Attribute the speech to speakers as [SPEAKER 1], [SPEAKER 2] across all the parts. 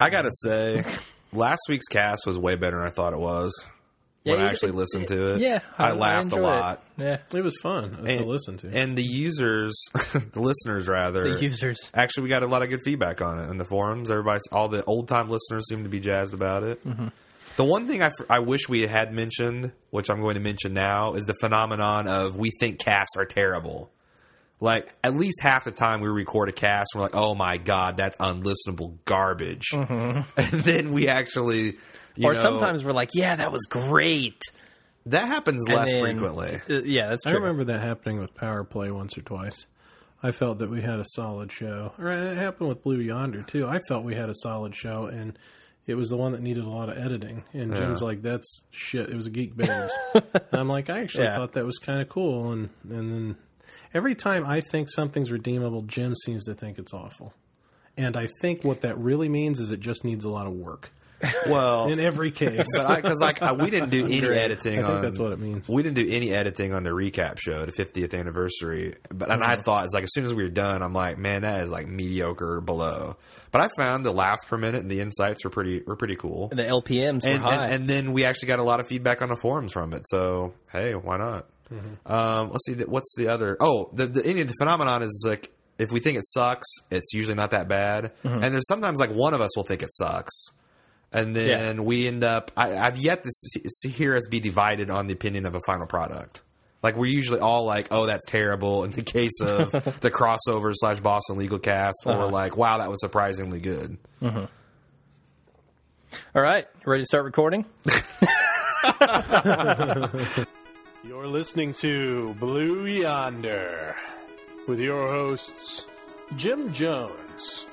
[SPEAKER 1] I gotta say, last week's cast was way better than I thought it was
[SPEAKER 2] Yeah,
[SPEAKER 1] when I
[SPEAKER 2] it-
[SPEAKER 1] actually listened to it.
[SPEAKER 2] Yeah,
[SPEAKER 1] I, laughed a
[SPEAKER 2] enjoyed it.
[SPEAKER 1] lot.
[SPEAKER 2] Yeah,
[SPEAKER 3] It was fun. It was
[SPEAKER 1] And-
[SPEAKER 3] to listen to.
[SPEAKER 1] And the users, the listeners rather,
[SPEAKER 2] the users.
[SPEAKER 1] actually we got a lot of good feedback on it in the forums. Everybody, all the old time listeners seem to be jazzed about it.
[SPEAKER 2] Mm-hmm.
[SPEAKER 1] The one thing I, f- I wish we had mentioned, which I'm going to mention now, is the phenomenon of we think casts are terrible. Like at least half the time we record a cast, we're like, "Oh my god, that's unlistenable garbage," and then we actually, you
[SPEAKER 2] Mm-hmm. or
[SPEAKER 1] know,
[SPEAKER 2] sometimes we're like, yeah, that was great.
[SPEAKER 1] that happens
[SPEAKER 2] And
[SPEAKER 1] less
[SPEAKER 2] then-
[SPEAKER 1] frequently.
[SPEAKER 2] Uh, yeah, that's
[SPEAKER 3] I
[SPEAKER 2] true.
[SPEAKER 3] remember that happening with Power Play once or twice. I felt that we had a solid show. Or it happened with Blue Yonder too. I felt we had a solid show, and it was the one that needed a lot of editing. And Jim's like, "That's shit." It was a geek bangers. and I'm like, I actually
[SPEAKER 2] Yeah.
[SPEAKER 3] thought that was kind of cool. And and then every time I think something's redeemable, Jim seems to think it's awful. And I think what that really means is it just needs a lot of work
[SPEAKER 1] Well,
[SPEAKER 3] in every case.
[SPEAKER 1] because like I, we didn't do any editing.
[SPEAKER 3] I think
[SPEAKER 1] on,
[SPEAKER 3] that's what it means.
[SPEAKER 1] We didn't do any editing on the recap show, the 50th anniversary. But and
[SPEAKER 3] Mm-hmm.
[SPEAKER 1] I thought it's like as soon as we were done, I'm like, man, that is like mediocre or below. But I found the laughs per minute and the insights were pretty were pretty cool.
[SPEAKER 2] the LPMs were
[SPEAKER 1] And,
[SPEAKER 2] high.
[SPEAKER 1] and, and then we actually got a lot of feedback on the forums from it. So hey, why not?
[SPEAKER 2] Mm-hmm.
[SPEAKER 1] Um, let's see. th- What's the other? Oh, the the, any of the phenomenon is like if we think it sucks, it's usually not that bad.
[SPEAKER 2] Mm-hmm.
[SPEAKER 1] And there's sometimes like one of us will think it sucks, and then we end up. I, I've yet to see, see, hear us be divided on the opinion of a final product. Like we're usually all like, "Oh, that's terrible." In the case of the crossover slash Boston Legal Cast,
[SPEAKER 2] Uh-huh.
[SPEAKER 1] or like, "Wow, that was surprisingly good."
[SPEAKER 2] All right, ready to start recording?
[SPEAKER 3] You're listening to Blue Yonder with your hosts, Jim Jones,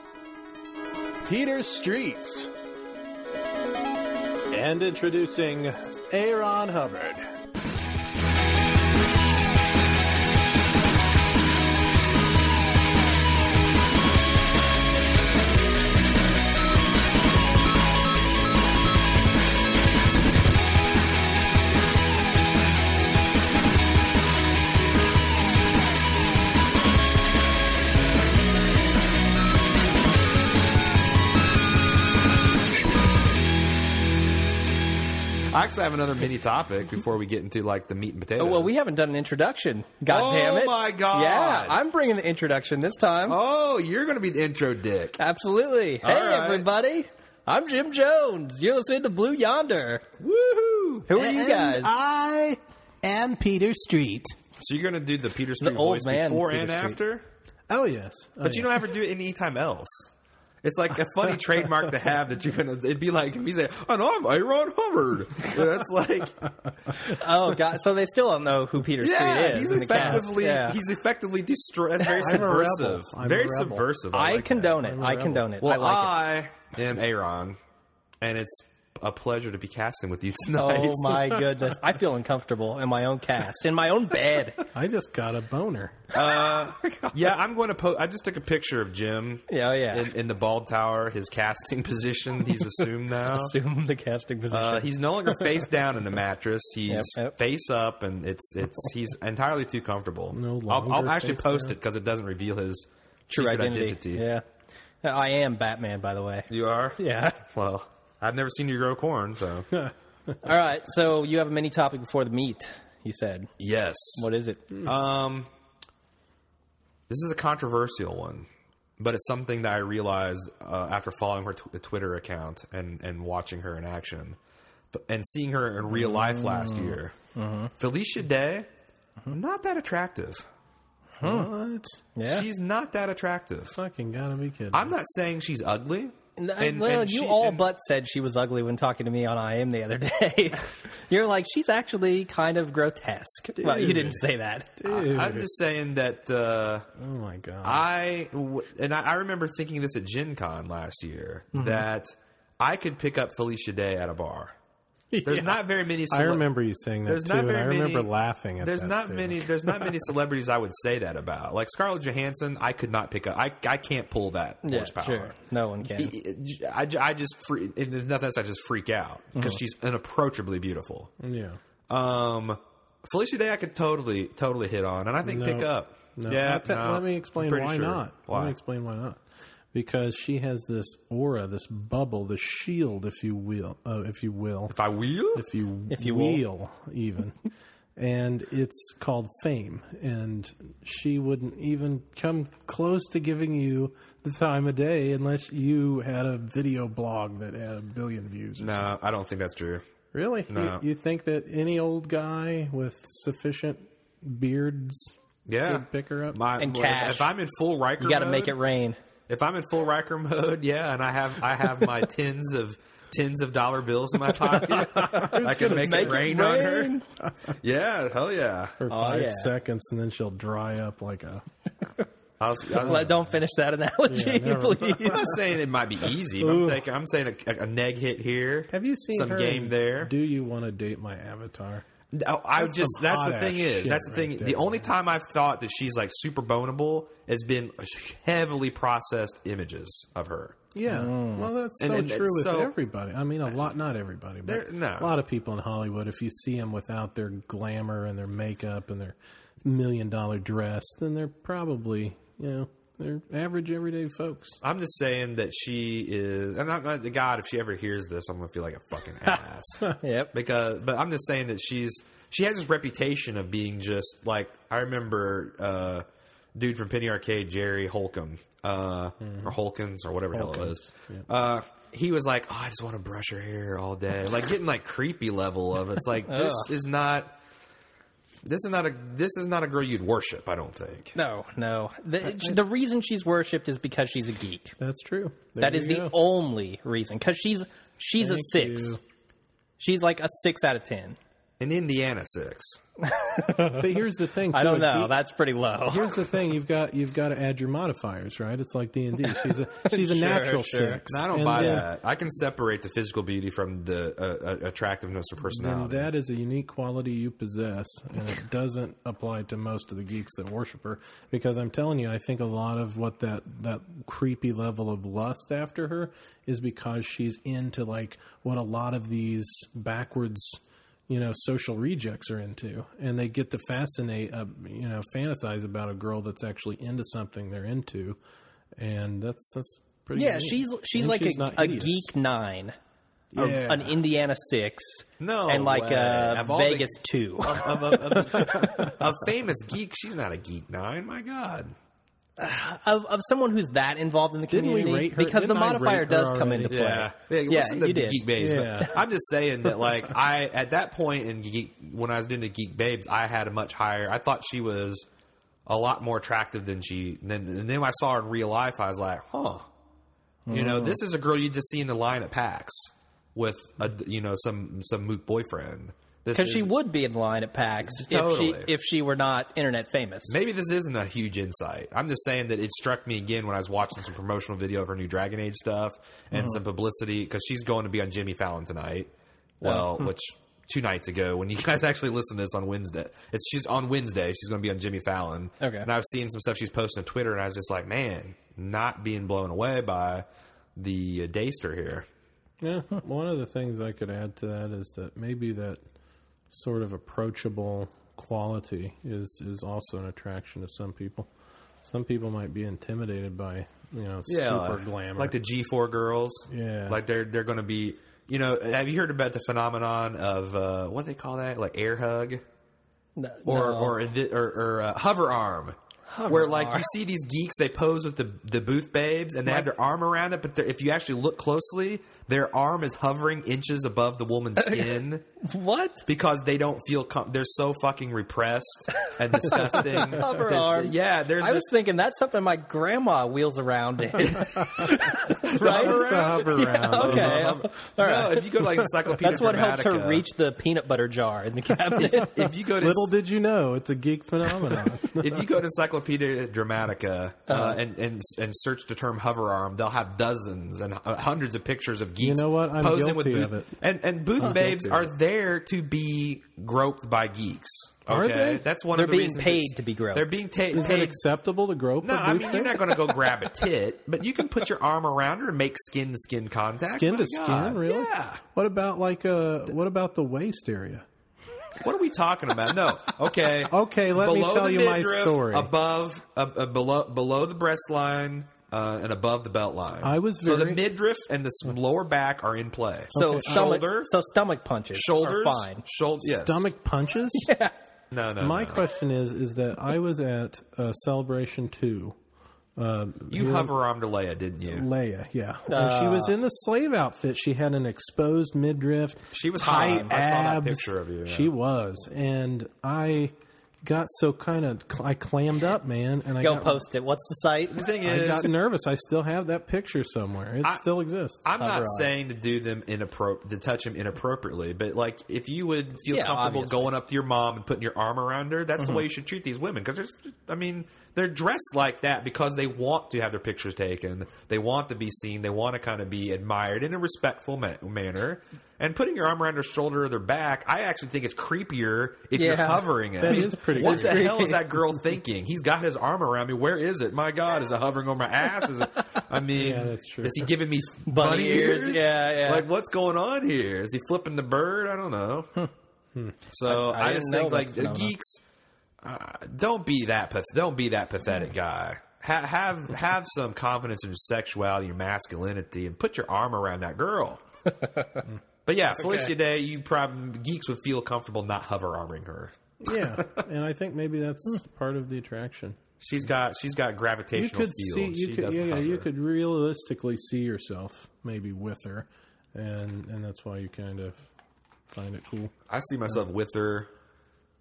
[SPEAKER 3] Peter Streets, and introducing Aaron Hubbard.
[SPEAKER 1] I actually have another mini topic before we get into like the meat and potatoes.
[SPEAKER 2] Oh, well, we haven't done an introduction. God
[SPEAKER 1] Oh
[SPEAKER 2] damn it!
[SPEAKER 1] my God.
[SPEAKER 2] Yeah, I'm bringing the introduction this time.
[SPEAKER 1] Oh, you're gonna be the intro dick.
[SPEAKER 2] Absolutely.
[SPEAKER 1] All
[SPEAKER 2] Hey,
[SPEAKER 1] right.
[SPEAKER 2] everybody. I'm Jim Jones. You're listening to Blue Yonder.
[SPEAKER 1] Woohoo!
[SPEAKER 2] Who are you guys?
[SPEAKER 4] I am Peter Street.
[SPEAKER 1] So you're gonna do the Peter Street
[SPEAKER 2] old
[SPEAKER 1] voice
[SPEAKER 2] man
[SPEAKER 1] before
[SPEAKER 2] Peter
[SPEAKER 1] and
[SPEAKER 2] Street.
[SPEAKER 1] after,
[SPEAKER 3] Oh yes, Oh,
[SPEAKER 1] but you don't ever do it any time else. It's like a funny trademark to have that you're gonna. It'd be like me saying, "And I'm Aaron Hubbard." That's like,
[SPEAKER 2] oh, God. So they still don't know who Peter Street
[SPEAKER 1] yeah,
[SPEAKER 2] is.
[SPEAKER 1] he's
[SPEAKER 2] in the cast.
[SPEAKER 1] effectively
[SPEAKER 2] Yeah.
[SPEAKER 1] he's effectively destroyed. That's very
[SPEAKER 3] I'm a rebel.
[SPEAKER 1] subversive.
[SPEAKER 3] I'm a
[SPEAKER 1] Very
[SPEAKER 3] rebel.
[SPEAKER 1] subversive.
[SPEAKER 2] I,
[SPEAKER 1] like that.
[SPEAKER 2] condone it.
[SPEAKER 3] a
[SPEAKER 2] I
[SPEAKER 3] rebel.
[SPEAKER 2] condone it.
[SPEAKER 1] Well,
[SPEAKER 2] I like it.
[SPEAKER 1] I am Aaron, and it's a pleasure to be casting with you tonight.
[SPEAKER 2] Oh my goodness. I feel uncomfortable in my own cast, in my own bed.
[SPEAKER 3] I just got a boner.
[SPEAKER 1] Yeah, I'm going to post. I just took a picture of Jim.
[SPEAKER 2] Yeah, oh, yeah.
[SPEAKER 1] In, in the bald tower, his casting position he's assumed now.
[SPEAKER 2] Assume the casting position.
[SPEAKER 1] Uh, he's no longer face down in the mattress. He's
[SPEAKER 2] Yep, yep.
[SPEAKER 1] face up, and it's it's he's entirely too comfortable.
[SPEAKER 3] No
[SPEAKER 1] I'll, I'll
[SPEAKER 3] longer
[SPEAKER 1] actually
[SPEAKER 3] face
[SPEAKER 1] post
[SPEAKER 3] down.
[SPEAKER 1] it because it doesn't reveal his
[SPEAKER 2] True
[SPEAKER 1] secret
[SPEAKER 2] identity. Yeah. I am Batman, by the way.
[SPEAKER 1] You are.
[SPEAKER 2] Yeah.
[SPEAKER 1] Well, I've never seen you grow corn, so
[SPEAKER 2] All right. So you have a mini topic before the meet, you said.
[SPEAKER 1] yes.
[SPEAKER 2] What is it?
[SPEAKER 1] Um, this is a controversial one, but it's something that I realized uh, after following her tw- Twitter account and and watching her in action, but, and seeing her in real life last
[SPEAKER 3] Mm-hmm.
[SPEAKER 1] year. Felicia Day, not that attractive.
[SPEAKER 3] What?
[SPEAKER 2] Yeah.
[SPEAKER 1] She's not that attractive.
[SPEAKER 3] Fucking gotta be kidding!
[SPEAKER 1] I'm not saying she's ugly.
[SPEAKER 2] N-
[SPEAKER 1] and-
[SPEAKER 2] well,
[SPEAKER 1] and
[SPEAKER 2] you
[SPEAKER 1] she-
[SPEAKER 2] all
[SPEAKER 1] and-
[SPEAKER 2] but said she was ugly when talking to me on I Am the other day. You're like, she's actually kind of grotesque. Well, you
[SPEAKER 3] Dude.
[SPEAKER 2] didn't say that.
[SPEAKER 3] Dude.
[SPEAKER 1] I'm just saying that. Uh,
[SPEAKER 3] oh my god!
[SPEAKER 1] I w- and I, I remember thinking this at Gen Con last year
[SPEAKER 3] Mm-hmm.
[SPEAKER 1] that I could pick up Felicia Day at a bar. There's
[SPEAKER 3] Yeah.
[SPEAKER 1] not very many.
[SPEAKER 3] I
[SPEAKER 1] cele-
[SPEAKER 3] remember you saying that
[SPEAKER 1] There's
[SPEAKER 3] too,
[SPEAKER 1] not
[SPEAKER 3] and
[SPEAKER 1] very
[SPEAKER 3] I remember
[SPEAKER 1] many-
[SPEAKER 3] laughing at
[SPEAKER 1] There's
[SPEAKER 3] that
[SPEAKER 1] not
[SPEAKER 3] statement.
[SPEAKER 1] many. There's not many celebrities I would say that about. Like Scarlett Johansson, I could not pick up. I I can't pull that
[SPEAKER 2] Yeah,
[SPEAKER 1] horsepower.
[SPEAKER 2] sure. No one can.
[SPEAKER 1] I, I just freak, and there's nothing else. I just freak out
[SPEAKER 3] Mm-hmm.
[SPEAKER 1] because she's unapproachably beautiful.
[SPEAKER 3] Yeah.
[SPEAKER 1] Um, Felicia Day, I could totally totally hit on, and I think
[SPEAKER 3] No.
[SPEAKER 1] pick up.
[SPEAKER 3] No.
[SPEAKER 1] Yeah,
[SPEAKER 3] I'll te-
[SPEAKER 1] no.
[SPEAKER 3] let me
[SPEAKER 1] I'm
[SPEAKER 3] explain
[SPEAKER 1] pretty
[SPEAKER 3] why
[SPEAKER 1] sure.
[SPEAKER 3] not.
[SPEAKER 1] Why?
[SPEAKER 3] Let me explain why not. because she has this aura, this bubble, this shield, if you will, uh, if you will,
[SPEAKER 1] If I will,
[SPEAKER 3] if you
[SPEAKER 2] If you will.
[SPEAKER 3] will, even. and it's called fame, and she wouldn't even come close to giving you the time of day unless you had a video blog that had a billion views.
[SPEAKER 1] no, I don't think that's true.
[SPEAKER 3] Really?
[SPEAKER 1] No.
[SPEAKER 3] You, you think that any old guy with sufficient beards
[SPEAKER 1] Yeah,
[SPEAKER 3] could pick her up?
[SPEAKER 1] My,
[SPEAKER 2] And
[SPEAKER 1] if-
[SPEAKER 2] cash.
[SPEAKER 1] If I'm in full Riker,
[SPEAKER 2] You got to
[SPEAKER 1] mode-
[SPEAKER 2] make it rain.
[SPEAKER 1] If I'm in full Riker mode, yeah, and I have I have my tins of tins of dollar bills in my pocket, I can make, it rain, on her. Yeah, hell Oh, yeah.
[SPEAKER 3] for
[SPEAKER 2] Aw,
[SPEAKER 3] five
[SPEAKER 2] yeah.
[SPEAKER 3] seconds, and then she'll dry up like a.
[SPEAKER 1] I was, I was,
[SPEAKER 2] Let- don't finish that analogy,
[SPEAKER 3] never mind.
[SPEAKER 1] I'm
[SPEAKER 2] please.
[SPEAKER 1] not saying it might be easy. But I'm, taking, I'm saying a, a neg hit here.
[SPEAKER 3] Have you seen
[SPEAKER 1] some
[SPEAKER 3] her
[SPEAKER 1] game
[SPEAKER 3] in
[SPEAKER 1] there?
[SPEAKER 3] Do you want to date my avatar?
[SPEAKER 1] No, I
[SPEAKER 3] That's
[SPEAKER 1] just
[SPEAKER 3] some
[SPEAKER 1] that's
[SPEAKER 3] hot
[SPEAKER 1] the thing
[SPEAKER 3] ass
[SPEAKER 1] is
[SPEAKER 3] shit
[SPEAKER 1] that's the
[SPEAKER 3] right
[SPEAKER 1] thing.
[SPEAKER 3] there,
[SPEAKER 1] the only
[SPEAKER 3] man.
[SPEAKER 1] time I've thought that she's like super bonable has been heavily processed images of her.
[SPEAKER 3] Yeah. Well, that's
[SPEAKER 1] Mm. And-
[SPEAKER 3] so
[SPEAKER 1] and-
[SPEAKER 3] true with
[SPEAKER 1] so-
[SPEAKER 3] everybody. I mean, a lot, not everybody,
[SPEAKER 1] There-
[SPEAKER 3] but
[SPEAKER 1] no.
[SPEAKER 3] a lot of people in Hollywood, if you see them without their glamour and their makeup and their million dollar dress, then they're probably, you know, they're average everyday folks.
[SPEAKER 1] I'm just saying that she is, and I'm not, God, if she ever hears this, I'm gonna feel like a fucking ass.
[SPEAKER 2] Yep.
[SPEAKER 1] because, but I'm just saying that she's she has this reputation of being just like I remember uh, dude from Penny Arcade, Jerry Holcomb, uh, or Holkins or whatever the hell it was. Uh, he was like, oh, I just want to brush her hair all day, like getting like creepy level of it's like this is not. This is not a this is not a girl you'd worship, I don't think.
[SPEAKER 2] No, no. The, the reason she's worshipped is because she's a geek.
[SPEAKER 3] That's true.
[SPEAKER 2] that is the only reason. Because she's she's a
[SPEAKER 3] Thank
[SPEAKER 2] six.
[SPEAKER 3] you.
[SPEAKER 2] She's like a six out of ten.
[SPEAKER 1] In Indiana six.
[SPEAKER 3] But here's the thing.
[SPEAKER 2] I
[SPEAKER 3] too,
[SPEAKER 2] don't
[SPEAKER 3] if
[SPEAKER 2] know.
[SPEAKER 3] you-
[SPEAKER 2] That's pretty low.
[SPEAKER 3] Here's the thing: you've got you've got to add your modifiers, right? It's like D and D. She's a she's a
[SPEAKER 2] Sure,
[SPEAKER 3] natural
[SPEAKER 2] sure.
[SPEAKER 3] six.
[SPEAKER 1] No, I don't
[SPEAKER 3] And
[SPEAKER 1] buy
[SPEAKER 3] then-
[SPEAKER 1] that. I can separate the physical beauty from the uh, uh, attractiveness or
[SPEAKER 3] Then
[SPEAKER 1] personality.
[SPEAKER 3] that is a unique quality you possess, and it doesn't apply to most of the geeks that worship her. Because I'm telling you, I think a lot of what that that creepy level of lust after her is because she's into like what a lot of these backwards, you know, social rejects are into, and they get to fascinate, uh, you know, fantasize about a girl that's actually into something they're into, and that's that's pretty.
[SPEAKER 2] Yeah,
[SPEAKER 3] neat.
[SPEAKER 2] she's she's
[SPEAKER 3] And
[SPEAKER 2] like
[SPEAKER 3] not
[SPEAKER 2] a, a
[SPEAKER 3] hideous.
[SPEAKER 2] geek nine,
[SPEAKER 3] Yeah.
[SPEAKER 2] an Indiana six,
[SPEAKER 1] No
[SPEAKER 2] and like
[SPEAKER 1] way.
[SPEAKER 2] a
[SPEAKER 1] Of all the-
[SPEAKER 2] Vegas two.
[SPEAKER 1] of, of, of, of a famous geek, she's not a geek nine. My God,
[SPEAKER 2] of, of someone who's that involved in the
[SPEAKER 3] Didn't we
[SPEAKER 2] community
[SPEAKER 3] rate her-
[SPEAKER 2] because the
[SPEAKER 3] didn't I
[SPEAKER 2] modifier
[SPEAKER 3] rate her
[SPEAKER 2] does come
[SPEAKER 3] already?
[SPEAKER 2] into play.
[SPEAKER 1] yeah, yeah.
[SPEAKER 2] Yeah,
[SPEAKER 1] listen to
[SPEAKER 2] you did.
[SPEAKER 1] Geek Babes. but
[SPEAKER 3] Yeah.
[SPEAKER 1] I'm just saying that, like, I at that point in geek when I was doing the Geek Babes, I had a much higher. I thought she was a lot more attractive than she. Than, and then when I saw her in real life, I was like, huh. You
[SPEAKER 2] Mm.
[SPEAKER 1] know, this is a girl you just see in the line at PAX with a you know some some moot boyfriend. This
[SPEAKER 2] Because she
[SPEAKER 1] is-
[SPEAKER 2] would be in line at PAX if
[SPEAKER 1] Totally.
[SPEAKER 2] she if she were not internet famous.
[SPEAKER 1] Maybe this isn't a huge insight. I'm just saying that it struck me again when I was watching some promotional video of her new Dragon Age stuff and some publicity because she's going to be on Jimmy Fallon tonight. Well, which two nights ago when you guys actually listen to this on Wednesday, it's she's on Wednesday. She's going to be on Jimmy Fallon.
[SPEAKER 2] Okay.
[SPEAKER 1] and I've seen some stuff she's posting on Twitter, and I was just like, man, not being blown away by the uh, Daster here.
[SPEAKER 3] Yeah, one of the things I could add to that is that maybe that sort of approachable quality is is also an attraction to some people. Some people might be intimidated by you know super
[SPEAKER 1] like,
[SPEAKER 3] glamour,
[SPEAKER 1] like the G four girls.
[SPEAKER 3] Yeah.
[SPEAKER 1] like they're they're going to be. You know, have you heard about the phenomenon of uh, what do they call that? Like air hug.
[SPEAKER 2] No,
[SPEAKER 1] or
[SPEAKER 2] no.
[SPEAKER 1] or thi- or, or uh, hover arm. where like you see these geeks, they pose with the the booth babes, and they have their arm around it. But they're- if you actually look closely, their arm is hovering inches above the woman's skin
[SPEAKER 2] what?
[SPEAKER 1] because they don't feel com- they're so fucking repressed and disgusting.
[SPEAKER 2] Hover
[SPEAKER 1] that-
[SPEAKER 2] arm.
[SPEAKER 1] Uh, yeah. There's
[SPEAKER 2] I was thinking that's something my grandma wheels around in.
[SPEAKER 1] this,
[SPEAKER 2] right?
[SPEAKER 1] hover
[SPEAKER 3] It's the
[SPEAKER 1] arm.
[SPEAKER 3] hover around.
[SPEAKER 2] okay.
[SPEAKER 1] no, if you go to like Encyclopedia,
[SPEAKER 2] That's what helped her
[SPEAKER 1] Dramatica,
[SPEAKER 2] reach the peanut butter jar in the cabinet.
[SPEAKER 1] If you go to
[SPEAKER 3] Little did you know, it's a geek phenomenon.
[SPEAKER 1] if you go to Encyclopedia Dramatica uh,
[SPEAKER 3] Uh-huh.
[SPEAKER 1] and, and and search the term hover arm, they'll have dozens and uh, hundreds of pictures of geeks.
[SPEAKER 3] You know what? I'm
[SPEAKER 1] posing with
[SPEAKER 3] guilty
[SPEAKER 1] booth,
[SPEAKER 3] of it.
[SPEAKER 1] And and booth babes
[SPEAKER 3] guilty
[SPEAKER 1] are
[SPEAKER 3] of
[SPEAKER 1] there to be groped by geeks. Okay?
[SPEAKER 3] Are they?
[SPEAKER 1] That's one
[SPEAKER 2] They're
[SPEAKER 1] of the
[SPEAKER 2] being
[SPEAKER 1] reasons
[SPEAKER 2] paid
[SPEAKER 1] it's-
[SPEAKER 2] to be groped.
[SPEAKER 1] They're being ta-
[SPEAKER 3] Is it
[SPEAKER 1] paid.
[SPEAKER 3] acceptable to grope?
[SPEAKER 1] no,
[SPEAKER 3] a
[SPEAKER 1] I
[SPEAKER 3] booth
[SPEAKER 1] mean you're not going to go grab a tit, but you can put your arm around her and make skin to skin contact.
[SPEAKER 3] skin
[SPEAKER 1] My
[SPEAKER 3] to
[SPEAKER 1] God,
[SPEAKER 3] skin, really?
[SPEAKER 1] Yeah.
[SPEAKER 3] What about like uh what about the waist area?
[SPEAKER 1] What are we talking about? No. Okay.
[SPEAKER 3] Okay, let me
[SPEAKER 1] Below
[SPEAKER 3] tell
[SPEAKER 1] the
[SPEAKER 3] you my
[SPEAKER 1] midriff,
[SPEAKER 3] story.
[SPEAKER 1] Above, uh, uh, below, below the breast line, uh, and above the belt line.
[SPEAKER 3] I was
[SPEAKER 1] so the
[SPEAKER 3] very-
[SPEAKER 1] midriff and the s- lower back are in play.
[SPEAKER 2] So
[SPEAKER 3] Okay.
[SPEAKER 2] stomach,
[SPEAKER 1] Shoulder?
[SPEAKER 2] so stomach punches
[SPEAKER 1] shoulders,
[SPEAKER 2] are fine.
[SPEAKER 1] shoulders, yes.
[SPEAKER 3] Stomach punches.
[SPEAKER 1] No, no.
[SPEAKER 3] My
[SPEAKER 1] no.
[SPEAKER 3] question is, is that I was at uh, Celebration Two.
[SPEAKER 1] you hover armed Leia, didn't you?
[SPEAKER 3] Leia, yeah, and she
[SPEAKER 2] Uh,
[SPEAKER 3] was in the slave outfit. She had an exposed midriff.
[SPEAKER 1] She was
[SPEAKER 3] tight
[SPEAKER 1] hot. I saw that
[SPEAKER 3] abs.
[SPEAKER 1] picture of you, yeah.
[SPEAKER 3] She was, and I got so kind of I clammed up, man. And I
[SPEAKER 2] Go
[SPEAKER 3] got,
[SPEAKER 2] post it. What's the site?
[SPEAKER 1] The thing
[SPEAKER 3] I
[SPEAKER 1] is,
[SPEAKER 3] got nervous. I still have that picture somewhere. It still exists.
[SPEAKER 1] I'm not
[SPEAKER 2] Cover eye.
[SPEAKER 1] saying to do them inappropri to touch them inappropriately, but like if you would feel
[SPEAKER 2] Yeah,
[SPEAKER 1] comfortable
[SPEAKER 2] obviously.
[SPEAKER 1] going up to your mom and putting your arm around her,
[SPEAKER 3] Mm-hmm.
[SPEAKER 1] that's the way you should treat these women because I mean they're dressed like that because they want to have their pictures taken, they want to be seen, they want to kind of be admired in a respectful ma- manner. And putting your arm around their shoulder or their back, I actually think it's creepier if you're
[SPEAKER 2] Yeah.
[SPEAKER 1] hovering it.
[SPEAKER 3] That is pretty
[SPEAKER 1] What the
[SPEAKER 3] creepy.
[SPEAKER 1] hell is that girl thinking? He's got his arm around me. Where is it? My God, is it hovering over my ass? Is it, I mean,
[SPEAKER 3] Yeah, that's true.
[SPEAKER 1] is he giving me
[SPEAKER 2] Bunny ears? Yeah, yeah.
[SPEAKER 1] Like, what's going on here? Is he flipping the bird? I don't
[SPEAKER 2] Hmm.
[SPEAKER 1] know.
[SPEAKER 3] Hmm.
[SPEAKER 1] so
[SPEAKER 2] I- I
[SPEAKER 1] I, just
[SPEAKER 2] didn't know
[SPEAKER 1] think
[SPEAKER 2] that
[SPEAKER 1] like the
[SPEAKER 2] phenomena.
[SPEAKER 1] geeks, uh, don't be that path- don't be that pathetic guy. Ha- have have some confidence in your sexuality, your masculinity, and put your arm around that girl. but yeah, Felicia Day, you probably geeks would feel comfortable not hover arming her.
[SPEAKER 3] yeah, and I think maybe that's part of the attraction.
[SPEAKER 1] She's got she's got gravitational
[SPEAKER 3] you could
[SPEAKER 1] field.
[SPEAKER 3] see you
[SPEAKER 1] she
[SPEAKER 3] could
[SPEAKER 1] doesn't
[SPEAKER 3] yeah, yeah, you
[SPEAKER 1] hover.
[SPEAKER 3] could realistically see yourself maybe with her and and that's why you kind of find it cool
[SPEAKER 1] I see myself with her,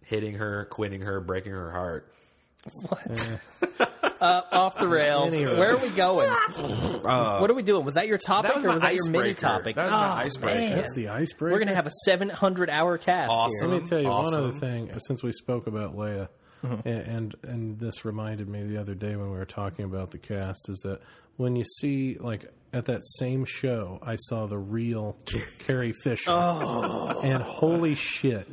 [SPEAKER 1] hitting her, quitting her, breaking her heart.
[SPEAKER 2] Off the rails.
[SPEAKER 3] Anyway.
[SPEAKER 2] Where are we going? what are we doing? Was that your topic
[SPEAKER 1] Uh, that was
[SPEAKER 2] or
[SPEAKER 1] my
[SPEAKER 2] was that your mini
[SPEAKER 1] icebreaker.
[SPEAKER 2] topic?
[SPEAKER 1] That was
[SPEAKER 2] Oh,
[SPEAKER 1] my icebreaker.
[SPEAKER 2] man.
[SPEAKER 3] that's the icebreaker
[SPEAKER 2] We're gonna have a 700 hour cast.
[SPEAKER 1] Awesome.
[SPEAKER 2] Here.
[SPEAKER 3] let me tell you one other
[SPEAKER 1] Awesome.
[SPEAKER 3] thing uh, since we spoke about leia
[SPEAKER 2] Mm-hmm.
[SPEAKER 3] a- and, and this reminded me the other day when we were talking about the cast is that when you see like at that same show i saw the real carrie fisher
[SPEAKER 2] Oh.
[SPEAKER 3] and holy shit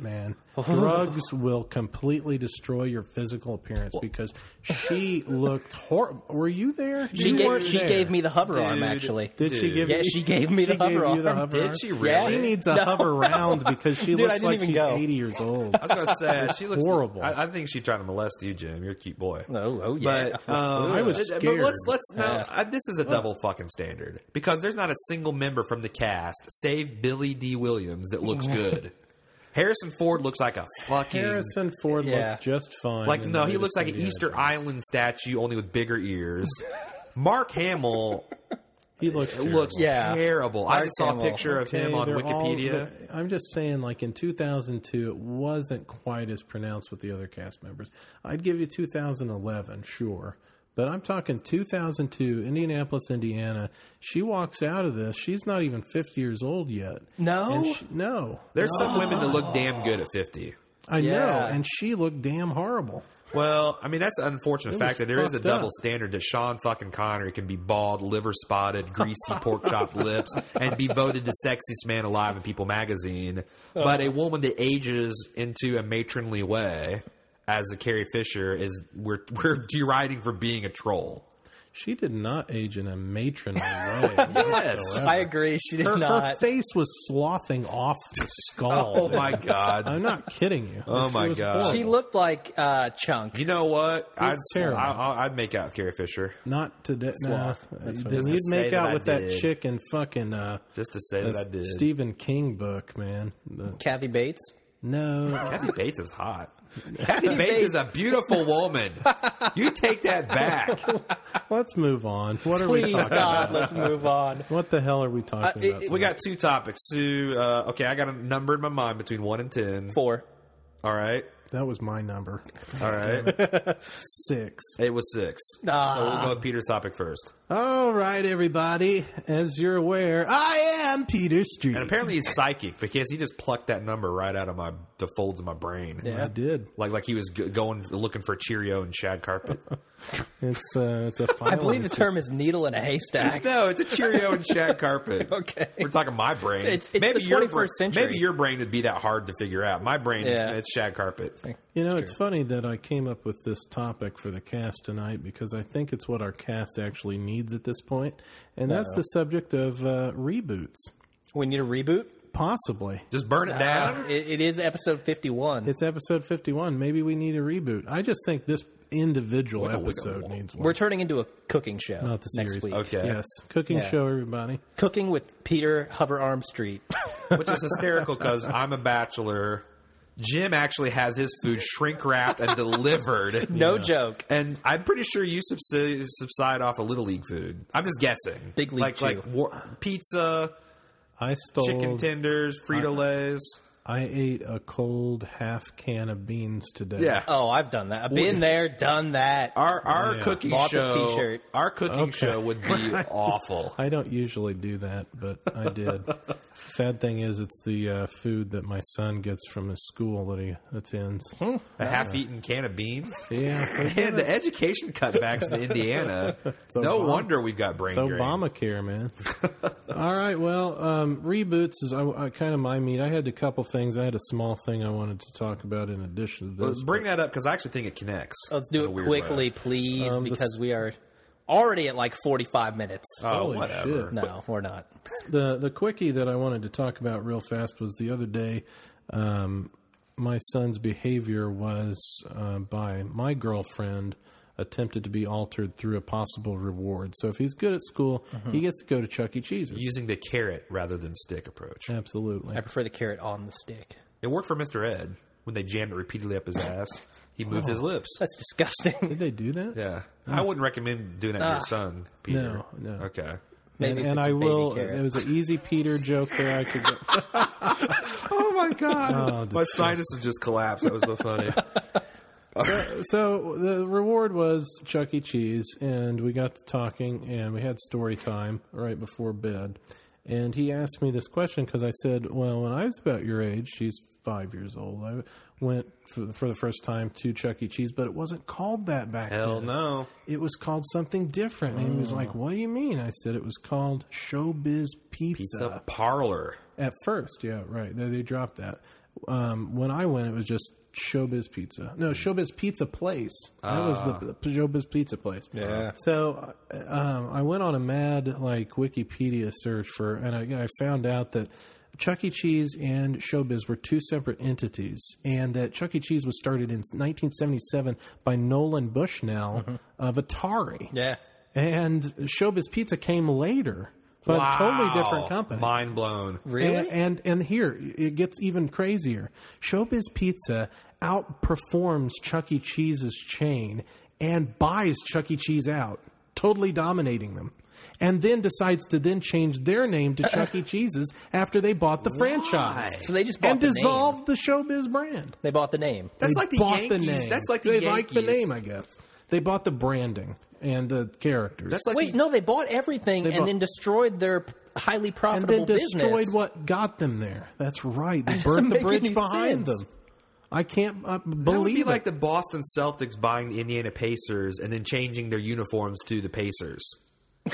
[SPEAKER 3] man drugs will completely destroy your physical appearance because she looked horrible were you there
[SPEAKER 2] She
[SPEAKER 3] You
[SPEAKER 2] gave
[SPEAKER 3] weren't
[SPEAKER 2] she
[SPEAKER 3] there.
[SPEAKER 2] gave me the hover arm
[SPEAKER 1] Dude.
[SPEAKER 2] actually.
[SPEAKER 3] did she give
[SPEAKER 2] Yeah,
[SPEAKER 3] you-
[SPEAKER 2] she gave me the hover
[SPEAKER 3] you the
[SPEAKER 2] arm.
[SPEAKER 3] hover
[SPEAKER 1] Did
[SPEAKER 3] arm?
[SPEAKER 1] she really?
[SPEAKER 3] she needs a hover round because she
[SPEAKER 2] Dude, I
[SPEAKER 3] looks
[SPEAKER 2] didn't
[SPEAKER 3] like
[SPEAKER 2] even
[SPEAKER 3] she's
[SPEAKER 2] go.
[SPEAKER 3] 80 years old
[SPEAKER 1] I was gonna say she looks
[SPEAKER 3] horrible.
[SPEAKER 1] I, I think she tried to molest you, Jim. You're a cute boy.
[SPEAKER 2] Oh, oh yeah.
[SPEAKER 1] But um,
[SPEAKER 3] I was
[SPEAKER 1] but
[SPEAKER 3] scared.
[SPEAKER 1] let's let's no. I, this is a double fucking standard because there's not a single member from the cast, save Billy D. Williams, that looks good. Harrison Ford looks like a fucking
[SPEAKER 3] Harrison Ford
[SPEAKER 2] Yeah.
[SPEAKER 3] looked just fine.
[SPEAKER 1] Like
[SPEAKER 3] in
[SPEAKER 1] no,
[SPEAKER 3] the
[SPEAKER 1] he looks like an
[SPEAKER 3] latest
[SPEAKER 1] Easter
[SPEAKER 3] Indiana
[SPEAKER 1] Island statue, only with bigger ears. Mark Hamill
[SPEAKER 3] Jones. He looks terrible.
[SPEAKER 1] looks
[SPEAKER 2] Yeah.
[SPEAKER 1] terrible. I
[SPEAKER 2] Mark
[SPEAKER 1] just saw
[SPEAKER 2] Hamill.
[SPEAKER 1] a picture of him
[SPEAKER 3] Okay,
[SPEAKER 1] on
[SPEAKER 3] they're all-
[SPEAKER 1] Wikipedia.
[SPEAKER 3] but I'm just saying, like in 2002, it wasn't quite as pronounced with the other cast members. I'd give you 2011, sure, but I'm talking 2002, Indianapolis, Indiana. She walks out of this. She's not even 50 years old yet.
[SPEAKER 2] No?
[SPEAKER 3] And she- no.
[SPEAKER 1] There's some women that look damn good at 50.
[SPEAKER 3] I know,
[SPEAKER 2] Yeah.
[SPEAKER 3] and she looked damn horrible.
[SPEAKER 1] Well, I mean that's an unfortunate
[SPEAKER 3] It was
[SPEAKER 1] fact that there is a
[SPEAKER 3] fucked
[SPEAKER 1] double
[SPEAKER 3] up.
[SPEAKER 1] standard that Sean fucking Connery can be bald, liver spotted, greasy pork chop lips, and be voted the sexiest man alive in People
[SPEAKER 3] Uh.
[SPEAKER 1] magazine. But a woman that ages into a matronly way, as a Carrie Fisher, is we're we're deriding for being a troll.
[SPEAKER 3] She did not age in a matronly way.
[SPEAKER 1] Yes.
[SPEAKER 2] I agree. She did
[SPEAKER 3] her, her
[SPEAKER 2] not.
[SPEAKER 3] face was sloughing off the skull.
[SPEAKER 1] Oh my god.
[SPEAKER 3] I'm not kidding you.
[SPEAKER 1] Oh,
[SPEAKER 3] She
[SPEAKER 1] my
[SPEAKER 3] was
[SPEAKER 1] God.
[SPEAKER 3] horrible.
[SPEAKER 2] She looked like uh, Chunk.
[SPEAKER 1] You know what? I'd,
[SPEAKER 3] terrible.
[SPEAKER 1] I, I, I'd make out Carrie Fisher
[SPEAKER 3] not today. Nah,
[SPEAKER 2] Sloth. That's what
[SPEAKER 3] then
[SPEAKER 1] it is.
[SPEAKER 3] you'd
[SPEAKER 1] Just to say
[SPEAKER 3] make
[SPEAKER 1] that
[SPEAKER 3] out
[SPEAKER 1] I
[SPEAKER 3] with that
[SPEAKER 1] did.
[SPEAKER 3] chick in fucking uh,
[SPEAKER 1] just to say that I did.
[SPEAKER 3] Stephen King book, man. The-
[SPEAKER 2] Kathy Bates.
[SPEAKER 3] no,
[SPEAKER 1] Kathy Bates is hot. Kathy Bates is a beautiful woman. You take that back.
[SPEAKER 3] let's move on. What are we
[SPEAKER 2] Please,
[SPEAKER 3] talking?
[SPEAKER 2] God, let's move on.
[SPEAKER 3] What the hell are we talking
[SPEAKER 2] Uh, it-
[SPEAKER 3] about?
[SPEAKER 2] it-
[SPEAKER 1] We got two topics. Two. Uh, okay, I got a number in my mind between one and ten.
[SPEAKER 2] Four.
[SPEAKER 1] All right,
[SPEAKER 3] that was my number
[SPEAKER 1] all right.
[SPEAKER 3] six.
[SPEAKER 1] It was six.
[SPEAKER 2] Ah.
[SPEAKER 1] So we'll go with Peter's topic first.
[SPEAKER 3] All right, everybody. As you're aware, I am Peter Street.
[SPEAKER 1] And apparently he's psychic because he just plucked that number right out of my the folds of my brain.
[SPEAKER 3] I did.
[SPEAKER 1] Like like he was g- going looking for Cheerio and shag carpet.
[SPEAKER 3] It's uh, it's a.
[SPEAKER 2] I believe the
[SPEAKER 3] it's
[SPEAKER 2] term is needle in a haystack.
[SPEAKER 1] no, it's a Cheerio and shag carpet.
[SPEAKER 2] Okay.
[SPEAKER 1] We're talking my brain.
[SPEAKER 2] It's- it's the
[SPEAKER 1] your
[SPEAKER 2] 21st
[SPEAKER 1] brain,
[SPEAKER 2] century.
[SPEAKER 1] maybe your brain would be that hard to figure out. My brain
[SPEAKER 2] Yeah.
[SPEAKER 1] is it's shag carpet.
[SPEAKER 3] You know, it's funny that I came up with this topic for the cast tonight because I think it's what our cast actually needs at this point, and that's the subject of uh, reboots.
[SPEAKER 2] We need a reboot.
[SPEAKER 3] Possibly,
[SPEAKER 1] Just burn it down.
[SPEAKER 2] It, it is episode 51.
[SPEAKER 3] it's episode fifty-one. Maybe we need a reboot. I just think this individual
[SPEAKER 1] Wiggle, wiggle,
[SPEAKER 3] episode
[SPEAKER 1] wiggle.
[SPEAKER 3] needs one.
[SPEAKER 2] We're turning into a cooking show
[SPEAKER 3] Not the
[SPEAKER 2] next
[SPEAKER 3] series.
[SPEAKER 2] week.
[SPEAKER 1] Okay.
[SPEAKER 3] yes, cooking
[SPEAKER 2] Yeah.
[SPEAKER 3] show, everybody.
[SPEAKER 2] Cooking with Peter Hover Arm Street.
[SPEAKER 1] which is hysterical because I'm a bachelor. Jim actually has his food shrink wrapped and delivered.
[SPEAKER 2] No joke.
[SPEAKER 1] And I'm pretty sure you subside, subside off of little league food. I'm just guessing.
[SPEAKER 2] Big league
[SPEAKER 1] like like
[SPEAKER 2] too.
[SPEAKER 1] war, pizza,
[SPEAKER 3] I stole.
[SPEAKER 1] chicken tenders, Frito Lay's.
[SPEAKER 3] I ate a cold half can of beans today.
[SPEAKER 1] Yeah.
[SPEAKER 2] Oh, I've done that. I've been there, done that.
[SPEAKER 1] Our our
[SPEAKER 3] Yeah.
[SPEAKER 1] cooking
[SPEAKER 2] Bought the
[SPEAKER 1] show.
[SPEAKER 2] t-shirt.
[SPEAKER 1] Our cooking
[SPEAKER 3] Okay.
[SPEAKER 1] show would be awful.
[SPEAKER 3] I don't usually do that, but I did. Sad thing is, it's the uh, food that my son gets from his school that he attends.
[SPEAKER 1] A half-eaten can of beans.
[SPEAKER 3] Oh, Yeah,
[SPEAKER 1] Man, the education cutbacks in Indiana. no
[SPEAKER 3] Obama-
[SPEAKER 1] wonder we've got brain
[SPEAKER 3] It's
[SPEAKER 1] drain.
[SPEAKER 3] Obamacare, man. All right, well, um, reboots is I, I, kind of my meat. I had a couple things. I had a small thing I wanted to talk about in addition to this.
[SPEAKER 1] Let's bring that up because I actually think it connects.
[SPEAKER 2] Let's
[SPEAKER 1] in
[SPEAKER 2] do
[SPEAKER 1] a
[SPEAKER 2] it
[SPEAKER 1] weird way.
[SPEAKER 2] quickly, please,
[SPEAKER 3] Um,
[SPEAKER 2] because we are already at like 45 minutes.
[SPEAKER 1] Oh,
[SPEAKER 3] Holy
[SPEAKER 1] whatever.
[SPEAKER 3] shit.
[SPEAKER 2] no, we're not.
[SPEAKER 3] the the quickie that I wanted to talk about real fast was the other day. Um, my son's behavior was uh, by my girlfriend attempted to be altered through a possible reward. So if he's good at school,
[SPEAKER 2] Uh-huh.
[SPEAKER 3] he gets to go to Chuck E. Cheese's.
[SPEAKER 1] using the carrot rather than stick approach.
[SPEAKER 3] Absolutely.
[SPEAKER 2] I prefer the carrot on the stick.
[SPEAKER 1] It worked for Mr. Ed when they jammed it repeatedly up his ass. He
[SPEAKER 3] Oh.
[SPEAKER 1] moved his lips.
[SPEAKER 2] That's disgusting.
[SPEAKER 3] Did they do that?
[SPEAKER 1] Yeah. I wouldn't recommend doing that to your
[SPEAKER 2] Ah.
[SPEAKER 1] son, Peter.
[SPEAKER 3] No, no.
[SPEAKER 1] Okay.
[SPEAKER 2] Maybe
[SPEAKER 3] and
[SPEAKER 2] if
[SPEAKER 3] and
[SPEAKER 2] it's
[SPEAKER 3] I
[SPEAKER 2] a baby
[SPEAKER 3] will.
[SPEAKER 2] carrot.
[SPEAKER 3] There was an easy Peter joke there. I could. Go,
[SPEAKER 1] Oh my god.
[SPEAKER 3] My
[SPEAKER 1] my sinuses just collapsed. That was so funny.
[SPEAKER 3] so the reward was Chuck E. Cheese, and we got to talking, and we had story time right before bed. And he asked me this question because I said, "Well, when I was about your age, she's five years old. I went for, for the first time to Chuck E. Cheese, but it wasn't called that back
[SPEAKER 1] Hell
[SPEAKER 3] then.
[SPEAKER 1] no. Oh.
[SPEAKER 3] It was called something different." And he was like, "What do you mean?" I said, "It was called Showbiz
[SPEAKER 1] Pizza parlor.
[SPEAKER 3] at first, yeah, right. They, they dropped that. Um, when I went, it was just Showbiz Pizza. No, Showbiz Pizza Place. That was the, the Showbiz Pizza Place.
[SPEAKER 2] Ah. Yeah.
[SPEAKER 3] So uh, um, I went on a mad like Wikipedia search for, and I, I found out that Chuck E. Cheese and Showbiz were two separate entities, and that Chuck E. Cheese was started in 1977 by Nolan Bushnell of Atari,
[SPEAKER 2] Mm-hmm. yeah.
[SPEAKER 3] and Showbiz Pizza came later. But
[SPEAKER 1] Wow.
[SPEAKER 3] totally different company.
[SPEAKER 1] Mind blown.
[SPEAKER 2] Really?
[SPEAKER 3] And, uh, and and here it gets even crazier. Showbiz Pizza outperforms Chuck E. Cheese's chain and buys Chuck E. Cheese out, totally dominating them. And then decides to then change their name to Chuck E. Cheese's after they bought the franchise.
[SPEAKER 2] So they just bought
[SPEAKER 3] and
[SPEAKER 2] the name.
[SPEAKER 3] dissolved the Showbiz brand.
[SPEAKER 2] They bought the name.
[SPEAKER 1] That's
[SPEAKER 3] They
[SPEAKER 1] like the
[SPEAKER 3] bought
[SPEAKER 1] Yankees.
[SPEAKER 3] name.
[SPEAKER 1] That's like the
[SPEAKER 3] they
[SPEAKER 1] Yankees.
[SPEAKER 3] like the name, I guess. They bought the branding and the characters.
[SPEAKER 1] That's like
[SPEAKER 2] Wait,
[SPEAKER 1] the,
[SPEAKER 2] no, they bought everything and
[SPEAKER 3] bought-
[SPEAKER 2] then destroyed their p- highly
[SPEAKER 3] and
[SPEAKER 2] profitable
[SPEAKER 3] then destroyed
[SPEAKER 2] business.
[SPEAKER 3] what got them there. That's right. They
[SPEAKER 2] doesn't
[SPEAKER 3] burned the
[SPEAKER 2] make
[SPEAKER 3] bridge
[SPEAKER 2] any
[SPEAKER 3] behind
[SPEAKER 2] sense.
[SPEAKER 3] them. I can't uh,
[SPEAKER 1] that would
[SPEAKER 3] believe
[SPEAKER 1] be
[SPEAKER 3] it.
[SPEAKER 1] like the Boston Celtics buying the Indiana Pacers and then changing their uniforms to the Pacers.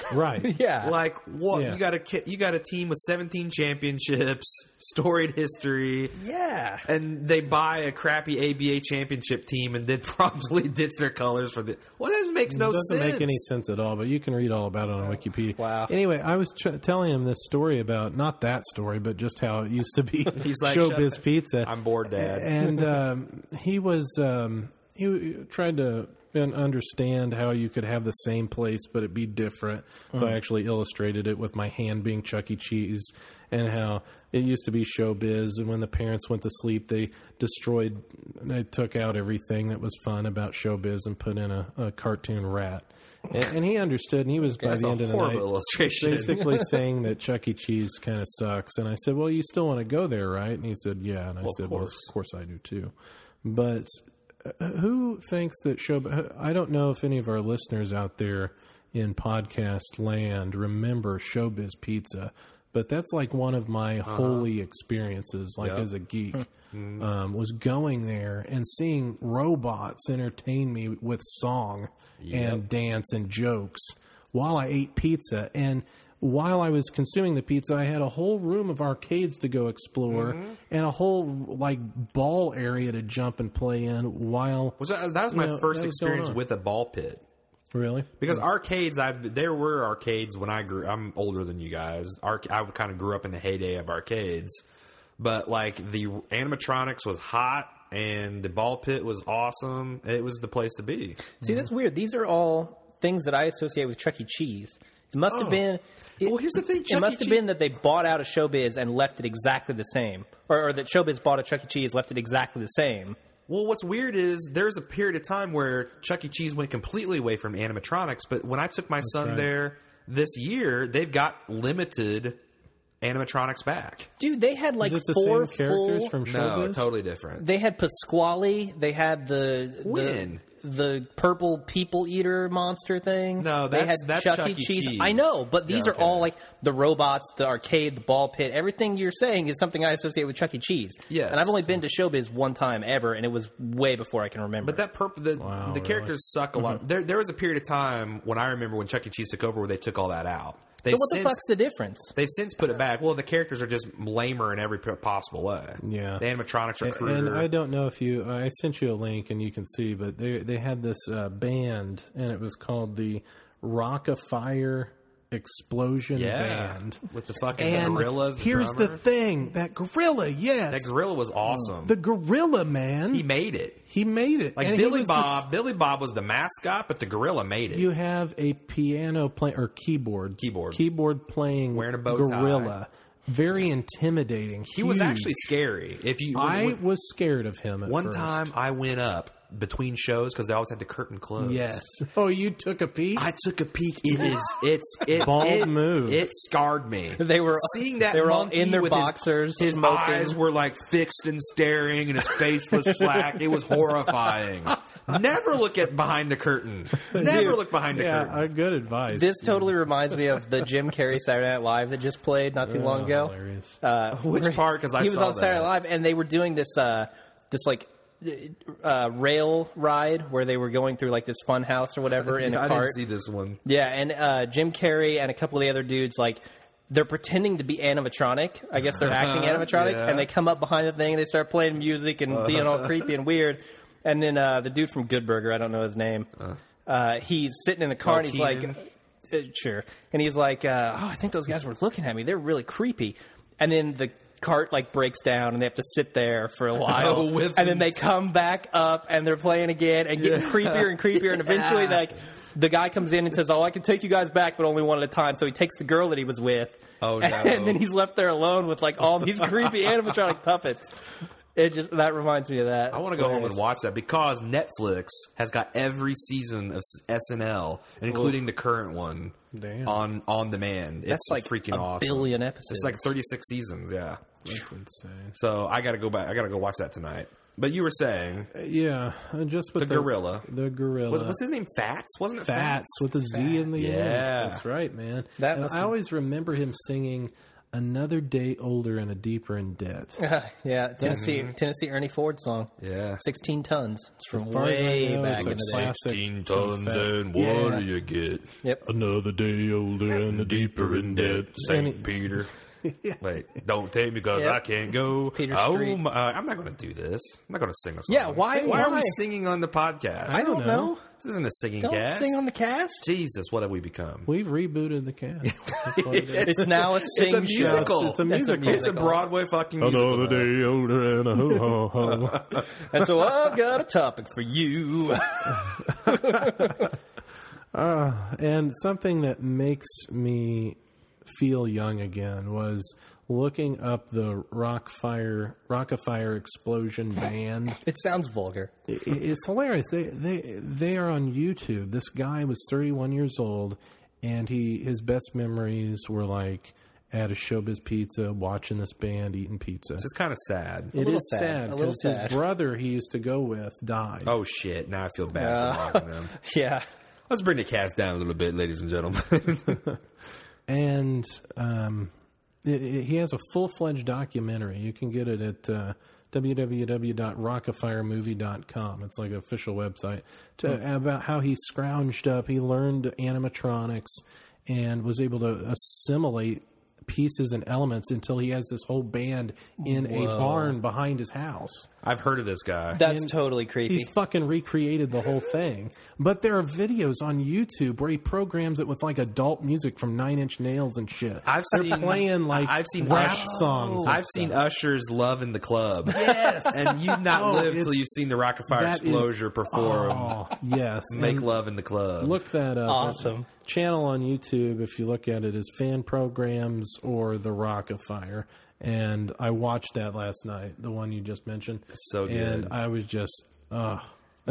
[SPEAKER 3] right.
[SPEAKER 2] Yeah.
[SPEAKER 1] Like what?
[SPEAKER 3] Yeah.
[SPEAKER 1] You got a ki- you got a team with 17 championships, storied history,
[SPEAKER 2] yeah.
[SPEAKER 3] uh,
[SPEAKER 1] and they buy a crappy ABA championship team and then promptly ditch their colors for the. Well, that makes no
[SPEAKER 3] it doesn't
[SPEAKER 1] sense.
[SPEAKER 3] make any sense at all. But you can read all about it on Wikipedia.
[SPEAKER 2] Wow.
[SPEAKER 3] Anyway, I was tr- telling him this story about not that story, but just how it used to be.
[SPEAKER 1] He's like, "Shut
[SPEAKER 3] showbiz
[SPEAKER 1] up.
[SPEAKER 3] pizza.
[SPEAKER 1] I'm bored, Dad.
[SPEAKER 3] and um, he was um, he w- tried to un- understand how you could have the same place but it be different. So
[SPEAKER 1] Mm.
[SPEAKER 3] I actually illustrated it with my hand being Chuck E. Cheese and how it used to be showbiz. And when the parents went to sleep, they destroyed, they took out everything that was fun about showbiz and put in a, a cartoon rat. And, and he understood, and he was by
[SPEAKER 1] That's
[SPEAKER 3] the
[SPEAKER 1] a
[SPEAKER 3] end of the
[SPEAKER 1] horrible
[SPEAKER 3] night
[SPEAKER 1] illustration.
[SPEAKER 3] basically saying that Chuck E. Cheese kind of sucks. And I said, "Well, you still want to go there, right?" And he said, "Yeah." And I said, "Well,
[SPEAKER 1] course.
[SPEAKER 3] of course I do too." But uh, who thinks that show? I don't know if any of our listeners out there in podcast land remember Showbiz Pizza, but that's like one of my holy experiences, like as a geek. Um, was going there and seeing robots entertain me with song and dance and jokes while I ate pizza. And while I was consuming the pizza, I had a whole room of arcades to go explore
[SPEAKER 1] Mm-hmm.
[SPEAKER 3] and a whole like ball area to jump and play in. While
[SPEAKER 1] Was that, that was my
[SPEAKER 3] No,
[SPEAKER 1] first
[SPEAKER 3] that was going
[SPEAKER 1] experience
[SPEAKER 3] on.
[SPEAKER 1] with a ball pit.
[SPEAKER 3] really,
[SPEAKER 1] Because arcades, I there were arcades when I grew. I'm older than you guys. Arc, I kind of grew up in the heyday of arcades, but like the animatronics was hot. and the ball pit was awesome. It was the place to be.
[SPEAKER 2] See, that's weird. These are all things that I associate with Chuck E. Cheese. It must
[SPEAKER 3] Oh.
[SPEAKER 2] have been. It,
[SPEAKER 1] Well, here's the thing, Chuck
[SPEAKER 2] it
[SPEAKER 1] E.
[SPEAKER 2] must have
[SPEAKER 1] Cheese-
[SPEAKER 2] been that they bought out a Showbiz and left it exactly the same, or, or that Showbiz bought a Chuck E. Cheese, left it exactly the same.
[SPEAKER 1] Well, what's weird is there's a period of time where Chuck E. Cheese went completely away from animatronics, but when I took my son
[SPEAKER 3] right.
[SPEAKER 1] there this year, they've got limited animatronics back.
[SPEAKER 2] Dude, they had like
[SPEAKER 3] Is it the
[SPEAKER 2] four
[SPEAKER 3] same characters
[SPEAKER 2] full-
[SPEAKER 3] from
[SPEAKER 1] No,
[SPEAKER 3] Showbiz?
[SPEAKER 1] totally different.
[SPEAKER 2] They had Pasquale. They had the the-
[SPEAKER 1] When?
[SPEAKER 2] the, purple people eater monster thing.
[SPEAKER 1] No,
[SPEAKER 2] they had
[SPEAKER 1] that's- that's Chuck E. Cheese.
[SPEAKER 2] I know, but these
[SPEAKER 1] Yeah,
[SPEAKER 2] are all
[SPEAKER 1] okay.
[SPEAKER 2] like the robots, the arcade, the ball pit. Everything you're saying is something I associate with Chuck E. Cheese.
[SPEAKER 1] Yes.
[SPEAKER 2] and I've only been to Showbiz one time ever, and it was way before I can remember.
[SPEAKER 1] But that purple, the, the
[SPEAKER 3] really? Mm-hmm.
[SPEAKER 1] characters suck a lot. There, there was a period of time when I remember when Chuck E. Cheese took over where they took all that out. They've
[SPEAKER 2] so what the
[SPEAKER 1] since-
[SPEAKER 2] fuck's the difference?
[SPEAKER 1] They've since put it back. Well, the characters are just lamer in every p- possible way.
[SPEAKER 3] Yeah.
[SPEAKER 1] the animatronics are
[SPEAKER 3] And
[SPEAKER 1] cruder.
[SPEAKER 3] I don't know if you, I sent you a link and you can see, but they they had this uh, band and it was called the Rock of Fire Explosion
[SPEAKER 1] yeah,
[SPEAKER 3] Band.
[SPEAKER 1] with the fucking
[SPEAKER 3] And
[SPEAKER 1] gorillas. The
[SPEAKER 3] here's
[SPEAKER 1] drummer.
[SPEAKER 3] the thing: that gorilla, yes,
[SPEAKER 1] that gorilla was awesome.
[SPEAKER 3] the gorilla man,
[SPEAKER 1] he
[SPEAKER 3] he,
[SPEAKER 1] made it.
[SPEAKER 3] made it.
[SPEAKER 1] Like
[SPEAKER 3] And he
[SPEAKER 1] Billy
[SPEAKER 3] was this-
[SPEAKER 1] Bob. Billy Bob was the mascot, but the gorilla made it.
[SPEAKER 3] you have a piano play or keyboard,
[SPEAKER 1] Keyboard.
[SPEAKER 3] keyboard playing
[SPEAKER 1] Wearing a bow tie.
[SPEAKER 3] gorilla, very intimidating.
[SPEAKER 1] he was
[SPEAKER 3] huge.
[SPEAKER 1] actually scary. If you when-
[SPEAKER 3] I
[SPEAKER 1] when-
[SPEAKER 3] was scared of him at
[SPEAKER 1] one
[SPEAKER 3] first.
[SPEAKER 1] time I went up between shows because they always had the curtain closed.
[SPEAKER 3] Yes. Oh, you took a peek.
[SPEAKER 1] I took a peek. It is. It's it.
[SPEAKER 3] Bold
[SPEAKER 1] it,
[SPEAKER 3] move.
[SPEAKER 1] It scarred me.
[SPEAKER 2] They were
[SPEAKER 1] seeing that
[SPEAKER 2] They were all
[SPEAKER 1] monkey
[SPEAKER 2] in their
[SPEAKER 1] with his-
[SPEAKER 2] boxers,
[SPEAKER 1] His,
[SPEAKER 2] smoking.
[SPEAKER 1] eyes were like fixed and staring, and his face was slack. It was horrifying. Never look at behind the curtain. Never look behind the
[SPEAKER 3] yeah,
[SPEAKER 1] curtain.
[SPEAKER 3] uh, good advice.
[SPEAKER 2] This totally reminds me of the Jim Carrey Saturday Night Live that just played not too
[SPEAKER 3] Oh,
[SPEAKER 2] long ago.
[SPEAKER 3] hilarious.
[SPEAKER 2] Uh,
[SPEAKER 1] Which
[SPEAKER 2] where
[SPEAKER 1] part? 'Cause I
[SPEAKER 2] he was
[SPEAKER 1] saw
[SPEAKER 2] on Saturday
[SPEAKER 1] that.
[SPEAKER 2] Night Live, and they were doing this uh, this like uh, rail ride where they were going through like this fun house or whatever in
[SPEAKER 1] I didn't
[SPEAKER 2] a cart.
[SPEAKER 1] see this one.
[SPEAKER 2] Yeah, and uh, Jim Carrey and a couple of the other dudes like. They're pretending to be animatronic. I guess they're acting animatronic,
[SPEAKER 1] Uh-huh. Yeah. Uh-huh.
[SPEAKER 2] and they come up behind the thing and they start playing music and being all creepy and weird. And then uh, the dude from Good Burger, I don't know his name, uh, he's sitting in the car
[SPEAKER 1] Oh,
[SPEAKER 2] and he's
[SPEAKER 1] Keenan.
[SPEAKER 2] like, uh, sure. And he's like, uh, oh, I think those guys were looking at me. They're really creepy. And then the cart like breaks down and they have to sit there for a while.
[SPEAKER 1] Oh, with
[SPEAKER 2] and then they come back up and they're playing again and getting creepier and creepier. And eventually, like, the guy comes in and says, "Oh, I can take you guys back, but only one at a time." So he takes the girl that he was with.
[SPEAKER 1] Oh, no.
[SPEAKER 2] And then he's left there alone with like all these creepy animatronic puppets. It just that reminds me of that.
[SPEAKER 1] I want to go home and watch that because Netflix has got every season of S- SNL, and including the current one,
[SPEAKER 3] Damn.
[SPEAKER 1] on on demand.
[SPEAKER 2] That's
[SPEAKER 1] it's
[SPEAKER 2] like
[SPEAKER 1] freaking
[SPEAKER 2] a
[SPEAKER 1] awesome.
[SPEAKER 2] billion episodes.
[SPEAKER 1] It's like thirty six seasons. Yeah.
[SPEAKER 3] That's insane.
[SPEAKER 1] So I got to go back. I got to go watch that tonight. But you were saying
[SPEAKER 3] Yeah, uh, just with
[SPEAKER 1] The gorilla.
[SPEAKER 3] The gorilla.
[SPEAKER 1] was, what's his name? Fats wasn't it?
[SPEAKER 3] Fats with a Z in the end.
[SPEAKER 1] Yeah.
[SPEAKER 3] That's right, man.
[SPEAKER 2] That
[SPEAKER 3] and
[SPEAKER 2] must
[SPEAKER 3] I
[SPEAKER 2] have-
[SPEAKER 3] always remember him singing "Another Day Older and a Deeper in Debt." As
[SPEAKER 2] yeah, Tennessee Tennessee Ernie Ford song.
[SPEAKER 1] Yeah.
[SPEAKER 2] Sixteen tons. It's from
[SPEAKER 3] far as I
[SPEAKER 2] way
[SPEAKER 3] know,
[SPEAKER 2] back in
[SPEAKER 3] it's a
[SPEAKER 2] the day.
[SPEAKER 3] classic Fats.
[SPEAKER 1] what
[SPEAKER 3] Yeah.
[SPEAKER 1] you get?
[SPEAKER 2] Yep.
[SPEAKER 5] Another day older and a deeper in debt.
[SPEAKER 1] Saint Peter. Wait, don't take me because
[SPEAKER 2] Yep.
[SPEAKER 1] I can't go.
[SPEAKER 2] Peter
[SPEAKER 1] oh
[SPEAKER 2] Street.
[SPEAKER 1] my! I'm not going to do this. I'm not going to sing a song.
[SPEAKER 2] Yeah, why-
[SPEAKER 1] Why, are we
[SPEAKER 2] why?
[SPEAKER 1] singing on the podcast?
[SPEAKER 2] I don't know.
[SPEAKER 1] This isn't a singing
[SPEAKER 2] Don't
[SPEAKER 1] cast.
[SPEAKER 2] sing on the cast.
[SPEAKER 1] Jesus, what have we become?
[SPEAKER 3] We've rebooted the cast. That's what it is.
[SPEAKER 2] It's now a sing
[SPEAKER 1] It's a
[SPEAKER 2] show.
[SPEAKER 1] musical.
[SPEAKER 3] It's a
[SPEAKER 2] That's
[SPEAKER 3] musical.
[SPEAKER 1] It's a Broadway fucking musical.
[SPEAKER 5] Another day older and a ho ho ho.
[SPEAKER 2] And so I've got a topic for you.
[SPEAKER 3] And something that makes me feel young again was looking up the Rock Fire Rock of Fire Explosion Band.
[SPEAKER 2] It sounds vulgar.
[SPEAKER 3] I- it's hilarious. They they they are on YouTube. This guy was 31 years old, and he his best memories were like at a Showbiz Pizza, watching this band eating pizza.
[SPEAKER 1] It's kind of sad.
[SPEAKER 3] It
[SPEAKER 2] little
[SPEAKER 3] is
[SPEAKER 2] sad,
[SPEAKER 3] sad
[SPEAKER 2] a little
[SPEAKER 3] because his
[SPEAKER 2] sad.
[SPEAKER 3] brother he used to go with died.
[SPEAKER 1] Oh shit! Now I feel bad for mocking them.
[SPEAKER 2] Yeah.
[SPEAKER 1] Let's bring the cast down a little bit, ladies and gentlemen.
[SPEAKER 3] and um, it, it- he has a full fledged documentary. You can get it at uh, www.rockafiremovie.com. It's like an official website to,
[SPEAKER 2] Hmm.
[SPEAKER 3] about how he scrounged up. He learned animatronics and was able to assimilate pieces and elements until he has this whole band in a barn behind his house.
[SPEAKER 1] I've heard of this guy.
[SPEAKER 2] That's totally creepy.
[SPEAKER 3] He's fucking recreated the whole thing. But there are videos on YouTube where he programs it with like adult music from Nine Inch Nails and shit.
[SPEAKER 1] I've
[SPEAKER 3] They're
[SPEAKER 1] seen-
[SPEAKER 3] playing like
[SPEAKER 1] I've seen
[SPEAKER 3] rap
[SPEAKER 1] Usher-
[SPEAKER 3] songs. and
[SPEAKER 1] I've seen Usher's "Love in the Club." Yes, and you've not
[SPEAKER 3] Oh,
[SPEAKER 1] lived
[SPEAKER 3] it's-
[SPEAKER 1] till you've seen the Rockefeller
[SPEAKER 3] that is-
[SPEAKER 1] Explosion perform
[SPEAKER 3] Oh, yes.
[SPEAKER 1] "Make
[SPEAKER 3] And
[SPEAKER 1] Love in the Club."
[SPEAKER 3] look that up.
[SPEAKER 2] Awesome.
[SPEAKER 3] channel on YouTube, if you look at it, is fan programs or the Rock of Fire. And I watched that last night, the one you just mentioned.
[SPEAKER 1] so good.
[SPEAKER 3] And I was just, ugh,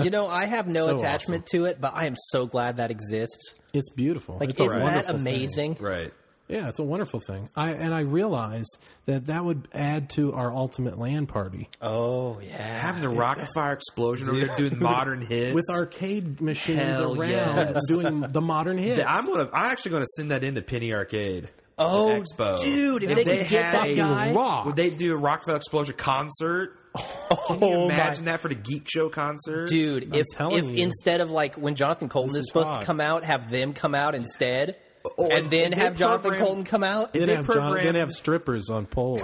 [SPEAKER 2] You know, I have no
[SPEAKER 3] So
[SPEAKER 2] attachment to it, but I am so glad that exists.
[SPEAKER 3] it's beautiful.
[SPEAKER 2] Like,
[SPEAKER 3] it's a
[SPEAKER 2] isn't that
[SPEAKER 3] wonderful thing.
[SPEAKER 2] amazing?
[SPEAKER 1] right.
[SPEAKER 3] Yeah, it's a wonderful thing. I and I realized that that would add to our ultimate land party
[SPEAKER 2] Oh yeah.
[SPEAKER 1] Having the Rockefeller Explosion over there doing modern hits
[SPEAKER 3] with arcade machines
[SPEAKER 1] Hell
[SPEAKER 3] around
[SPEAKER 1] yes.
[SPEAKER 3] doing the modern hits.
[SPEAKER 1] Yeah, I'm gonna. I'm actually gonna send that into Penny Arcade.
[SPEAKER 2] Oh,
[SPEAKER 1] Expo.
[SPEAKER 2] dude, if they could
[SPEAKER 1] had
[SPEAKER 2] get that guy-
[SPEAKER 3] Rock.
[SPEAKER 1] would they do a Rockefeller Explosion concert? Can you
[SPEAKER 2] Oh, my-
[SPEAKER 1] imagine that for the Geek Show concert,
[SPEAKER 2] Dude, if,
[SPEAKER 3] telling
[SPEAKER 2] if
[SPEAKER 3] you.
[SPEAKER 2] instead of like when Jonathan Colton is
[SPEAKER 3] is
[SPEAKER 2] supposed
[SPEAKER 3] hot.
[SPEAKER 2] to come out, have them come out instead,
[SPEAKER 1] Oh,
[SPEAKER 2] and then
[SPEAKER 1] they
[SPEAKER 2] have Jonathan
[SPEAKER 1] program-
[SPEAKER 2] Colton come out.
[SPEAKER 1] If
[SPEAKER 3] Then
[SPEAKER 1] they
[SPEAKER 3] have, John,
[SPEAKER 1] program-
[SPEAKER 3] then have strippers on poles.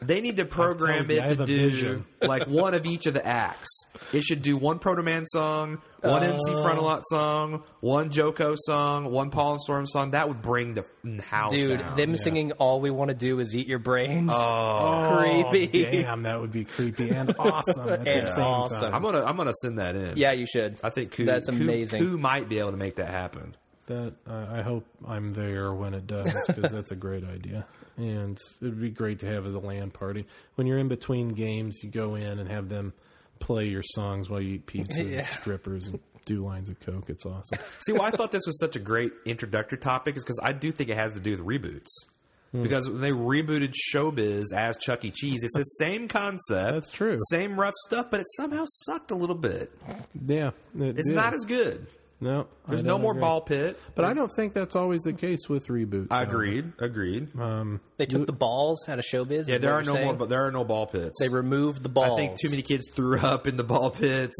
[SPEAKER 1] They need to program
[SPEAKER 3] telling you, I
[SPEAKER 1] it
[SPEAKER 3] have
[SPEAKER 1] to
[SPEAKER 3] a
[SPEAKER 1] do
[SPEAKER 3] vision.
[SPEAKER 1] like one of each of the acts. It should do one Proto Man song, one
[SPEAKER 3] Uh.
[SPEAKER 1] MC Frontalot song, one Joko song, one Paul and Storm song. That would bring the f***ing house
[SPEAKER 2] Dude,
[SPEAKER 1] down.
[SPEAKER 2] them singing "All We Want to Do Is Eat Your Brains."
[SPEAKER 3] Oh,
[SPEAKER 2] creepy.
[SPEAKER 3] damn, that would be creepy and awesome at the
[SPEAKER 2] And
[SPEAKER 3] same
[SPEAKER 2] awesome.
[SPEAKER 3] time.
[SPEAKER 1] I'm gonna I'm gonna send that in.
[SPEAKER 2] yeah, you should.
[SPEAKER 1] I think Koo,
[SPEAKER 2] that's
[SPEAKER 1] Koo-
[SPEAKER 2] amazing.
[SPEAKER 1] Koo might be able to make that happen.
[SPEAKER 3] That I I hope I'm there when it does because that's a great idea, and it would be great to have as a land party. When you're in between games, you go in and have them play your songs while you eat pizza, and strippers, and do lines of coke. It's awesome.
[SPEAKER 1] See, why I thought this was such a great introductory topic is because I do think it has to do with reboots.
[SPEAKER 3] Hmm.
[SPEAKER 1] Because when they rebooted Showbiz as Chuck E. Cheese, it's the same concept.
[SPEAKER 3] That's true.
[SPEAKER 1] Same rough stuff, but it somehow sucked a little bit.
[SPEAKER 3] Yeah,
[SPEAKER 1] It's not as good.
[SPEAKER 3] no.
[SPEAKER 1] There's no more ball pit.
[SPEAKER 3] but I don't think that's always the case with reboots.
[SPEAKER 1] I
[SPEAKER 3] though.
[SPEAKER 1] agreed. Agreed.
[SPEAKER 2] they took the balls out of showbiz.
[SPEAKER 1] yeah,
[SPEAKER 2] is
[SPEAKER 1] there
[SPEAKER 2] what
[SPEAKER 1] are
[SPEAKER 2] you're
[SPEAKER 1] no
[SPEAKER 2] saying?
[SPEAKER 1] more. But there are no ball pits.
[SPEAKER 2] They removed the
[SPEAKER 1] I
[SPEAKER 2] balls.
[SPEAKER 1] think too many kids threw up in the ball pits.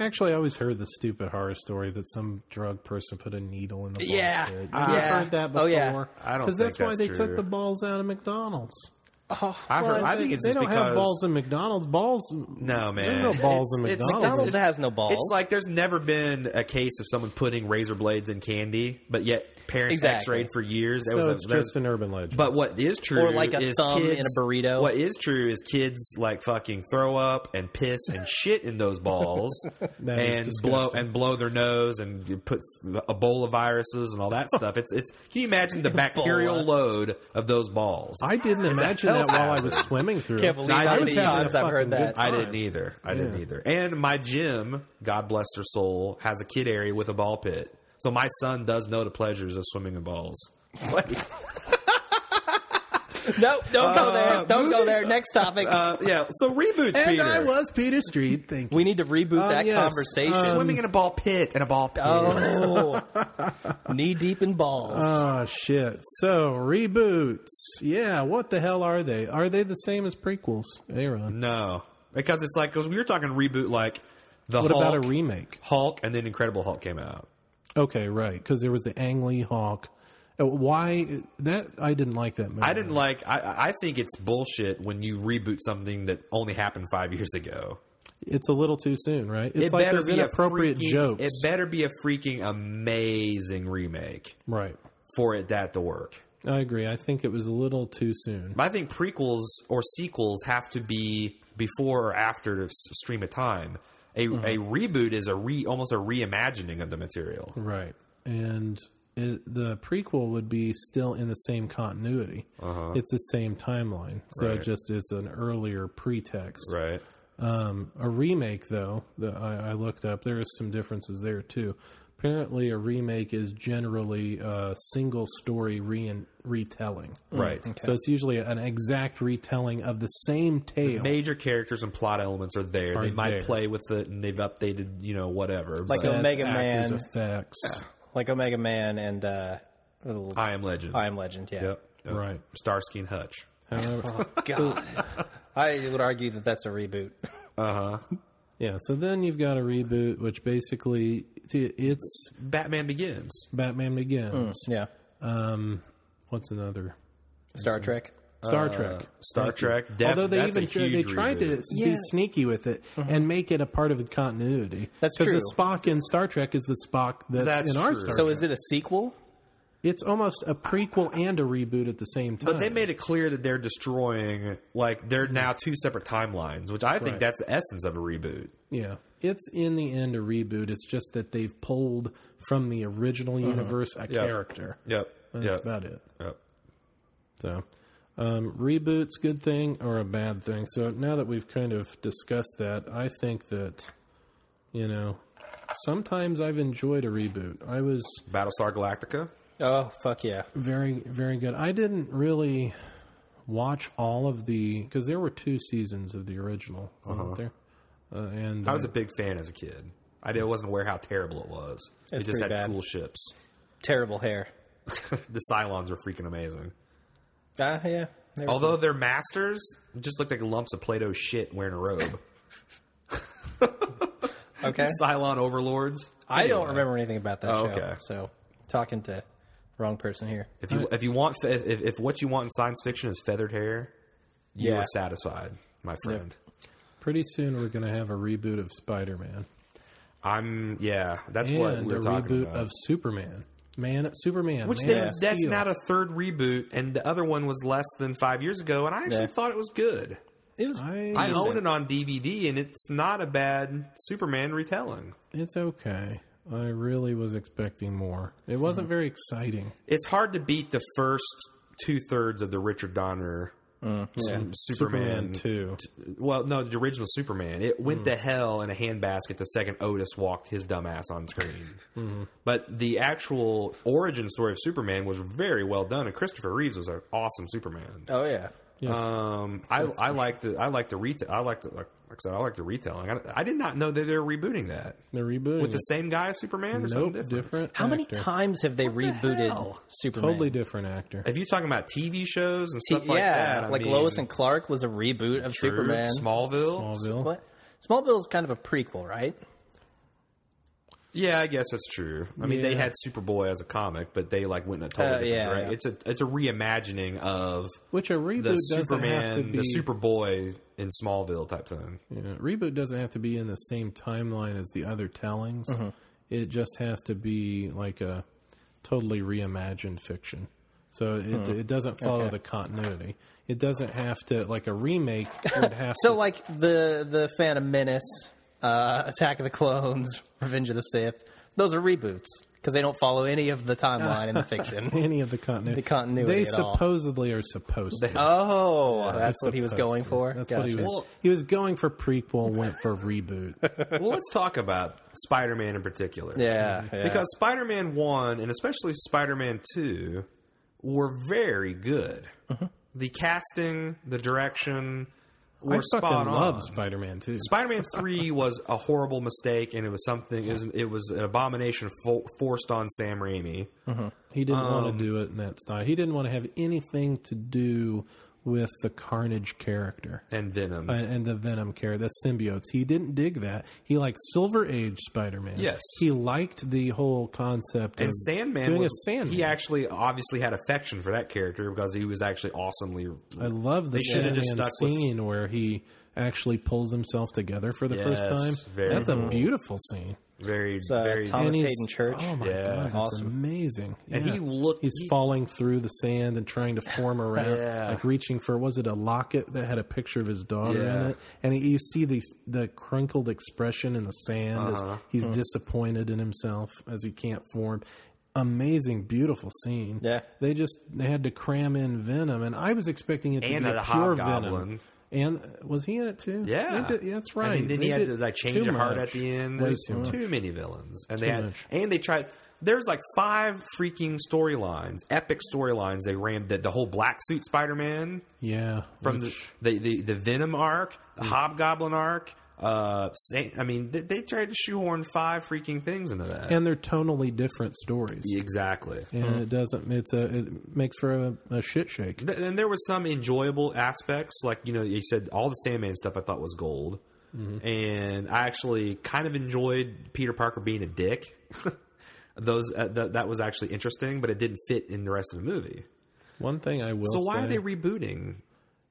[SPEAKER 3] Actually, I always heard the stupid horror story that some drug person put a needle in the ball
[SPEAKER 2] Yeah.
[SPEAKER 3] pit.
[SPEAKER 2] Ah.
[SPEAKER 3] You've
[SPEAKER 2] Yeah.
[SPEAKER 3] heard that before.
[SPEAKER 2] Oh, yeah.
[SPEAKER 1] I don't
[SPEAKER 3] Because
[SPEAKER 1] think
[SPEAKER 3] that's why
[SPEAKER 1] that's
[SPEAKER 3] they
[SPEAKER 1] true.
[SPEAKER 3] took the balls out of McDonald's.
[SPEAKER 2] Oh.
[SPEAKER 1] I, heard, I
[SPEAKER 3] They-
[SPEAKER 1] think it's
[SPEAKER 3] they
[SPEAKER 1] just
[SPEAKER 3] don't
[SPEAKER 1] because
[SPEAKER 3] have balls in McDonald's. Balls.
[SPEAKER 1] No man,
[SPEAKER 3] no balls in McDonald's.
[SPEAKER 2] McDonald's has no balls.
[SPEAKER 1] It's like there's never been a case of someone putting razor blades in candy, but yet parents
[SPEAKER 2] Exactly.
[SPEAKER 1] X-rayed for years. That
[SPEAKER 3] So
[SPEAKER 1] was a-
[SPEAKER 3] it's
[SPEAKER 1] that was-
[SPEAKER 3] just an urban legend.
[SPEAKER 1] But what is true,
[SPEAKER 2] Or like a
[SPEAKER 1] is
[SPEAKER 2] thumb
[SPEAKER 1] kids,
[SPEAKER 2] in a burrito.
[SPEAKER 1] What is true is kids like fucking throw up and piss and shit in those balls
[SPEAKER 3] That is
[SPEAKER 1] and blow
[SPEAKER 3] disgusting.
[SPEAKER 1] and blow their nose and you put Ebola viruses and all that stuff. It's it's. Can you imagine the bacterial load of those balls?
[SPEAKER 3] I didn't imagine that while I was swimming through.
[SPEAKER 2] Can't
[SPEAKER 3] it.
[SPEAKER 2] believe how
[SPEAKER 1] I
[SPEAKER 2] many
[SPEAKER 1] was having
[SPEAKER 2] times
[SPEAKER 3] a
[SPEAKER 2] I've heard
[SPEAKER 3] fucking
[SPEAKER 2] that.
[SPEAKER 3] good
[SPEAKER 1] I
[SPEAKER 3] time.
[SPEAKER 1] didn't either. I didn't either. And my gym, God bless their soul, has a kid area with a ball pit. So my son does know the pleasures of swimming in balls.
[SPEAKER 2] No, don't go there. Don't go there. Next topic.
[SPEAKER 1] Uh, yeah. So reboots,
[SPEAKER 3] And
[SPEAKER 1] Peter.
[SPEAKER 3] I was Peter Street. Thank you.
[SPEAKER 2] we need to reboot
[SPEAKER 3] um,
[SPEAKER 2] that
[SPEAKER 3] yes,
[SPEAKER 2] conversation.
[SPEAKER 1] swimming in a ball pit and a ball pit.
[SPEAKER 2] oh, knee deep in balls.
[SPEAKER 3] Oh shit! So reboots. Yeah, what the hell are they? Are they the same as prequels, Aaron?
[SPEAKER 1] No, because it's like because we were talking reboot, like the
[SPEAKER 3] What
[SPEAKER 1] Hulk,
[SPEAKER 3] about a remake?
[SPEAKER 1] Hulk, and then Incredible Hulk came out.
[SPEAKER 3] Okay, right. Because there was the Ang Lee Hawk. Uh, Why that? I didn't like that movie.
[SPEAKER 1] I didn't like. I, I think it's bullshit when you reboot something that only happened five years ago.
[SPEAKER 3] It's a little too soon, right? It's
[SPEAKER 1] It
[SPEAKER 3] like
[SPEAKER 1] better
[SPEAKER 3] there's
[SPEAKER 1] be a
[SPEAKER 3] inappropriate
[SPEAKER 1] freaking-
[SPEAKER 3] jokes,
[SPEAKER 1] It better be a freaking amazing remake.
[SPEAKER 3] right?
[SPEAKER 1] for it that to work.
[SPEAKER 3] I agree. I think it was a little too soon.
[SPEAKER 1] But I think prequels or sequels have to be before or after the s- stream of time. A,
[SPEAKER 3] Mm-hmm.
[SPEAKER 1] a reboot is a re almost a reimagining of the material.
[SPEAKER 3] Right. And it, the prequel would be still in the same continuity. It's the same timeline. So
[SPEAKER 1] Uh-huh. Right.
[SPEAKER 3] it just it's an earlier pretext.
[SPEAKER 1] Right.
[SPEAKER 3] Um, a remake, though, that I, I looked up, there is some differences there too. Apparently, a remake is generally a single story re- retelling.
[SPEAKER 1] Right.
[SPEAKER 3] So it's usually an exact retelling of the same tale.
[SPEAKER 1] Major characters and plot elements are there. they
[SPEAKER 3] Are
[SPEAKER 1] might
[SPEAKER 3] there.
[SPEAKER 1] play with it and they've updated, you know, whatever.
[SPEAKER 2] Like
[SPEAKER 1] but
[SPEAKER 2] a- Omega
[SPEAKER 3] actors,
[SPEAKER 2] Man.
[SPEAKER 3] effects.
[SPEAKER 2] like Omega Man and uh, little-
[SPEAKER 1] I am legend.
[SPEAKER 2] I Am Legend. Yeah. Oh,
[SPEAKER 1] Yep. yep.
[SPEAKER 3] Right.
[SPEAKER 1] Starsky and Hutch.
[SPEAKER 3] However,
[SPEAKER 2] God, I would argue that that's a reboot.
[SPEAKER 3] yeah. So then you've got a reboot, which basically it's
[SPEAKER 1] Batman Begins.
[SPEAKER 2] Hmm.
[SPEAKER 3] Batman Begins.
[SPEAKER 2] Yeah.
[SPEAKER 3] Um, what's another?
[SPEAKER 2] Star Trek.
[SPEAKER 3] Star Trek.
[SPEAKER 1] Sr. Uh, Trek. Def,
[SPEAKER 3] Although they
[SPEAKER 1] that's
[SPEAKER 3] even
[SPEAKER 1] a
[SPEAKER 3] tried- they
[SPEAKER 1] huge Mm-hmm.
[SPEAKER 3] tried
[SPEAKER 1] revisit.
[SPEAKER 3] to be sneaky with it and make it a part of the continuity.
[SPEAKER 2] That's
[SPEAKER 3] Because
[SPEAKER 2] true.
[SPEAKER 3] the Spock in Star Trek is the Spock that's,
[SPEAKER 1] That's
[SPEAKER 3] in our
[SPEAKER 1] true.
[SPEAKER 3] Star
[SPEAKER 2] So
[SPEAKER 3] Trek.
[SPEAKER 2] is it a sequel?
[SPEAKER 3] it's almost a prequel and a reboot at the same time.
[SPEAKER 1] But they made it clear that they're destroying, like they're now two separate timelines, which I think
[SPEAKER 3] Mm-hmm. Right.
[SPEAKER 1] that's the essence of a reboot.
[SPEAKER 3] Yeah. It's in the end a reboot. It's just that they've pulled from the original universe a
[SPEAKER 1] Mm-hmm. Yeah.
[SPEAKER 3] character.
[SPEAKER 1] Yep.
[SPEAKER 3] And
[SPEAKER 1] yep.
[SPEAKER 3] That's about it.
[SPEAKER 1] Yep.
[SPEAKER 3] So, um, reboots, good thing or a bad thing? So now that we've kind of discussed that, I think that, you know, sometimes I've enjoyed a reboot. I was
[SPEAKER 1] Battlestar Galactica.
[SPEAKER 2] Oh fuck yeah!
[SPEAKER 3] very, very good. I didn't really watch all of the because there were two seasons of the original,
[SPEAKER 1] Uh-huh.
[SPEAKER 3] wasn't there? Uh, and
[SPEAKER 1] I was a big fan as a kid. I did- wasn't aware how terrible it was.
[SPEAKER 2] It's
[SPEAKER 1] it just had
[SPEAKER 2] pretty bad.
[SPEAKER 1] cool ships.
[SPEAKER 2] Terrible hair.
[SPEAKER 1] the Cylons were freaking amazing.
[SPEAKER 2] Ah yeah. There we
[SPEAKER 1] Although their masters just looked like lumps of Play-Doh shit wearing a robe.
[SPEAKER 2] go. okay.
[SPEAKER 1] Cylon overlords.
[SPEAKER 2] I
[SPEAKER 1] Anyway,
[SPEAKER 2] don't remember anything about that
[SPEAKER 1] Oh,
[SPEAKER 2] show.
[SPEAKER 1] okay.
[SPEAKER 2] So talking to wrong person here.
[SPEAKER 1] If you if you want fe- if, if what you want in science fiction is feathered hair, you
[SPEAKER 2] Yeah.
[SPEAKER 1] are satisfied, my friend.
[SPEAKER 3] pretty soon we're going to have a reboot of Spider Man.
[SPEAKER 1] I'm yeah. That's what
[SPEAKER 3] and
[SPEAKER 1] we
[SPEAKER 3] a
[SPEAKER 1] are talking
[SPEAKER 3] reboot
[SPEAKER 1] about.
[SPEAKER 3] of Superman. Man, Superman.
[SPEAKER 1] Which
[SPEAKER 3] Man
[SPEAKER 1] they,
[SPEAKER 3] of
[SPEAKER 1] that's
[SPEAKER 3] Steel.
[SPEAKER 1] not a third reboot, and the other one was less than five years ago, and I actually
[SPEAKER 2] Yeah.
[SPEAKER 1] thought it was good.
[SPEAKER 2] It was
[SPEAKER 3] I-
[SPEAKER 1] I own it on DVD, and it's not a bad Superman retelling.
[SPEAKER 3] It's okay. I really was expecting more. It wasn't
[SPEAKER 1] Mm-hmm.
[SPEAKER 3] very exciting.
[SPEAKER 1] It's hard to beat the first two thirds of the Richard Donner
[SPEAKER 2] Mm, yeah.
[SPEAKER 1] Superman.
[SPEAKER 3] Superman two.
[SPEAKER 1] well, no, the original Superman. It
[SPEAKER 2] Mm.
[SPEAKER 1] went to hell in a handbasket the second Otis walked his dumb ass on screen.
[SPEAKER 2] Mm-hmm.
[SPEAKER 1] But the actual origin story of Superman was very well done, and Christopher Reeves was an awesome Superman.
[SPEAKER 2] Oh yeah.
[SPEAKER 1] Um, I I like the I like the retail. I like the like, like I said. I like the retailing. I, I did not know that they were rebooting that
[SPEAKER 3] The reboot
[SPEAKER 1] with the
[SPEAKER 2] Mm.
[SPEAKER 1] same guy as Superman or something
[SPEAKER 3] nope,
[SPEAKER 1] different.
[SPEAKER 3] different.
[SPEAKER 2] How many
[SPEAKER 3] actor.
[SPEAKER 2] times have they rebooted
[SPEAKER 1] hell?
[SPEAKER 2] Superman?
[SPEAKER 3] Totally different actor.
[SPEAKER 1] If you're talking about TV shows and stuff
[SPEAKER 2] T-
[SPEAKER 1] like
[SPEAKER 2] yeah,
[SPEAKER 1] that, I
[SPEAKER 2] like
[SPEAKER 1] mean,
[SPEAKER 2] Lois and Clark was a reboot of
[SPEAKER 1] True,
[SPEAKER 2] Superman.
[SPEAKER 1] Smallville.
[SPEAKER 3] Smallville.
[SPEAKER 2] What? Smallville's kind of a prequel, right?
[SPEAKER 1] Yeah, I guess that's true. I mean, they
[SPEAKER 3] Yeah.
[SPEAKER 1] had Superboy as a comic, but they like went in a totally
[SPEAKER 2] Uh,
[SPEAKER 1] different
[SPEAKER 2] yeah,
[SPEAKER 1] direction.
[SPEAKER 2] yeah.
[SPEAKER 1] It's a it's a reimagining of
[SPEAKER 3] Which a reboot
[SPEAKER 1] the
[SPEAKER 3] doesn't have to
[SPEAKER 1] Superman,
[SPEAKER 3] be.
[SPEAKER 1] the Superboy in Smallville type thing.
[SPEAKER 3] yeah, reboot doesn't have to be in the same timeline as the other tellings.
[SPEAKER 2] Mm-hmm.
[SPEAKER 3] It just has to be like a totally reimagined fiction. So it,
[SPEAKER 2] Hmm.
[SPEAKER 3] it doesn't follow the continuity. It doesn't have to like a remake would have
[SPEAKER 2] So
[SPEAKER 3] to
[SPEAKER 2] like the the Phantom Menace, uh, Attack of the Clones, Revenge of the Sith, those are reboots because they don't follow any of the timeline in the fiction.
[SPEAKER 3] any of the continuity.
[SPEAKER 2] The continuity
[SPEAKER 3] They
[SPEAKER 2] at all.
[SPEAKER 3] supposedly are supposed to.
[SPEAKER 2] Oh, that's what he was
[SPEAKER 3] Supposed
[SPEAKER 2] going
[SPEAKER 3] to.
[SPEAKER 2] for.
[SPEAKER 3] That's what he
[SPEAKER 2] Gotcha.
[SPEAKER 3] was. he was going for prequel, went for reboot.
[SPEAKER 1] well, let's talk about Spider-Man in particular.
[SPEAKER 2] Yeah, yeah.
[SPEAKER 1] because Spider-Man One and especially Spider-Man Two were very good. The casting, the direction were
[SPEAKER 3] Mm-hmm. I
[SPEAKER 1] spot
[SPEAKER 3] fucking
[SPEAKER 1] on.
[SPEAKER 3] love Spider Man too.
[SPEAKER 1] Spider-Man Three was a horrible mistake, and it was something. It was, it was an abomination fo- forced on Sam Raimi.
[SPEAKER 3] he didn't
[SPEAKER 1] Um,
[SPEAKER 3] want to do it in that style. He didn't want to have anything to do with the Carnage character
[SPEAKER 1] and Venom.
[SPEAKER 3] and, and the Venom character, the symbiotes. He didn't dig that. He liked Silver Age Spider Man.
[SPEAKER 1] Yes.
[SPEAKER 3] he liked the whole concept
[SPEAKER 1] and
[SPEAKER 3] of
[SPEAKER 1] Sandman,
[SPEAKER 3] doing
[SPEAKER 1] was,
[SPEAKER 3] a Sandman.
[SPEAKER 1] he actually obviously had affection for that character because he was actually awesomely.
[SPEAKER 3] I love the
[SPEAKER 1] They should've
[SPEAKER 3] Sandman
[SPEAKER 1] just stuck with-
[SPEAKER 3] scene where he actually pulls himself together for the first
[SPEAKER 1] Yes,
[SPEAKER 3] time.
[SPEAKER 1] very
[SPEAKER 3] That's a
[SPEAKER 1] cool.
[SPEAKER 3] beautiful scene.
[SPEAKER 1] Very,
[SPEAKER 2] uh,
[SPEAKER 1] very.
[SPEAKER 2] Tom- Thomas
[SPEAKER 3] he's-
[SPEAKER 2] Hayden Church.
[SPEAKER 3] Oh my
[SPEAKER 1] Yeah.
[SPEAKER 3] god, that's
[SPEAKER 2] Awesome.
[SPEAKER 3] amazing!
[SPEAKER 1] And
[SPEAKER 3] Yeah.
[SPEAKER 1] he looked-
[SPEAKER 3] He's
[SPEAKER 1] he-
[SPEAKER 3] falling through the sand and trying to form around,
[SPEAKER 1] Yeah.
[SPEAKER 3] like reaching for. Was it a locket that had a picture of his daughter in
[SPEAKER 1] Yeah.
[SPEAKER 3] it? And he, you see the the crunkled expression in the sand
[SPEAKER 1] Uh-huh.
[SPEAKER 3] as he's disappointed in himself as he can't form. Amazing, beautiful scene.
[SPEAKER 2] Yeah.
[SPEAKER 3] they just they had to cram in Venom, and I was expecting it to
[SPEAKER 1] And
[SPEAKER 3] be
[SPEAKER 1] the
[SPEAKER 3] a pure
[SPEAKER 1] Hobgoblin.
[SPEAKER 3] Venom. And was he in it too?
[SPEAKER 1] yeah,
[SPEAKER 3] They did- that's right.
[SPEAKER 1] And then
[SPEAKER 3] They
[SPEAKER 1] he had
[SPEAKER 3] did
[SPEAKER 1] to like change
[SPEAKER 3] too
[SPEAKER 1] your heart
[SPEAKER 3] much.
[SPEAKER 1] at the end.
[SPEAKER 3] Way
[SPEAKER 1] There's
[SPEAKER 3] too
[SPEAKER 1] too,
[SPEAKER 3] much.
[SPEAKER 1] many villains, and they had,
[SPEAKER 3] much.
[SPEAKER 1] and they tried. There's like five freaking storylines, epic storylines. They ran the, the whole black suit Spider-Man
[SPEAKER 3] Yeah,
[SPEAKER 1] from
[SPEAKER 3] which-
[SPEAKER 1] the, the, the the Venom arc, the Hobgoblin arc. Uh, Sa- I mean, they, they tried to shoehorn five freaking things into that.
[SPEAKER 3] and they're tonally different stories.
[SPEAKER 1] exactly.
[SPEAKER 3] And it doesn't. It's a. It makes for a, a shit shake.
[SPEAKER 1] Th- and there was some enjoyable aspects, like you know, you said all the Sandman stuff. I thought was gold, and I actually kind of enjoyed Peter Parker being a dick. Those uh, th- that was actually interesting, but it didn't fit in the rest of the movie.
[SPEAKER 3] One thing I will
[SPEAKER 1] So why
[SPEAKER 3] say,
[SPEAKER 1] are they rebooting?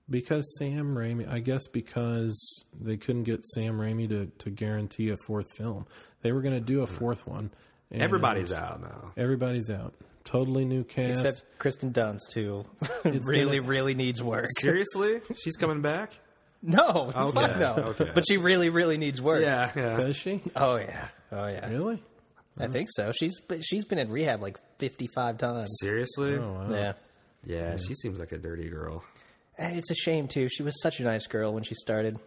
[SPEAKER 3] because Sam Raimi, I guess because they couldn't get Sam Raimi to, to guarantee a fourth film. They were going to do a fourth one. and
[SPEAKER 1] Everybody's out now.
[SPEAKER 3] Everybody's out. Totally new cast.
[SPEAKER 2] Except Kristen Dunst, who really, really needs work.
[SPEAKER 1] Seriously, she's coming back.
[SPEAKER 2] No, fuck no.
[SPEAKER 1] okay.
[SPEAKER 2] But she really, really needs work.
[SPEAKER 1] Yeah, yeah.
[SPEAKER 3] Does she?
[SPEAKER 2] Oh yeah. Oh yeah.
[SPEAKER 3] Really?
[SPEAKER 2] I think so. She's but she's been in rehab like fifty five times.
[SPEAKER 1] Seriously,
[SPEAKER 3] Oh, wow.
[SPEAKER 2] Yeah.
[SPEAKER 1] yeah. She seems like a dirty girl.
[SPEAKER 2] And it's a shame too. She was such a nice girl when she started,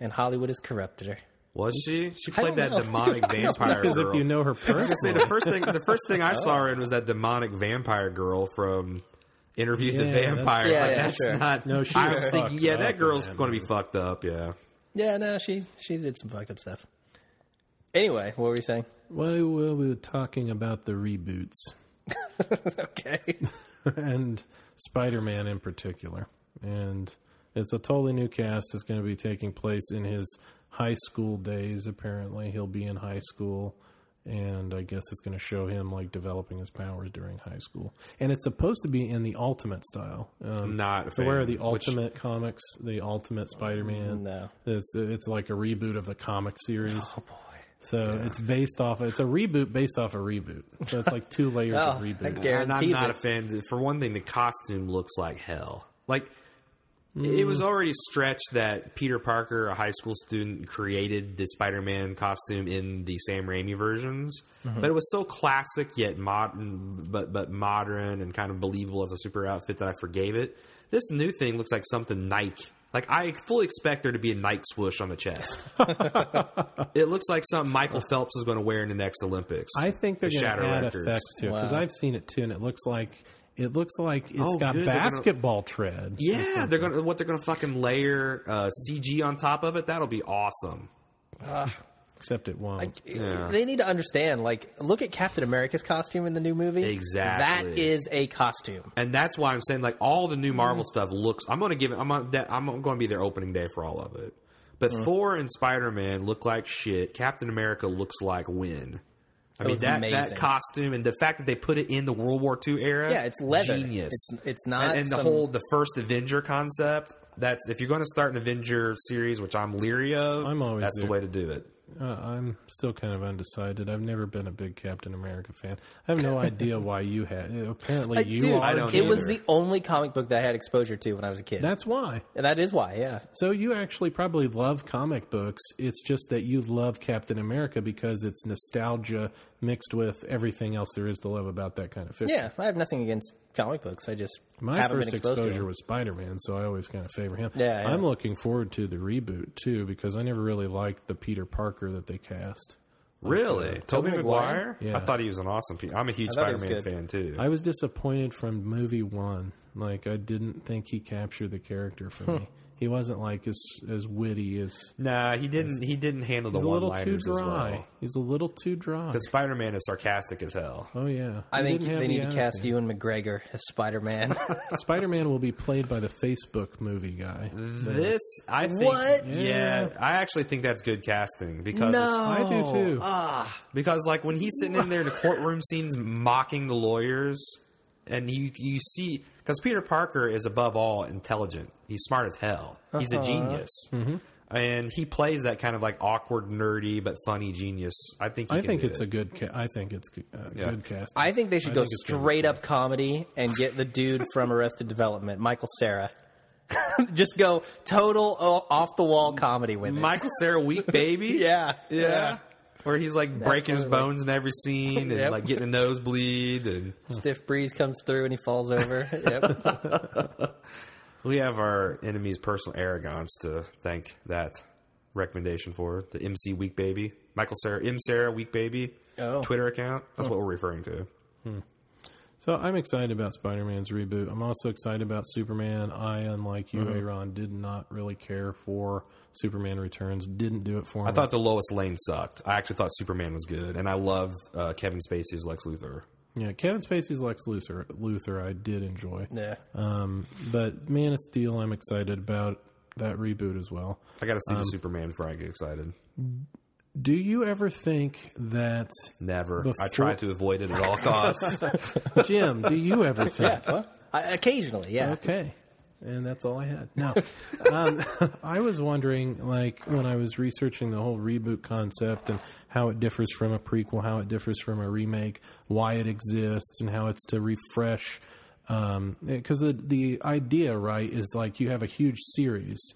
[SPEAKER 2] and Hollywood has corrupted her.
[SPEAKER 1] Was she? She
[SPEAKER 2] I
[SPEAKER 1] played
[SPEAKER 2] don't
[SPEAKER 1] that
[SPEAKER 2] know.
[SPEAKER 1] demonic vampire
[SPEAKER 3] Because
[SPEAKER 1] girl.
[SPEAKER 3] if you know her personally,
[SPEAKER 1] Say the first thing, the first thing I saw her in was that demonic vampire girl from Interview with the
[SPEAKER 3] Yeah, that's-
[SPEAKER 1] Vampire. It's
[SPEAKER 2] Yeah,
[SPEAKER 1] like,
[SPEAKER 2] yeah,
[SPEAKER 1] that's
[SPEAKER 2] sure.
[SPEAKER 1] not.
[SPEAKER 3] No, she
[SPEAKER 1] I
[SPEAKER 3] was
[SPEAKER 1] was thinking,
[SPEAKER 3] fucked
[SPEAKER 1] yeah,
[SPEAKER 3] up
[SPEAKER 1] that
[SPEAKER 3] in
[SPEAKER 1] girl's
[SPEAKER 3] that
[SPEAKER 1] going to be fucked up. Yeah.
[SPEAKER 2] Yeah, no, she she did some fucked up stuff. Anyway, what were you saying?
[SPEAKER 3] well, well, we were talking about the reboots
[SPEAKER 2] Okay.
[SPEAKER 3] and Spider-Man in particular, and it's a totally new cast. It's going to be taking place in his high school days. Apparently, he'll be in high school, and I guess it's going to show him like developing his powers during high school. And it's supposed to be in the Ultimate style. Um,
[SPEAKER 1] Not a
[SPEAKER 3] So where are the
[SPEAKER 1] fan, which-
[SPEAKER 3] Ultimate Comics, the Ultimate Spider-Man?
[SPEAKER 2] No.
[SPEAKER 3] It's it's like a reboot of the comic series.
[SPEAKER 2] Oh boy.
[SPEAKER 3] So it's based off. It's a reboot based off a reboot. So it's like two layers
[SPEAKER 2] Oh,
[SPEAKER 3] of
[SPEAKER 2] I
[SPEAKER 3] reboot.
[SPEAKER 2] guarantee
[SPEAKER 1] And I'm not a
[SPEAKER 2] that.
[SPEAKER 1] fan. For one thing, the costume looks like hell. Like it
[SPEAKER 3] Mm.
[SPEAKER 1] was already stretched that Peter Parker, a high school student, created the Spider-Man costume in the Sam Raimi versions,
[SPEAKER 3] Mm-hmm.
[SPEAKER 1] but it was so classic yet modern, but but modern and kind of believable as a super outfit that I forgave it. This new thing looks like something Nike. Like I fully expect there to be a Nike swoosh on the chest. it looks like something Michael Phelps is going to wear in the next Olympics.
[SPEAKER 3] I think they're
[SPEAKER 1] The
[SPEAKER 3] going to
[SPEAKER 1] Shatter
[SPEAKER 3] add
[SPEAKER 1] Records.
[SPEAKER 3] effects to it because
[SPEAKER 2] Wow.
[SPEAKER 3] I've seen it too, and it looks like it looks like it's
[SPEAKER 1] Oh,
[SPEAKER 3] got
[SPEAKER 1] good, they're gonna-
[SPEAKER 3] basketball tread.
[SPEAKER 1] Yeah, they're gonna what they're gonna fucking layer uh, CG on top of it. That'll be awesome.
[SPEAKER 3] except it won't.
[SPEAKER 1] Yeah.
[SPEAKER 2] They need to understand. Like, look at Captain America's costume in the new movie.
[SPEAKER 1] Exactly.
[SPEAKER 2] That is a costume.
[SPEAKER 1] And that's why I'm saying like all the
[SPEAKER 2] Mm-hmm.
[SPEAKER 1] new Marvel stuff looks. I'm gonna give it. I'm on that. I'm gonna be their opening day for all of it. But
[SPEAKER 2] Mm-hmm.
[SPEAKER 1] Thor and Spider Man look like shit. Captain America looks like win. I mean
[SPEAKER 2] was
[SPEAKER 1] that
[SPEAKER 2] amazing.
[SPEAKER 1] that costume and the fact that they put it in the World War II era.
[SPEAKER 2] Yeah, it's leather.
[SPEAKER 1] Genius.
[SPEAKER 2] It's- it's not
[SPEAKER 1] And, and the
[SPEAKER 2] some-
[SPEAKER 1] whole the first Avenger concept. That's if you're going to start an Avenger series, which I'm leery of.
[SPEAKER 3] I'm always
[SPEAKER 1] that's the way
[SPEAKER 3] leery.
[SPEAKER 1] to do it.
[SPEAKER 3] Uh, I'm still kind of undecided. I've never been a big Captain America fan. I have no idea why you had. Apparently,
[SPEAKER 2] I-
[SPEAKER 3] you
[SPEAKER 2] dude,
[SPEAKER 3] are.
[SPEAKER 1] I don't
[SPEAKER 2] it was
[SPEAKER 1] either.
[SPEAKER 2] the only comic book that I had exposure to when I was a kid.
[SPEAKER 3] That's why.
[SPEAKER 2] and that is why. Yeah.
[SPEAKER 3] So you actually probably love comic books. It's just that you love Captain America because it's nostalgia mixed with everything else there is to love about that kind of fiction.
[SPEAKER 2] Yeah, I have nothing against comic books. I just
[SPEAKER 3] My
[SPEAKER 2] haven't
[SPEAKER 3] first
[SPEAKER 2] been exposed to
[SPEAKER 3] exposure
[SPEAKER 2] them.
[SPEAKER 3] was Spider Man, so I always kind of favor him.
[SPEAKER 2] Yeah, yeah.
[SPEAKER 3] I'm looking forward to the reboot too because I never really liked the Peter Parker that they cast.
[SPEAKER 1] Really, Toby
[SPEAKER 2] Tobey
[SPEAKER 1] Maguire?
[SPEAKER 2] Maguire?
[SPEAKER 3] Yeah.
[SPEAKER 1] I thought he was an awesome. Pe- I'm a huge
[SPEAKER 2] thought he was
[SPEAKER 1] Spider-Man
[SPEAKER 2] good.
[SPEAKER 1] fan too.
[SPEAKER 3] I was disappointed from movie one. Like I didn't think he captured the character for me. He wasn't like as as witty as
[SPEAKER 1] nah, he didn't. He didn't handle the
[SPEAKER 3] he's a little too
[SPEAKER 1] one-liners as
[SPEAKER 3] dry.
[SPEAKER 1] well.
[SPEAKER 3] He's a little too dry.
[SPEAKER 1] Because Spider-Man is sarcastic as hell.
[SPEAKER 3] Oh yeah,
[SPEAKER 2] I
[SPEAKER 3] He
[SPEAKER 2] think
[SPEAKER 3] didn't have
[SPEAKER 2] they
[SPEAKER 3] the
[SPEAKER 2] need to cast
[SPEAKER 3] attitude.
[SPEAKER 2] Ewan McGregor as Spider Man.
[SPEAKER 3] Spider-Man will be played by the Facebook movie guy.
[SPEAKER 1] This, I think,
[SPEAKER 2] What?
[SPEAKER 1] yeah, I actually think that's good casting because
[SPEAKER 2] no,
[SPEAKER 3] I do too.
[SPEAKER 1] because like when he's sitting in there in the courtroom scenes mocking the lawyers, and you you see because Peter Parker is above all intelligent. He's smart as hell. He's
[SPEAKER 3] Uh-huh.
[SPEAKER 1] a genius. And he plays that kind of like awkward, nerdy but funny genius. I think. He
[SPEAKER 3] I
[SPEAKER 1] can
[SPEAKER 3] think
[SPEAKER 1] do
[SPEAKER 3] it's
[SPEAKER 1] it.
[SPEAKER 3] a good. Ca- I think it's uh, good casting.
[SPEAKER 2] I think they should
[SPEAKER 3] I
[SPEAKER 2] go
[SPEAKER 3] think it's gonna be
[SPEAKER 2] straight up comedy and get the dude from Arrested Development, Michael Sarah. Just go total off the wall comedy with it.
[SPEAKER 1] Michael Sarah Week, baby.
[SPEAKER 2] yeah,
[SPEAKER 1] yeah. Where he's like breaking his bones in every scene and
[SPEAKER 2] Yep.
[SPEAKER 1] like getting a nosebleed, and
[SPEAKER 2] Stiff breeze comes through and he falls over. Yep.
[SPEAKER 1] we have our enemy's personal arrogance to thank that recommendation for the MC Week Baby, Michael Sarah M Sarah Week Baby
[SPEAKER 2] Oh.
[SPEAKER 1] Twitter account. That's what we're referring to.
[SPEAKER 3] So I'm excited about Spider-Man's reboot. I'm also excited about Superman. I, unlike you,
[SPEAKER 1] Mm-hmm.
[SPEAKER 3] Aaron, did not really care for Superman Returns. Didn't do it for me.
[SPEAKER 1] I thought the Lois Lane sucked. I actually thought Superman was good, and I loved uh, Kevin Spacey's Lex Luthor.
[SPEAKER 3] yeah, Kevin Spacey's Lex Luthor. Luthor, I did enjoy.
[SPEAKER 2] yeah.
[SPEAKER 3] Um, but Man of Steel, I'm excited about that reboot as well.
[SPEAKER 1] I got to see the Superman before I get excited.
[SPEAKER 3] Do you ever think that
[SPEAKER 1] Never. I
[SPEAKER 3] Before-
[SPEAKER 1] try to avoid it at all costs.
[SPEAKER 3] Jim? do you ever think
[SPEAKER 2] What? I, occasionally, yeah.
[SPEAKER 3] Okay. And that's all I had. No, um, I was wondering, like, when I was researching the whole reboot concept and how it differs from a prequel, how it differs from a remake, why it exists, and how it's to refresh. Because the the idea, right, is like you have a huge series,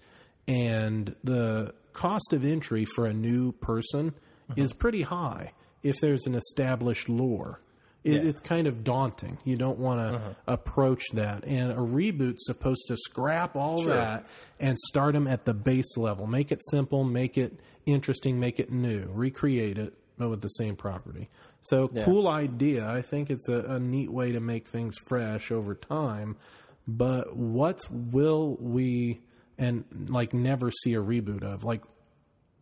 [SPEAKER 3] and the cost of entry for a new person is pretty high if there's an established lore. It, It's kind of daunting. You don't want to
[SPEAKER 2] Uh-huh.
[SPEAKER 3] approach that. And a reboot's supposed to scrap all that and start them at the base level. Make it simple, make it interesting, make it new, recreate it, but with the same property. So, cool idea. I think it's a, a neat way to make things fresh over time. But what will we and like never see a reboot of? Like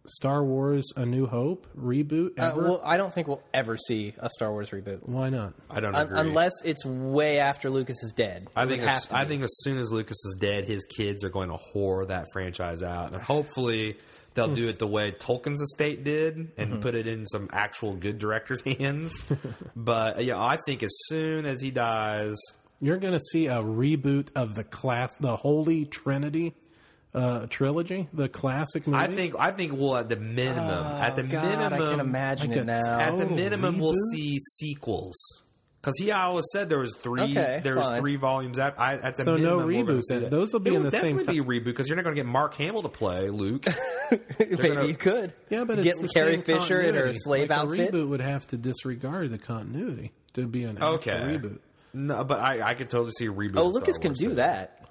[SPEAKER 3] Star Wars A New Hope reboot?
[SPEAKER 2] Uh,
[SPEAKER 3] Ever?
[SPEAKER 2] well, I don't think we'll ever see a Star Wars reboot.
[SPEAKER 3] Why not?
[SPEAKER 1] I don't
[SPEAKER 2] Un-
[SPEAKER 1] agree.
[SPEAKER 2] unless it's way after Lucas is dead.
[SPEAKER 1] I
[SPEAKER 2] It
[SPEAKER 1] think
[SPEAKER 2] would have
[SPEAKER 1] as,
[SPEAKER 2] to
[SPEAKER 1] I
[SPEAKER 2] be.
[SPEAKER 1] think as soon as Lucas is dead, his kids are going to whore that franchise out, and hopefully they'll do it the way Tolkien's estate did and
[SPEAKER 2] Mm-hmm.
[SPEAKER 1] put it in some actual good director's hands. but yeah, I think as soon as he dies,
[SPEAKER 3] You're going to see a reboot of the class, the Holy Trinity uh, trilogy, the classic movies.
[SPEAKER 1] I think I think we'll at the minimum
[SPEAKER 3] Oh,
[SPEAKER 1] at the
[SPEAKER 2] Oh, God,
[SPEAKER 1] minimum
[SPEAKER 2] I can imagine
[SPEAKER 3] I
[SPEAKER 2] it
[SPEAKER 3] could-
[SPEAKER 2] now.
[SPEAKER 1] at the
[SPEAKER 3] Oh,
[SPEAKER 1] minimum we'll
[SPEAKER 3] reboot?
[SPEAKER 1] see sequels. Because he always said there was three,
[SPEAKER 2] Okay,
[SPEAKER 1] there was
[SPEAKER 2] fine.
[SPEAKER 1] three volumes. At, I, at the
[SPEAKER 3] So no
[SPEAKER 1] minimum, we're gonna
[SPEAKER 3] reboot
[SPEAKER 1] see
[SPEAKER 3] then.
[SPEAKER 1] that.
[SPEAKER 3] Those will be
[SPEAKER 1] It
[SPEAKER 3] in the same
[SPEAKER 1] definitely be a reboot because you're not going to get Mark Hamill to play Luke.
[SPEAKER 2] Maybe
[SPEAKER 1] gonna-
[SPEAKER 2] you could.
[SPEAKER 3] yeah, but
[SPEAKER 2] get
[SPEAKER 3] it's the
[SPEAKER 2] Carrie
[SPEAKER 3] same
[SPEAKER 2] Fisher in her
[SPEAKER 3] continuity.
[SPEAKER 2] slave
[SPEAKER 3] Like,
[SPEAKER 2] outfit.
[SPEAKER 3] A reboot would have to disregard the continuity to be an
[SPEAKER 1] Okay.
[SPEAKER 3] okay reboot.
[SPEAKER 1] No, but I, I could totally see a reboot.
[SPEAKER 2] Oh,
[SPEAKER 1] of Star
[SPEAKER 2] Lucas can
[SPEAKER 1] Wars,
[SPEAKER 2] do
[SPEAKER 1] too.
[SPEAKER 2] that.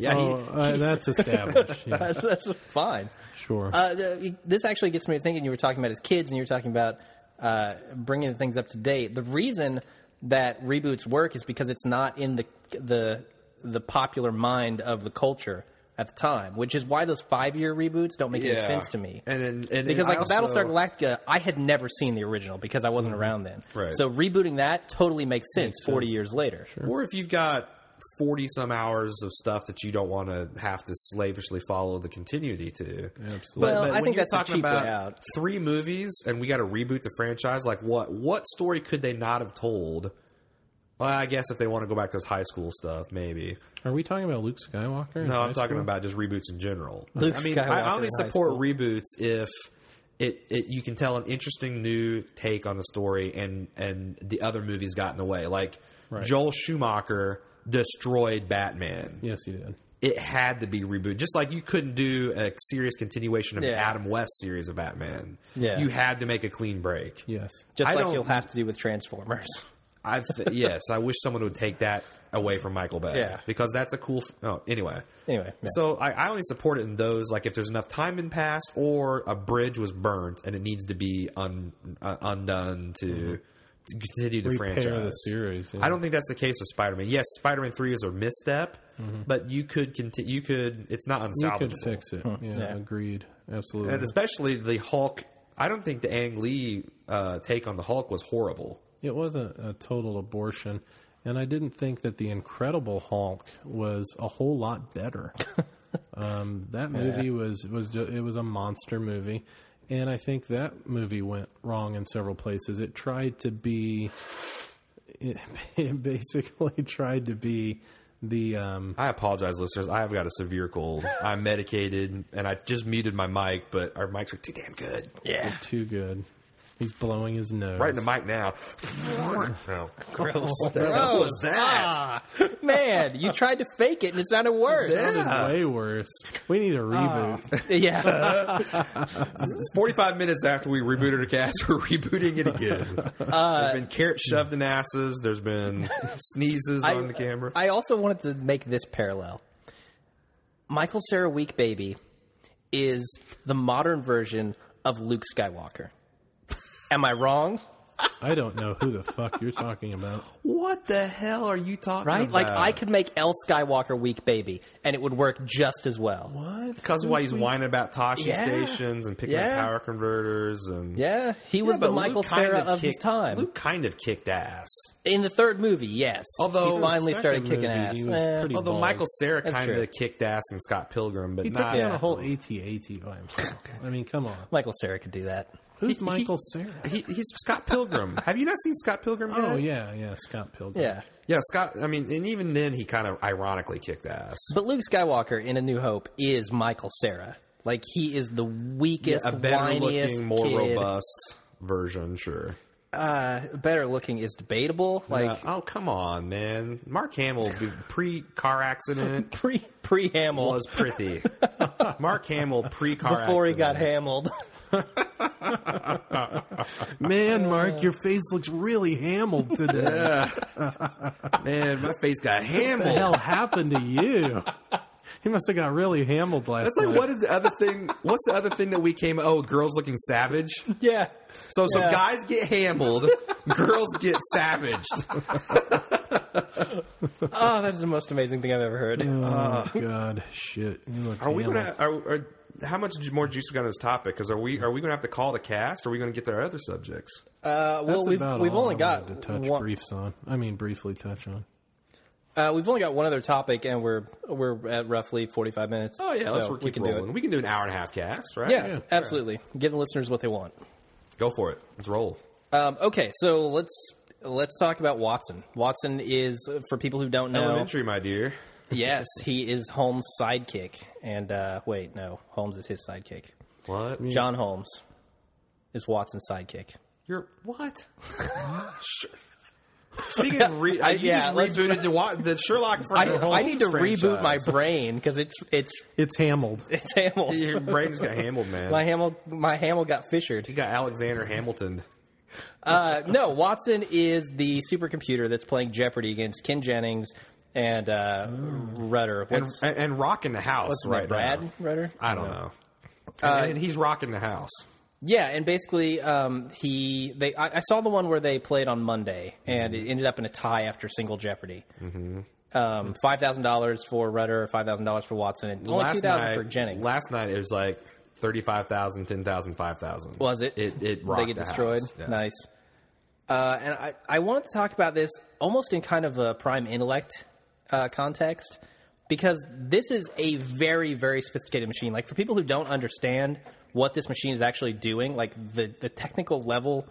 [SPEAKER 1] Yeah, he-
[SPEAKER 3] oh, uh, that's established. Yeah,
[SPEAKER 2] That's, that's fine.
[SPEAKER 3] sure.
[SPEAKER 2] Uh, the, this actually gets me thinking. You were talking about his kids, and you were talking about uh, bringing things up to date. The reason that reboots work is because it's not in the the the popular mind of the culture at the time, which is why those five year reboots don't make any
[SPEAKER 1] yeah.
[SPEAKER 2] sense to me.
[SPEAKER 1] And, and, and
[SPEAKER 2] because
[SPEAKER 1] I
[SPEAKER 2] like
[SPEAKER 1] also- Mm-hmm.
[SPEAKER 2] Battlestar Galactica, I had never seen the original because I wasn't around then.
[SPEAKER 1] Right.
[SPEAKER 2] So rebooting that totally makes sense forty years later.
[SPEAKER 1] or if you've got forty some hours of stuff that you don't want to have to slavishly follow the continuity to. Absolutely.
[SPEAKER 2] Well, I think that's a cheap way
[SPEAKER 1] about
[SPEAKER 2] out.
[SPEAKER 1] three movies, and we got to reboot the franchise. Like, what what story could they not have told? Well, I guess if they want to go back to his high school stuff, maybe.
[SPEAKER 3] Are we talking about Luke Skywalker? in
[SPEAKER 1] No,
[SPEAKER 3] high
[SPEAKER 1] I'm talking
[SPEAKER 3] school?
[SPEAKER 1] about just reboots in general.
[SPEAKER 2] Luke
[SPEAKER 1] I mean,
[SPEAKER 2] Skywalker
[SPEAKER 1] I only
[SPEAKER 2] in high
[SPEAKER 1] support
[SPEAKER 2] school.
[SPEAKER 1] reboots if it, it you can tell an interesting new take on the story, and and the other movies got in the way. Like Joel Schumacher destroyed Batman.
[SPEAKER 3] Yes, he did.
[SPEAKER 1] It had to be rebooted. Just like you couldn't do a serious continuation of the
[SPEAKER 2] Yeah.
[SPEAKER 1] Adam West series of Batman.
[SPEAKER 2] Yeah.
[SPEAKER 1] you had to make a clean break.
[SPEAKER 3] Yes.
[SPEAKER 2] Just
[SPEAKER 1] I
[SPEAKER 2] like
[SPEAKER 1] don't-
[SPEAKER 2] you'll have to do with Transformers.
[SPEAKER 1] I th- yes, I wish someone would take that away from Michael Bay.
[SPEAKER 2] Yeah.
[SPEAKER 1] because that's a cool. F- oh, anyway.
[SPEAKER 2] Anyway, yeah.
[SPEAKER 1] So I, I only support it in those like if there's enough time been passed or a bridge was burnt and it needs to be un, uh, undone to, to continue the
[SPEAKER 3] Mm-hmm. Repair the
[SPEAKER 1] franchise.
[SPEAKER 3] series, yeah.
[SPEAKER 1] I don't think that's the case with Spider-Man. Yes, Spider-Man Three is a misstep, but you could continue. You could. It's not
[SPEAKER 3] Mm-hmm. You
[SPEAKER 1] unsalvageable.
[SPEAKER 3] could fix it. Yeah, agreed. Absolutely.
[SPEAKER 1] and especially the Hulk. I don't think the Ang Lee uh, take on the Hulk was horrible.
[SPEAKER 3] It wasn't a total abortion, and I didn't think that the Incredible Hulk was a whole lot better. um, that movie was was ju- it was a monster movie, and I think that movie went wrong in several places. It tried to be, it, it basically tried to be the um,
[SPEAKER 1] I apologize, listeners. I have got a severe cold. I'm medicated, and I just muted my mic, but our mics are too damn good.
[SPEAKER 2] yeah.
[SPEAKER 3] too good. He's blowing his nose.
[SPEAKER 1] Right in the mic now. No.
[SPEAKER 2] Gross.
[SPEAKER 1] What was that?
[SPEAKER 2] Oh, Ah, man, you tried to fake it and it sounded worse.
[SPEAKER 3] It's way worse. We need a
[SPEAKER 1] Oh.
[SPEAKER 3] reboot.
[SPEAKER 2] yeah.
[SPEAKER 1] It's 45 minutes after we rebooted our cast, we're rebooting it again.
[SPEAKER 2] Uh,
[SPEAKER 1] there's been carrot shoved in asses. There's been sneezes on the camera.
[SPEAKER 2] I also wanted to make this parallel. Michael Sarah Week Baby is the modern version of Luke Skywalker. Am I wrong?
[SPEAKER 3] I don't know who the fuck you're talking about.
[SPEAKER 1] what the hell are you talking
[SPEAKER 2] Right?
[SPEAKER 1] about?
[SPEAKER 2] Like I could make L Skywalker Week Baby and it would work just as well.
[SPEAKER 3] What?
[SPEAKER 1] Because why he's whining about Tachi
[SPEAKER 2] Yeah.
[SPEAKER 1] stations and picking
[SPEAKER 2] Yeah.
[SPEAKER 1] up power converters and
[SPEAKER 2] Yeah, he was
[SPEAKER 1] Yeah,
[SPEAKER 2] the
[SPEAKER 1] but
[SPEAKER 2] Michael
[SPEAKER 1] Luke kind
[SPEAKER 2] Sarah of his
[SPEAKER 1] kicked-
[SPEAKER 2] time.
[SPEAKER 1] Luke kind of kicked ass.
[SPEAKER 2] In the third movie, yes.
[SPEAKER 1] Although-
[SPEAKER 2] he finally
[SPEAKER 3] Second
[SPEAKER 2] started kicking
[SPEAKER 3] movie,
[SPEAKER 2] ass.
[SPEAKER 3] he was
[SPEAKER 2] Eh,
[SPEAKER 3] pretty
[SPEAKER 1] Although
[SPEAKER 3] bald.
[SPEAKER 1] Michael Sarah
[SPEAKER 2] That's
[SPEAKER 1] kind
[SPEAKER 2] true.
[SPEAKER 1] of kicked ass in Scott Pilgrim, but
[SPEAKER 3] He took
[SPEAKER 1] not
[SPEAKER 3] down a whole AT-AT by himself. I mean, come on.
[SPEAKER 2] Michael Sarah could do that.
[SPEAKER 3] Who's
[SPEAKER 1] He-
[SPEAKER 3] Michael
[SPEAKER 1] he-
[SPEAKER 3] Sarah?
[SPEAKER 1] He, he's Scott Pilgrim. Have you not seen Scott Pilgrim yet?
[SPEAKER 3] Oh yeah, yeah, Scott Pilgrim.
[SPEAKER 2] Yeah.
[SPEAKER 1] Yeah, Scott. I mean, and even then, he kind of ironically kicked ass.
[SPEAKER 2] But Luke Skywalker in A New Hope is Michael Sarah. Like he is the weakest,
[SPEAKER 1] A better
[SPEAKER 2] whiniest
[SPEAKER 1] looking, more
[SPEAKER 2] kid.
[SPEAKER 1] robust version, sure.
[SPEAKER 2] Uh, better looking is debatable. Like
[SPEAKER 1] Uh, oh come on, man! Mark Hamill pre car accident
[SPEAKER 2] pre pre Hamill
[SPEAKER 1] was pretty. Mark Hamill pre car
[SPEAKER 2] before he got
[SPEAKER 1] accident.
[SPEAKER 2] hammeled.
[SPEAKER 3] Man, Mark, your face looks really hammered today.
[SPEAKER 1] Man, my face got
[SPEAKER 3] What the
[SPEAKER 1] Hamill.
[SPEAKER 3] hell happened to you? He must have got really hammered last
[SPEAKER 1] That's like
[SPEAKER 3] night.
[SPEAKER 1] what is the other thing? What's the other thing that we came? Oh, girls looking savage.
[SPEAKER 2] yeah.
[SPEAKER 1] So so
[SPEAKER 2] Yeah.
[SPEAKER 1] guys get hambled, girls get savaged.
[SPEAKER 2] Oh, that is the most amazing thing I've ever heard.
[SPEAKER 3] Oh God, shit! You look
[SPEAKER 1] Are we
[SPEAKER 3] hammered.
[SPEAKER 1] gonna? Are, are, how much ju- more juice we got on this topic? Because are we are we gonna have to call the cast? Or are we gonna get to our other subjects?
[SPEAKER 2] Uh, well,
[SPEAKER 3] That's
[SPEAKER 2] we've
[SPEAKER 3] about
[SPEAKER 2] we've
[SPEAKER 3] all
[SPEAKER 2] only
[SPEAKER 3] I
[SPEAKER 2] got
[SPEAKER 3] wanted to touch
[SPEAKER 2] one,
[SPEAKER 3] briefs on. I mean, briefly touch on.
[SPEAKER 2] uh, we've only got one other topic, and we're we're at roughly forty five minutes.
[SPEAKER 1] Oh yeah,
[SPEAKER 2] so
[SPEAKER 1] let's keep
[SPEAKER 2] we can
[SPEAKER 1] rolling.
[SPEAKER 2] do it.
[SPEAKER 1] We can do an hour and a half cast, right?
[SPEAKER 2] Yeah,
[SPEAKER 3] Yeah.
[SPEAKER 2] absolutely. Give the listeners what they want.
[SPEAKER 1] go for it. Let's roll.
[SPEAKER 2] Um, okay, so let's let's talk about Watson. Watson is uh, for people who don't know.
[SPEAKER 1] Elementary, my dear.
[SPEAKER 2] Yes, he is Holmes' sidekick. And uh, wait, no, Holmes is his sidekick.
[SPEAKER 1] What?
[SPEAKER 2] John Holmes is Watson's sidekick.
[SPEAKER 1] You're what? Sure. Speaking of, re- I, you
[SPEAKER 2] yeah,
[SPEAKER 1] just
[SPEAKER 2] let's-
[SPEAKER 1] rebooted the, wa- the Sherlock.
[SPEAKER 2] I,
[SPEAKER 1] the
[SPEAKER 2] I need to
[SPEAKER 1] Holmes
[SPEAKER 2] reboot my
[SPEAKER 1] franchise.
[SPEAKER 2] brain because it's it's
[SPEAKER 3] It's hammered.
[SPEAKER 2] it's Hamill.
[SPEAKER 1] Your brain just got hambled, man.
[SPEAKER 2] My Hamill my Hamill got fissured.
[SPEAKER 1] you got Alexander Hamilton.
[SPEAKER 2] Uh, no, Watson is the supercomputer that's playing Jeopardy against Ken Jennings and uh, Rudder.
[SPEAKER 1] And,
[SPEAKER 2] What's,
[SPEAKER 1] and, and rocking the house
[SPEAKER 2] what's his name,
[SPEAKER 1] right
[SPEAKER 2] Brad
[SPEAKER 1] now.
[SPEAKER 2] Rudder?
[SPEAKER 1] I don't know. Uh, and, and he's rocking the house.
[SPEAKER 2] Yeah, and basically, um, he they I, I saw the one where they played on Monday, and it ended up in a tie after single Jeopardy. Mm-hmm. Um, five thousand dollars for Rudder, five thousand dollars for Watson, and only two thousand for Jennings.
[SPEAKER 1] Last night it was like 35,000, 10,000, 5,000.
[SPEAKER 2] was it?
[SPEAKER 1] It it rocked
[SPEAKER 2] they get
[SPEAKER 1] the
[SPEAKER 2] destroyed.
[SPEAKER 1] house. Yeah.
[SPEAKER 2] Nice. Uh, and I I wanted to talk about this almost in kind of a prime intellect uh, context because this is a very very sophisticated machine. Like for people who don't understand what this machine is actually doing, like the the technical level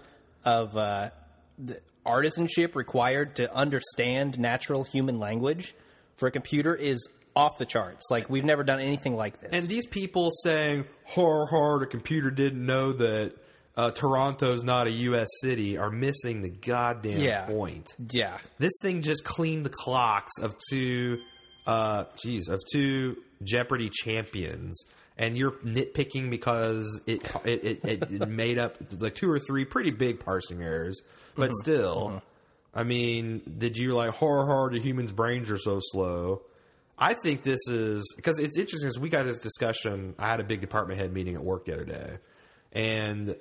[SPEAKER 2] of uh, the artisanship required to understand natural human language for a computer is off the charts. Like we've never done anything like this.
[SPEAKER 1] And these people saying, "Har har," the computer didn't know that uh, Toronto's not a U.S. city, are missing the goddamn
[SPEAKER 2] Yeah.
[SPEAKER 1] point.
[SPEAKER 2] yeah.
[SPEAKER 1] This thing just cleaned the clocks of two, uh, geez, of two Jeopardy champions, and you're nitpicking because it it, it, it, it made up like two or three pretty big parsing errors, but still, I mean, did you like horror? Horror, the humans' brains are so slow. I think this is because it's interesting. Is we got this discussion. I had a big department head meeting at work the other day, and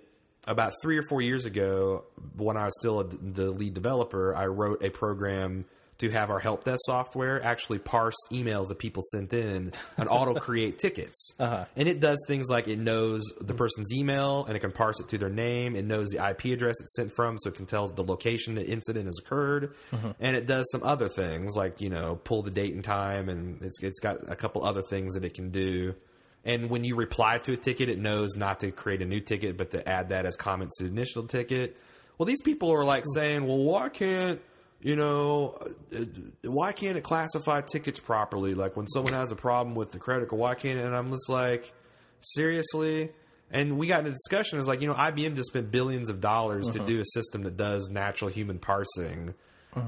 [SPEAKER 1] about three or four years ago, when I was still a, the lead developer, I wrote a program to have our help desk software actually parse emails that people sent in and auto create tickets. And it does things like it knows the person's email and it can parse it through their name. It knows the IP address it's sent from, so it can tell the location the incident has occurred. And it does some other things like you know pull the date and time, and it's it's got a couple other things that it can do. And when you reply to a ticket, it knows not to create a new ticket, but to add that as comments to the initial ticket. Well, these people are like saying, well, why can't, you know, uh, uh, why can't it classify tickets properly? Like when someone has a problem with the credit card, why can't it? And I'm just like, seriously? And we got in a discussion. It's like, you know, IBM just spent billions of dollars to do a system that does natural human parsing.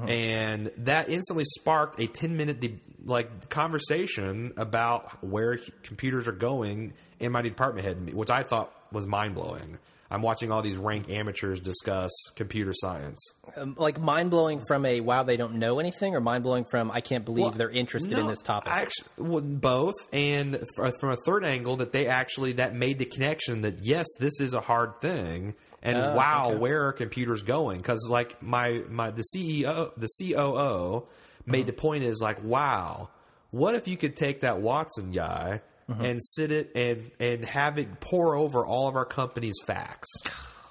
[SPEAKER 1] And that instantly sparked a 10 minute de- like conversation about where c- computers are going in my department head, which I thought was mind blowing. I'm watching all these rank amateurs discuss computer science.
[SPEAKER 2] um, like mind blowing from a wow they don't know anything, or mind blowing from I can't believe
[SPEAKER 1] Well,
[SPEAKER 2] they're interested in
[SPEAKER 1] no,
[SPEAKER 2] this topic.
[SPEAKER 1] actu- well, both, and f- uh, from a third angle that they actually that made the connection that yes, this is a hard thing, and
[SPEAKER 2] Oh,
[SPEAKER 1] wow, where are computers going? Because like my my the CEO the COO
[SPEAKER 2] Mm-hmm.
[SPEAKER 1] made the point is like wow, what if you could take that Watson guy.
[SPEAKER 2] Mm-hmm.
[SPEAKER 1] And sit it and and have it pour over all of our company's facts,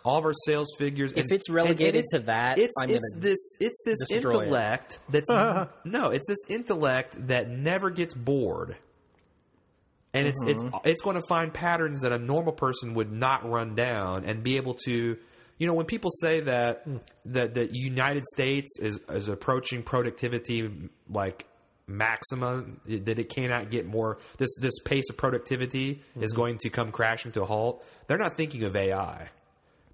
[SPEAKER 1] all of our sales figures. If
[SPEAKER 2] it's relegated to that,
[SPEAKER 1] it's
[SPEAKER 2] I'm
[SPEAKER 1] it's
[SPEAKER 2] gonna
[SPEAKER 1] this it's this
[SPEAKER 2] destroy it.
[SPEAKER 1] intellect intellect that's no, it's this intellect that never gets bored. and it's it's it's going to find patterns that a normal person would not run down and be able to you know when people say that that the United States is is approaching productivity like maximum that it cannot get more this this pace of productivity is going to come crashing to a halt they're not thinking of AI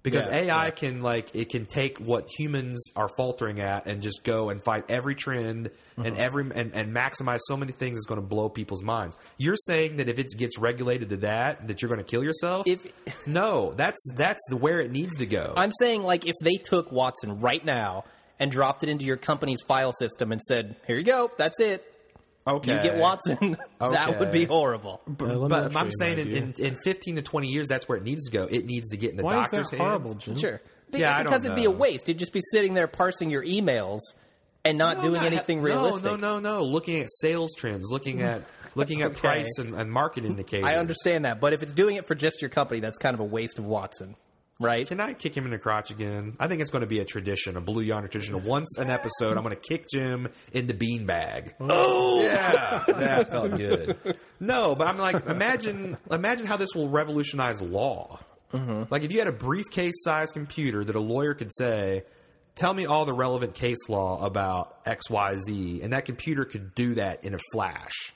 [SPEAKER 1] because
[SPEAKER 3] Yeah,
[SPEAKER 1] AI can like it can take what humans are faltering at and just go and find every trend
[SPEAKER 3] Uh-huh.
[SPEAKER 1] and every and, and maximize so many things is going to blow people's minds. You're saying that if it gets regulated to that, that you're going to kill yourself?
[SPEAKER 2] If-
[SPEAKER 1] no, that's that's the where it needs to go.
[SPEAKER 2] I'm saying like if they took Watson right now and dropped it into your company's file system and said, "Here you go, that's it.
[SPEAKER 1] okay,
[SPEAKER 2] You get Watson." that would be
[SPEAKER 1] Okay.
[SPEAKER 2] horrible.
[SPEAKER 3] let me
[SPEAKER 1] But I'm
[SPEAKER 3] actually
[SPEAKER 1] saying in,
[SPEAKER 3] idea.
[SPEAKER 1] in, in 15 to 20 years, that's where it needs to go. It needs to get in the
[SPEAKER 3] Why is
[SPEAKER 1] doctor's
[SPEAKER 3] that horrible,
[SPEAKER 1] hands.
[SPEAKER 3] Jim?
[SPEAKER 2] Sure. Be-
[SPEAKER 1] Mm-hmm. Yeah, I
[SPEAKER 2] because
[SPEAKER 1] don't
[SPEAKER 2] it'd be a
[SPEAKER 1] know.
[SPEAKER 2] waste. You'd just be sitting there parsing your emails and not
[SPEAKER 1] No,
[SPEAKER 2] doing
[SPEAKER 1] not-
[SPEAKER 2] anything
[SPEAKER 1] no,
[SPEAKER 2] realistic.
[SPEAKER 1] No, no, no, Looking at sales trends, looking at looking at
[SPEAKER 2] Okay.
[SPEAKER 1] price and, and market indicators.
[SPEAKER 2] I understand that, but if it's doing it for just your company, that's kind of a waste of Watson, right?
[SPEAKER 1] Can I kick him in the crotch again? I think it's going to be a tradition, a blue yonder tradition. Once an episode, I'm going to kick Jim in the beanbag. Oh, yeah, that felt good. No, but I'm like, imagine, imagine how this will revolutionize law. Like if you had a briefcase-sized computer that a lawyer could say, "Tell me all the relevant case law about X, Y, Z," and that computer could do that in a flash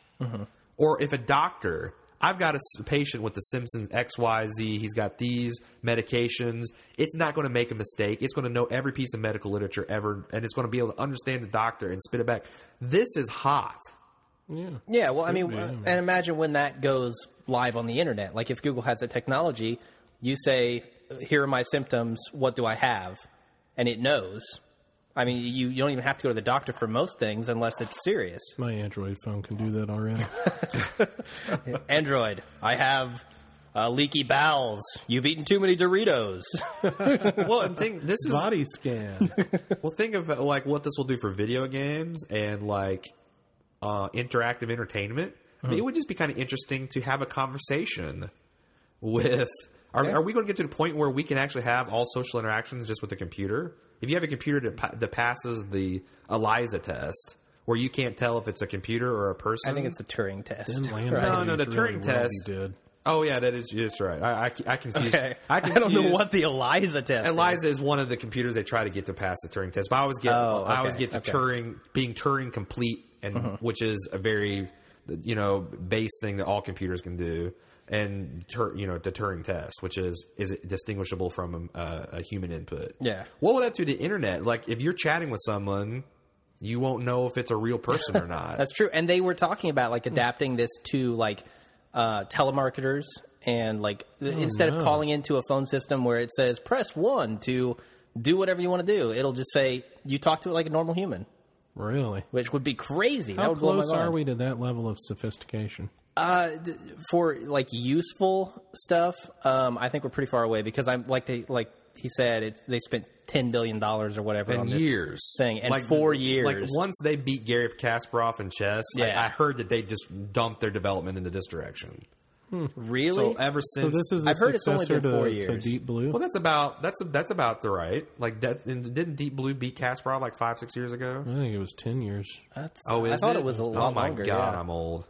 [SPEAKER 1] or if a doctor i've got a s- patient with the simpsons xyz he's got these medications it's not going to make a mistake it's going to know every piece of medical literature ever and it's going to be able to understand the doctor and spit it back this is hot
[SPEAKER 2] Yeah, well, I mean, and imagine when that goes live on the internet. Like if Google has that technology, you say, "Here are my symptoms. What do I have?" and it knows. I mean, you, you don't even have to go to the doctor for most things unless it's serious.
[SPEAKER 3] My Android phone can do that already.
[SPEAKER 2] Android, I have uh, leaky bowels. You've eaten too many Doritos.
[SPEAKER 1] well and think this is
[SPEAKER 3] Body scan.
[SPEAKER 1] well think of uh, like what this will do for video games and like uh, interactive entertainment I
[SPEAKER 2] Hmm.
[SPEAKER 1] mean, it would just be kind of interesting to have a conversation with are, are we going to get to the point where we can actually have all social interactions just with a computer if you have a computer that, pa- that passes the eliza test where you can't tell if it's a computer or a person
[SPEAKER 2] I think it's a Turing test.
[SPEAKER 3] Land
[SPEAKER 2] right?
[SPEAKER 1] No, no, the
[SPEAKER 3] movies really
[SPEAKER 1] Turing
[SPEAKER 3] well
[SPEAKER 1] test.
[SPEAKER 3] did.
[SPEAKER 1] oh yeah that is that's right i, I, I confused
[SPEAKER 2] Okay.
[SPEAKER 1] I,
[SPEAKER 2] I,
[SPEAKER 1] confused,
[SPEAKER 2] don't know what the Eliza test. is.
[SPEAKER 1] Eliza is one of the computers they try to get to pass the Turing test, but I always get
[SPEAKER 2] Oh,
[SPEAKER 1] I always
[SPEAKER 2] okay,
[SPEAKER 1] get the
[SPEAKER 2] okay. Mm-hmm.
[SPEAKER 1] Turing being Turing complete, and which is a very you know base thing that all computers can do, and Tur- you know the Turing test, which is is it distinguishable from uh, a human input.
[SPEAKER 2] Yeah.
[SPEAKER 1] What will that do to the internet? Like if you're chatting with someone, you won't know if it's a real person or not.
[SPEAKER 2] That's true. And they were talking about
[SPEAKER 1] Hmm.
[SPEAKER 2] like adapting this to like uh, telemarketers and like
[SPEAKER 1] Oh,
[SPEAKER 2] th- instead of calling into a phone system where it says press one to do whatever you want to do, it'll just say you talk to it like a normal human,
[SPEAKER 3] Really?
[SPEAKER 2] which would be crazy. that
[SPEAKER 3] How
[SPEAKER 2] would blow my
[SPEAKER 3] close are
[SPEAKER 2] mind.
[SPEAKER 3] we to that level of sophistication?
[SPEAKER 2] Uh, d- for like useful stuff, um, I think we're pretty far away because I'm like they like he said it, they spent ten billion dollars or whatever
[SPEAKER 1] in
[SPEAKER 2] on this
[SPEAKER 1] years
[SPEAKER 2] thing and four years.
[SPEAKER 1] Like once they beat Gary Kasparov in chess, like,
[SPEAKER 2] Yeah.
[SPEAKER 1] I heard that they just dumped their development into this direction. So
[SPEAKER 2] really?
[SPEAKER 1] ever since
[SPEAKER 3] So this is the
[SPEAKER 2] I've heard it's only
[SPEAKER 3] successor
[SPEAKER 2] been four
[SPEAKER 3] to, to
[SPEAKER 2] years.
[SPEAKER 3] Deep Blue.
[SPEAKER 1] Well, that's about that's that's about the right. Like that, and didn't Deep Blue beat Kasparov like five six years ago?
[SPEAKER 3] I think it was ten years.
[SPEAKER 2] That's-
[SPEAKER 1] Oh, is
[SPEAKER 2] I thought it, was a lot
[SPEAKER 1] Oh my
[SPEAKER 2] longer,
[SPEAKER 1] god,
[SPEAKER 2] yeah.
[SPEAKER 1] I'm old.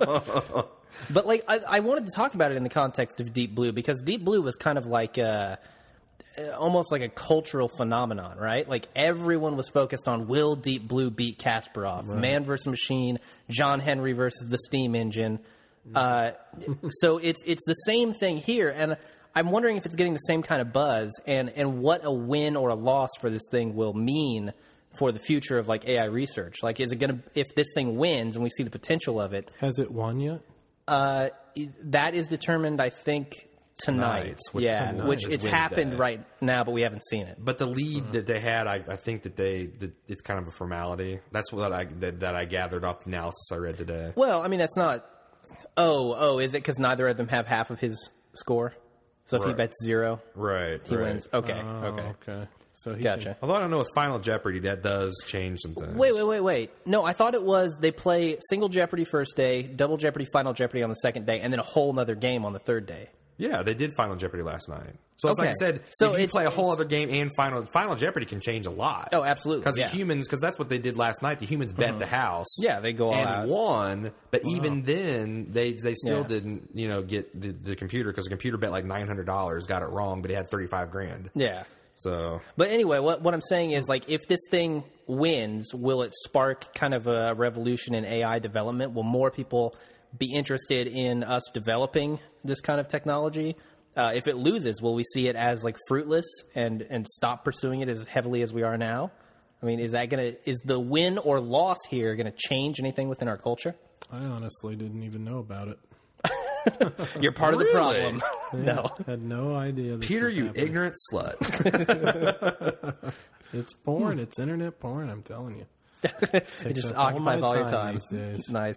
[SPEAKER 2] But like, I, I wanted to talk about it in the context of Deep Blue because Deep Blue was kind of like uh uh, almost like a cultural phenomenon, right? Like everyone was focused on will Deep Blue beat Kasparov, Man versus Machine, John Henry versus the steam engine. Uh, so it's it's the same thing here, and I'm wondering if it's getting the same kind of buzz, and and what a win or a loss for this thing will mean for the future of like AI research. Like, is it gonna if this thing wins and we see the potential of it?
[SPEAKER 3] Has it won yet?
[SPEAKER 2] Uh, that is determined, I think, tonight.
[SPEAKER 1] Tonight, which
[SPEAKER 2] yeah,
[SPEAKER 1] tonight
[SPEAKER 2] which
[SPEAKER 1] is
[SPEAKER 2] it's
[SPEAKER 1] Wednesday.
[SPEAKER 2] happened right now, but we haven't seen it.
[SPEAKER 1] But the lead that they had, I, I think that they that it's kind of a formality. That's what I that, that I gathered off the analysis I read today.
[SPEAKER 2] Well, I mean, that's not. Oh, oh, is it because neither of them have half of his score? So if he
[SPEAKER 1] Right.
[SPEAKER 2] bets zero,
[SPEAKER 1] Right,
[SPEAKER 2] he wins. Okay, okay,
[SPEAKER 3] Oh, Okay. So he
[SPEAKER 2] gotcha.
[SPEAKER 1] Although I don't know with Final Jeopardy, that does change some things.
[SPEAKER 2] Wait, wait, wait, wait. No, I thought it was they play single Jeopardy first day, double Jeopardy, final Jeopardy on the second day, and then a whole nother game on the third day.
[SPEAKER 1] Yeah, they did Final Jeopardy last night. So it's like I
[SPEAKER 2] Okay.
[SPEAKER 1] said,
[SPEAKER 2] So
[SPEAKER 1] if you
[SPEAKER 2] it's-
[SPEAKER 1] play a whole other game and Final Final Jeopardy can change a lot.
[SPEAKER 2] Oh, absolutely,
[SPEAKER 1] Because
[SPEAKER 2] yeah. Mm-hmm.
[SPEAKER 1] the humans, because that's what they did last night. The humans bet the house.
[SPEAKER 2] Yeah, they go all
[SPEAKER 1] and
[SPEAKER 2] out. Mm-hmm.
[SPEAKER 1] won, but even then they they still
[SPEAKER 2] Yeah.
[SPEAKER 1] didn't you know get the, the computer because the computer bet like nine hundred dollars, got it wrong, but it had thirty five grand.
[SPEAKER 2] Yeah.
[SPEAKER 1] So
[SPEAKER 2] But anyway, what what I'm saying is like if this thing wins, will it spark kind of a revolution in AI development? Will more people be interested in us developing this kind of technology? Uh, if it loses, will we see it as like fruitless and and stop pursuing it as heavily as we are now? I mean, is that gonna is the win or loss here gonna change anything within our culture?
[SPEAKER 3] I honestly didn't even know about it.
[SPEAKER 2] You're part of the problem. no,
[SPEAKER 3] Had no idea. This
[SPEAKER 1] Peter,
[SPEAKER 3] was
[SPEAKER 1] you
[SPEAKER 3] happening.
[SPEAKER 1] ignorant slut.
[SPEAKER 3] It's porn. It's internet porn. I'm telling you.
[SPEAKER 2] Hmm. it just
[SPEAKER 3] up all
[SPEAKER 2] occupies
[SPEAKER 3] my
[SPEAKER 2] all your
[SPEAKER 3] time
[SPEAKER 2] time.
[SPEAKER 3] these days.
[SPEAKER 2] Nice.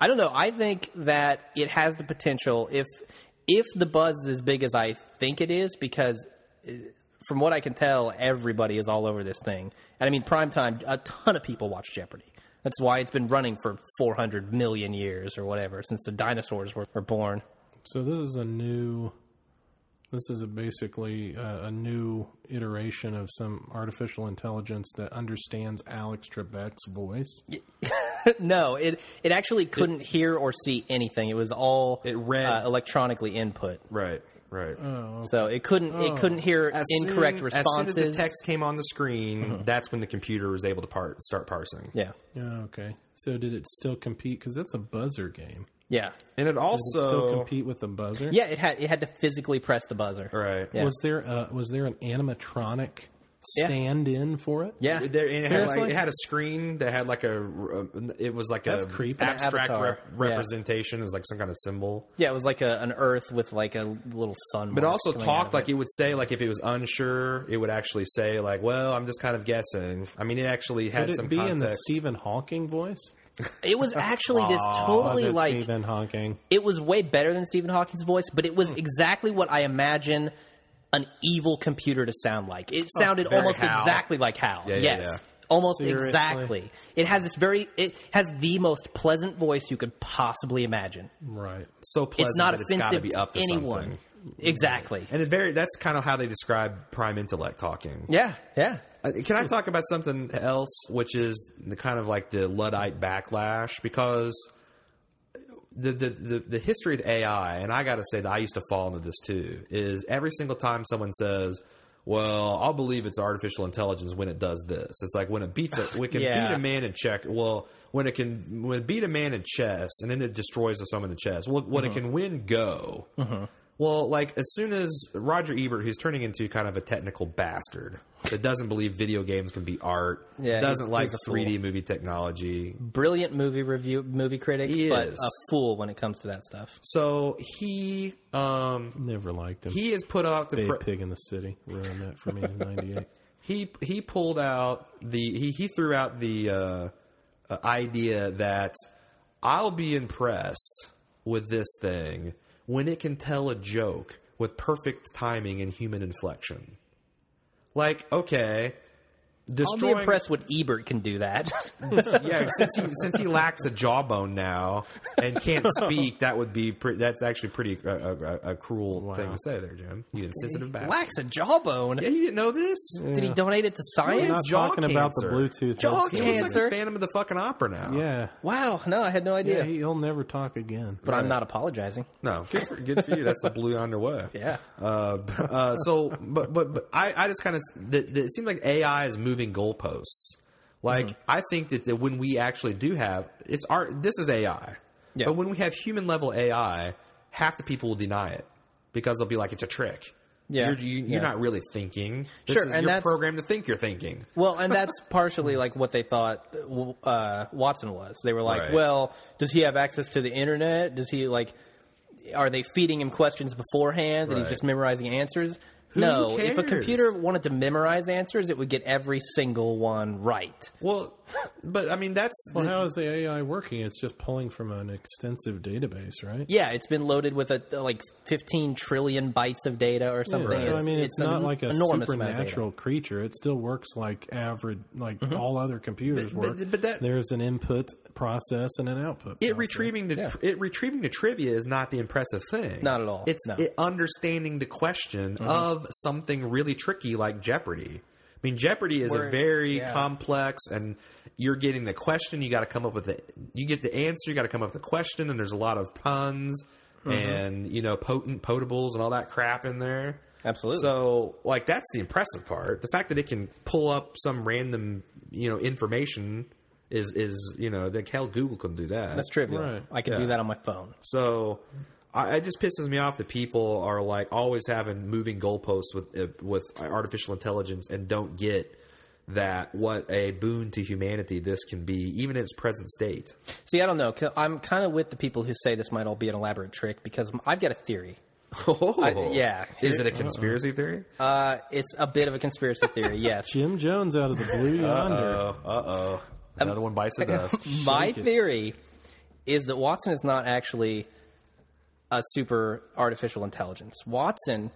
[SPEAKER 2] I don't know. I think that it has the potential if if the buzz is as big as I think it is, because eh, from what I can tell, everybody is all over this thing. And I mean, primetime, a ton of people watch Jeopardy. That's why it's been running for 400 million years or whatever since the dinosaurs were, were born.
[SPEAKER 3] So this is a new. This is a basically uh, a new iteration of some artificial intelligence that understands Alex Trebek's voice.
[SPEAKER 2] no, it it actually couldn't hear or see anything. It was all
[SPEAKER 1] It read.
[SPEAKER 2] uh, electronically input.
[SPEAKER 1] right, right.
[SPEAKER 2] So it couldn't it couldn't hear
[SPEAKER 1] Oh. soon-
[SPEAKER 2] Uh, incorrect responses. Mm-hmm.
[SPEAKER 1] As soon as the text came on the screen, that's when the computer was able to par start parsing.
[SPEAKER 2] Yeah.
[SPEAKER 3] Yeah, Oh, okay. So did it still compete? Because that's a buzzer game.
[SPEAKER 2] Yeah.
[SPEAKER 1] And it
[SPEAKER 3] Did it still
[SPEAKER 1] also
[SPEAKER 3] compete with the buzzer?
[SPEAKER 2] Yeah, it had it had to physically press the buzzer.
[SPEAKER 1] right.
[SPEAKER 2] Yeah.
[SPEAKER 3] Was there a, was there an animatronic
[SPEAKER 2] Yeah.
[SPEAKER 3] stand-in for it?
[SPEAKER 2] Yeah.
[SPEAKER 1] There, and it, had like,
[SPEAKER 3] Seriously?
[SPEAKER 1] it had a screen that had like a it was like
[SPEAKER 3] That's
[SPEAKER 1] a
[SPEAKER 3] creepy. An
[SPEAKER 1] abstract
[SPEAKER 2] avatar.
[SPEAKER 1] rep-
[SPEAKER 2] Yeah.
[SPEAKER 1] representation as like some kind of symbol.
[SPEAKER 2] Yeah, it was like a, an earth with like a little sun.
[SPEAKER 1] But it also talked like it would say like if it was unsure, it would actually say like, "Well, I'm just kind of guessing." I mean, it actually had
[SPEAKER 3] Could it
[SPEAKER 1] some
[SPEAKER 3] be in
[SPEAKER 1] context.
[SPEAKER 3] the Stephen Hawking voice?
[SPEAKER 2] it was actually this
[SPEAKER 3] Oh,
[SPEAKER 2] totally
[SPEAKER 3] that's
[SPEAKER 2] like
[SPEAKER 3] Stephen Hawking.
[SPEAKER 2] it was way better than Stephen Hawking's voice, but it was exactly what I imagine an evil computer to sound like. It sounded
[SPEAKER 1] very
[SPEAKER 2] almost
[SPEAKER 1] Hal.
[SPEAKER 2] exactly like Oh, Hal.
[SPEAKER 1] Yeah, yeah,
[SPEAKER 2] yes.
[SPEAKER 1] yeah.
[SPEAKER 2] Almost
[SPEAKER 3] Seriously?
[SPEAKER 2] exactly. It has this very. It has the most pleasant voice you could possibly imagine.
[SPEAKER 3] Right.
[SPEAKER 1] so pleasant,
[SPEAKER 2] it's not
[SPEAKER 1] that it's gotta
[SPEAKER 2] offensive
[SPEAKER 1] be up to,
[SPEAKER 2] anyone.
[SPEAKER 1] Something.
[SPEAKER 2] Exactly.
[SPEAKER 1] And it very that's kind of how they describe prime intellect talking.
[SPEAKER 2] Yeah. Yeah.
[SPEAKER 1] Uh, Can I talk about something else, which is the kind of like the luddite backlash? Because the the the, the history of AI, and I got to say that I used to fall into this too, is every single time someone says. Well, I'll believe it's artificial intelligence when it does this. It's like when it beats a, when it can
[SPEAKER 2] Yeah.
[SPEAKER 1] beat a man in check. Well, when it can when it beat a man in chess, and then it destroys the sum in the chess. Well, when
[SPEAKER 2] Mm-hmm.
[SPEAKER 1] it can win Go, well, like as soon as Roger Ebert, who's turning into kind of a technical bastard that doesn't believe video games can be art,
[SPEAKER 2] Yeah,
[SPEAKER 1] doesn't
[SPEAKER 2] he's-
[SPEAKER 1] like
[SPEAKER 2] he's a
[SPEAKER 1] 3D movie technology.
[SPEAKER 2] brilliant movie review movie critic,
[SPEAKER 1] He
[SPEAKER 2] but
[SPEAKER 1] is.
[SPEAKER 2] a fool when it comes to that stuff.
[SPEAKER 1] So he um
[SPEAKER 3] Never liked him.
[SPEAKER 1] he has put out the
[SPEAKER 3] Big
[SPEAKER 1] pre-
[SPEAKER 3] Pig in the City ruined that for me in '98.
[SPEAKER 1] he he pulled out the he he threw out the uh, uh, idea that I'll be impressed with this thing when it can tell a joke with perfect timing and human inflection. Like okay,
[SPEAKER 2] I'll
[SPEAKER 1] destroying
[SPEAKER 2] be impressed when Ebert can do that.
[SPEAKER 1] yeah, since he since he lacks a jawbone now and can't speak, that would be pre- that's actually pretty uh, a, a, a cruel thing to say there, Jim. You insensitive bastard.
[SPEAKER 2] Lacks a jawbone.
[SPEAKER 1] Yeah, you didn't know this.
[SPEAKER 2] Did he donate it to
[SPEAKER 3] I'm
[SPEAKER 2] science?
[SPEAKER 1] Yeah.
[SPEAKER 3] not
[SPEAKER 1] jaw
[SPEAKER 3] talking about the
[SPEAKER 1] cancer.
[SPEAKER 3] Bluetooth.
[SPEAKER 2] Jaw
[SPEAKER 3] headset.
[SPEAKER 1] He looks like
[SPEAKER 2] Cancer.
[SPEAKER 1] the Phantom of the fucking Opera now.
[SPEAKER 3] Yeah.
[SPEAKER 2] Wow, no, I had no
[SPEAKER 3] Yeah,
[SPEAKER 2] idea.
[SPEAKER 3] he, will never talk again.
[SPEAKER 2] but I'm not apologizing.
[SPEAKER 1] No, good for, good for you. That's the blue yonder way.
[SPEAKER 2] Yeah.
[SPEAKER 1] Uh, b- uh, so, but but but I, I just kind of it seems like AI is moving goalposts. Like
[SPEAKER 2] Mm-hmm.
[SPEAKER 1] I think that, that when we actually do have it's our this is AI,
[SPEAKER 2] Yeah.
[SPEAKER 1] but when we have human level AI, half the people will deny it because they'll be like it's a trick.
[SPEAKER 2] Yeah.
[SPEAKER 1] you're, you, you're
[SPEAKER 2] Yeah.
[SPEAKER 1] not really thinking. This
[SPEAKER 2] Sure,
[SPEAKER 1] is,
[SPEAKER 2] and
[SPEAKER 1] you're
[SPEAKER 2] that's-
[SPEAKER 1] programmed to think you're thinking.
[SPEAKER 2] Well, and that's partially like what they thought uh, Watson was. They were like,
[SPEAKER 1] Right.
[SPEAKER 2] "Well, does he have access to the internet? Does he like? Are they feeding him questions beforehand and he's
[SPEAKER 1] Right.
[SPEAKER 2] just memorizing answers?" no, if a
[SPEAKER 1] cares?
[SPEAKER 2] computer wanted to memorize answers, it would get every single one right.
[SPEAKER 1] Well, But I mean, that's
[SPEAKER 3] Well, how is the AI working? It's just pulling from an extensive database, right?
[SPEAKER 2] Yeah, it's been loaded with a like 15 trillion bytes of data or something.
[SPEAKER 3] So I mean, it's,
[SPEAKER 2] an
[SPEAKER 3] not like a
[SPEAKER 2] enormous amount of data.
[SPEAKER 3] supernatural creature. It still works like average, like all other computers
[SPEAKER 1] but-
[SPEAKER 3] work.
[SPEAKER 1] but that-
[SPEAKER 3] there's an input process and an output.
[SPEAKER 1] it
[SPEAKER 3] process.
[SPEAKER 1] retrieving the
[SPEAKER 2] Yeah.
[SPEAKER 1] it retrieving the trivia is not the impressive thing.
[SPEAKER 2] Not at all.
[SPEAKER 1] It's
[SPEAKER 2] No. Mm-hmm.
[SPEAKER 1] it understanding the question of something really tricky like Jeopardy. I mean, Jeopardy is
[SPEAKER 2] Where-
[SPEAKER 1] a very
[SPEAKER 2] yeah.
[SPEAKER 1] complex, and you're getting the question. You got to come up with the you get the answer. You got to come up with the question, and there's a lot of puns
[SPEAKER 2] Mm-hmm.
[SPEAKER 1] and you know potent potables and all that crap in there.
[SPEAKER 2] Absolutely.
[SPEAKER 1] So, like, that's the impressive part. The fact that it can pull up some random, you know, information is is you know, like hell, Google can do that.
[SPEAKER 2] That's trivial.
[SPEAKER 3] Right,
[SPEAKER 2] I can
[SPEAKER 1] yeah.
[SPEAKER 2] do that on my phone.
[SPEAKER 1] So, I, it just pisses me off that people are like always having moving goalposts with uh, with artificial intelligence and don't get that what a boon to humanity this can be, even in its present state.
[SPEAKER 2] See, I don't know. 'cause I'm kind of with the people who say this might all be an elaborate trick because I've got a theory.
[SPEAKER 1] Oh,
[SPEAKER 2] yeah. Uh-uh.
[SPEAKER 1] Is it a conspiracy theory?
[SPEAKER 2] Uh, it's a bit of a conspiracy theory, yes.
[SPEAKER 3] Jim Jones out of the blue yonder.
[SPEAKER 1] Uh
[SPEAKER 2] um,
[SPEAKER 1] oh, another one bites the dust.
[SPEAKER 2] My theory is that Watson is not actually a super artificial intelligence. Watson,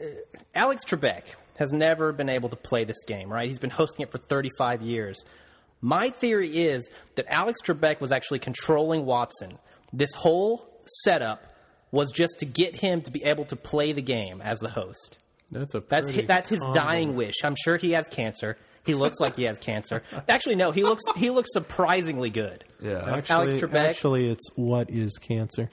[SPEAKER 2] uh, Alex Trebek, has never been able to play this game, right? He's been hosting it for 35 years. My theory is that Alex Trebek was actually controlling Watson. This whole setup was just to get him to be able to play the game as the host.
[SPEAKER 3] That's a
[SPEAKER 2] That's
[SPEAKER 3] pretty
[SPEAKER 2] his, that's his
[SPEAKER 3] common-
[SPEAKER 2] dying wish. I'm sure he has cancer. He looks like he has cancer. Actually, no, he looks he looks surprisingly good.
[SPEAKER 1] Yeah.
[SPEAKER 3] Actually,
[SPEAKER 2] Alex Trebek.
[SPEAKER 3] actually, it's what is cancer.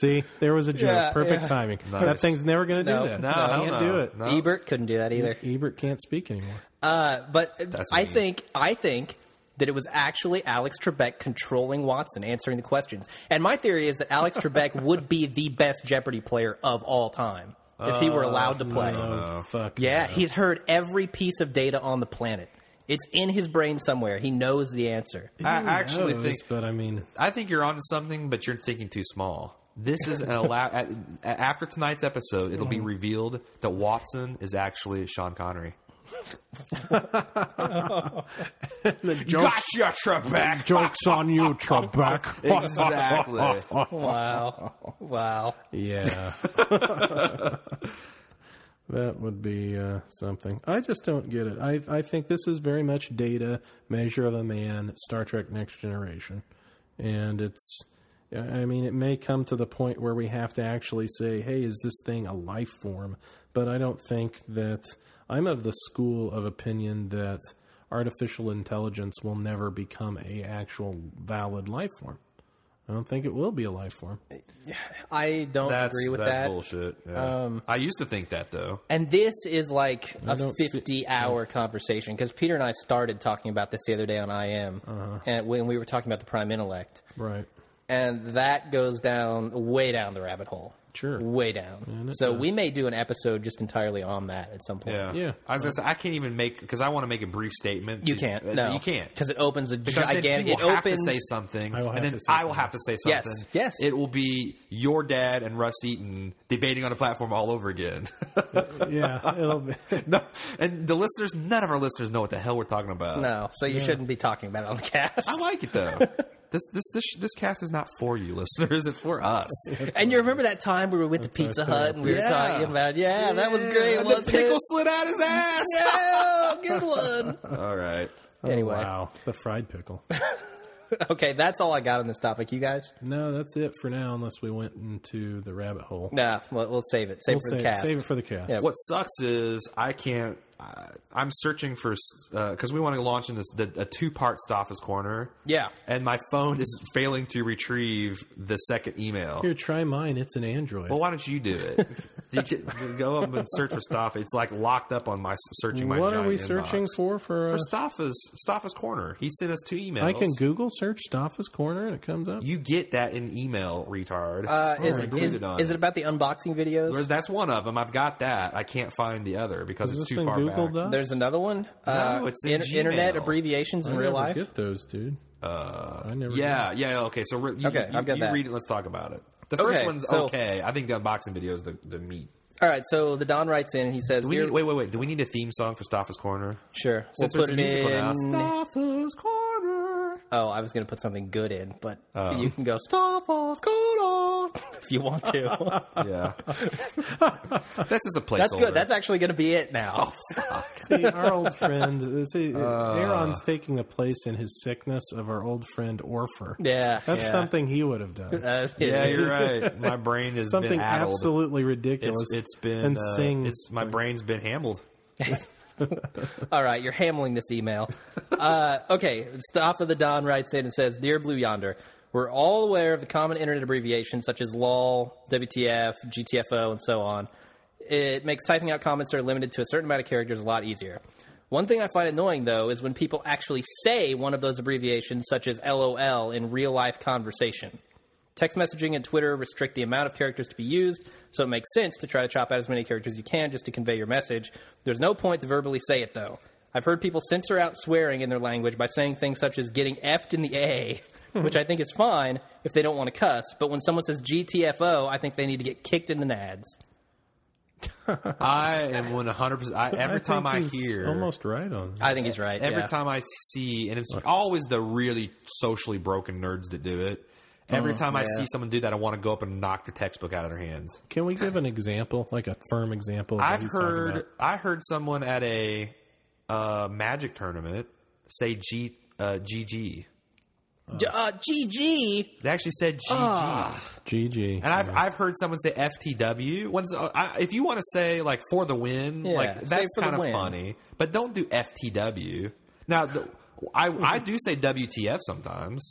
[SPEAKER 3] See, there was a joke.
[SPEAKER 2] Yeah,
[SPEAKER 3] Perfect
[SPEAKER 2] yeah.
[SPEAKER 3] timing.
[SPEAKER 1] Nice.
[SPEAKER 3] That thing's never going to
[SPEAKER 2] No,
[SPEAKER 3] do that.
[SPEAKER 1] No,
[SPEAKER 3] I
[SPEAKER 1] hell
[SPEAKER 3] can't
[SPEAKER 1] no.
[SPEAKER 3] do it.
[SPEAKER 1] No.
[SPEAKER 2] Ebert couldn't do that either.
[SPEAKER 3] Ebert can't speak anymore.
[SPEAKER 2] Uh, but I
[SPEAKER 1] mean.
[SPEAKER 2] think I think that it was actually Alex Trebek controlling Watson, answering the questions. And my theory is that Alex Trebek would be the best Jeopardy player of all time if he were allowed to play.
[SPEAKER 3] Oh, fuck.
[SPEAKER 2] Yeah,
[SPEAKER 3] no.
[SPEAKER 2] he's heard every piece of data on the planet. It's in his brain somewhere. He knows the answer.
[SPEAKER 1] I
[SPEAKER 3] Who
[SPEAKER 1] actually
[SPEAKER 3] knows,
[SPEAKER 1] think
[SPEAKER 3] Oh, but I mean,
[SPEAKER 1] I think you're onto something, but you're thinking too small. This is an allow- at- after tonight's episode, it'll be
[SPEAKER 2] Mm-hmm.
[SPEAKER 1] revealed that Watson is actually Sean Connery. Gotcha, Trebek.
[SPEAKER 3] jokes on you, Trebek.
[SPEAKER 1] exactly.
[SPEAKER 2] Wow. Wow.
[SPEAKER 3] yeah, that would be uh, something. I just don't get it. I I think this is very much data measure of a man. Star Trek Next Generation, and it's. I mean, it may come to the point where we have to actually say, "Hey, is this thing a life form?" But I don't think that I'm of the school of opinion that artificial intelligence will never become a actual valid life form. I don't think it will be a life form.
[SPEAKER 2] I don't
[SPEAKER 1] That's,
[SPEAKER 2] agree with
[SPEAKER 1] that's
[SPEAKER 2] that. Um,
[SPEAKER 1] bullshit. yeah. I used to think that though.
[SPEAKER 2] And this is like a
[SPEAKER 3] don't see-
[SPEAKER 2] 50 hour conversation because Peter and I started talking about this the other day on IM
[SPEAKER 1] Uh-huh.
[SPEAKER 2] and when we were talking about the prime intellect.
[SPEAKER 3] Right.
[SPEAKER 2] And that goes down way down the rabbit hole.
[SPEAKER 3] Sure.
[SPEAKER 2] Way down. so we may do an episode just entirely on that at some point.
[SPEAKER 1] Yeah,
[SPEAKER 3] Yeah.
[SPEAKER 1] I was gonna say I can't even make because I want to make a brief statement.
[SPEAKER 2] You
[SPEAKER 1] to-
[SPEAKER 2] can't.
[SPEAKER 1] uh,
[SPEAKER 2] No.
[SPEAKER 1] you can't
[SPEAKER 2] Because it opens a
[SPEAKER 1] Because then
[SPEAKER 2] gigantic.
[SPEAKER 1] she
[SPEAKER 2] It
[SPEAKER 1] will have to
[SPEAKER 2] opens.
[SPEAKER 1] say something,
[SPEAKER 3] will
[SPEAKER 1] and
[SPEAKER 3] have
[SPEAKER 1] then
[SPEAKER 3] to say
[SPEAKER 1] I will
[SPEAKER 3] something.
[SPEAKER 1] have to say
[SPEAKER 2] Yes,
[SPEAKER 1] something.
[SPEAKER 2] yes.
[SPEAKER 1] It will be your dad and Russ Eaton debating on a platform all over again.
[SPEAKER 3] Yeah. It'll be,
[SPEAKER 1] no, and the listeners, none of our listeners know what the hell we're talking about.
[SPEAKER 2] No. So you shouldn't be talking about it on the cast.
[SPEAKER 1] I like it though. this this this this cast is not for you, listeners. It's for us.
[SPEAKER 2] And you remember that time we were with the Pizza Hut and we
[SPEAKER 1] Yeah.
[SPEAKER 2] were talking about, yeah, that was great,
[SPEAKER 1] And
[SPEAKER 2] wasn't
[SPEAKER 1] the pickle
[SPEAKER 2] it?
[SPEAKER 1] slid out his ass.
[SPEAKER 2] Yeah, good one.
[SPEAKER 1] All right.
[SPEAKER 2] Anyway,
[SPEAKER 3] oh, wow. The fried pickle.
[SPEAKER 2] okay, that's all I got on this topic. You guys,
[SPEAKER 3] No, that's it for now, unless we went into the rabbit hole.
[SPEAKER 2] nah, we'll, we'll save it. Save
[SPEAKER 3] we'll
[SPEAKER 2] it for
[SPEAKER 3] save,
[SPEAKER 2] the cast.
[SPEAKER 3] save it for the cast.
[SPEAKER 2] Yeah.
[SPEAKER 1] What sucks is I can't. I, I'm searching for because we want to launch in this the, a two part Stoffus corner.
[SPEAKER 2] Yeah.
[SPEAKER 1] and my phone is failing to retrieve the second email.
[SPEAKER 3] Here, try mine. It's an Android.
[SPEAKER 1] Well, why don't you do it? you can, go up and search for Stoff. It's like locked up on my searching. My
[SPEAKER 3] what are
[SPEAKER 1] giant
[SPEAKER 3] we
[SPEAKER 1] inbox.
[SPEAKER 3] searching for? For, uh,
[SPEAKER 1] For Stoffa's Stoffa's corner, he sent us two emails.
[SPEAKER 3] I can Google search Stoffa's Corner and it comes up.
[SPEAKER 1] You get that in email, retard.
[SPEAKER 2] Uh,
[SPEAKER 1] Oh,
[SPEAKER 2] is,
[SPEAKER 1] I
[SPEAKER 2] it,
[SPEAKER 1] glued
[SPEAKER 2] is,
[SPEAKER 1] it on.
[SPEAKER 2] is it about the unboxing videos?
[SPEAKER 1] There's- That's one of them. I've got that. I can't find the other because
[SPEAKER 3] Is
[SPEAKER 1] it's
[SPEAKER 3] this
[SPEAKER 1] too
[SPEAKER 3] thing
[SPEAKER 1] far
[SPEAKER 3] Googled
[SPEAKER 1] back.
[SPEAKER 3] up?
[SPEAKER 2] There's another one. Uh,
[SPEAKER 1] No, it's in Gmail. Oh,
[SPEAKER 2] internet abbreviations in
[SPEAKER 3] I
[SPEAKER 2] real
[SPEAKER 3] never
[SPEAKER 2] life.
[SPEAKER 3] Get those, dude. Uh, I never.
[SPEAKER 1] Yeah, yeah. Okay, so re- you,
[SPEAKER 2] Okay,
[SPEAKER 1] you,
[SPEAKER 2] I've got
[SPEAKER 1] you
[SPEAKER 2] that.
[SPEAKER 1] read it. Let's talk about it. The first
[SPEAKER 2] Okay,
[SPEAKER 1] onene's
[SPEAKER 2] so-
[SPEAKER 1] okay. I think the unboxing video is the, the meat.
[SPEAKER 2] All right, so the Don writes in and he says,
[SPEAKER 1] Do we
[SPEAKER 2] "Dear-
[SPEAKER 1] need, wait, wait, wait. Do we need a theme song for Staffa's Corner?
[SPEAKER 2] Sure, we'll
[SPEAKER 1] Since it's
[SPEAKER 2] put
[SPEAKER 1] a
[SPEAKER 2] it
[SPEAKER 1] musical now.
[SPEAKER 2] in.
[SPEAKER 1] Staffa's Corner.
[SPEAKER 2] Oh, I was going to put something good in, but
[SPEAKER 1] Oh.
[SPEAKER 2] you can go stop us, go on if you want to.
[SPEAKER 1] Yeah. That's just a placeholder.
[SPEAKER 2] That's good. That's actually going to be it now.
[SPEAKER 1] Oh,
[SPEAKER 3] See, our old friend. uh, See, Aaron's taking the place in his sickness of our old friend Orfer.
[SPEAKER 2] yeah,
[SPEAKER 3] That's
[SPEAKER 2] yeah.
[SPEAKER 3] something he would have done.
[SPEAKER 2] Uh,
[SPEAKER 1] yeah, you're right. My brain has
[SPEAKER 3] Something
[SPEAKER 1] been addled.
[SPEAKER 3] absolutely ridiculous.
[SPEAKER 1] It's, it's been
[SPEAKER 3] and
[SPEAKER 1] uh,
[SPEAKER 3] sing.
[SPEAKER 1] It's my brain's been hambled.
[SPEAKER 2] All right, you're handling this email. uh, okay, Staff of the Don writes in and says, "Dear Blue Yonder, we're all aware of the common internet abbreviations such as LOL, WTF, GTFO, and so on. It makes typing out comments that are limited to a certain amount of characters a lot easier. One thing I find annoying though is when people actually say one of those abbreviations, such as LOL, in real life conversation." Text messaging and Twitter restrict the amount of characters to be used, so it makes sense to try to chop out as many characters as you can just to convey your message. There's no point to verbally say it, though. I've heard people censor out swearing in their language by saying things such as getting effed in the A, which I think is fine if they don't want to cuss, but when someone says GTFO, I think they need to get kicked in the nads.
[SPEAKER 1] I am 100. percent Every time I
[SPEAKER 3] think he's
[SPEAKER 1] hear,
[SPEAKER 3] almost right on. that.
[SPEAKER 2] I think he's right.
[SPEAKER 1] every
[SPEAKER 2] yeah.
[SPEAKER 1] time I see, and it's always the really socially broken nerds that do it.
[SPEAKER 3] Uh-huh.
[SPEAKER 1] Every time I see someone do that, I want to go up and knock the textbook out of their hands.
[SPEAKER 3] Can we give an example, like a firm example? Of what
[SPEAKER 1] I've
[SPEAKER 3] he's talking
[SPEAKER 1] heard
[SPEAKER 3] about?
[SPEAKER 1] I heard someone at a uh, magic tournament say G uh, GG.
[SPEAKER 2] D- uh, GG!
[SPEAKER 1] They actually said GG,
[SPEAKER 3] GG.
[SPEAKER 1] and I've I've heard someone say FTW. When's, uh, I, if you want to say like for the win,
[SPEAKER 2] Yeah,
[SPEAKER 1] like
[SPEAKER 2] say
[SPEAKER 1] that's
[SPEAKER 2] for the
[SPEAKER 1] kind of
[SPEAKER 2] win.
[SPEAKER 1] funny, but don't do FTW. Now the, I I do say WTF sometimes,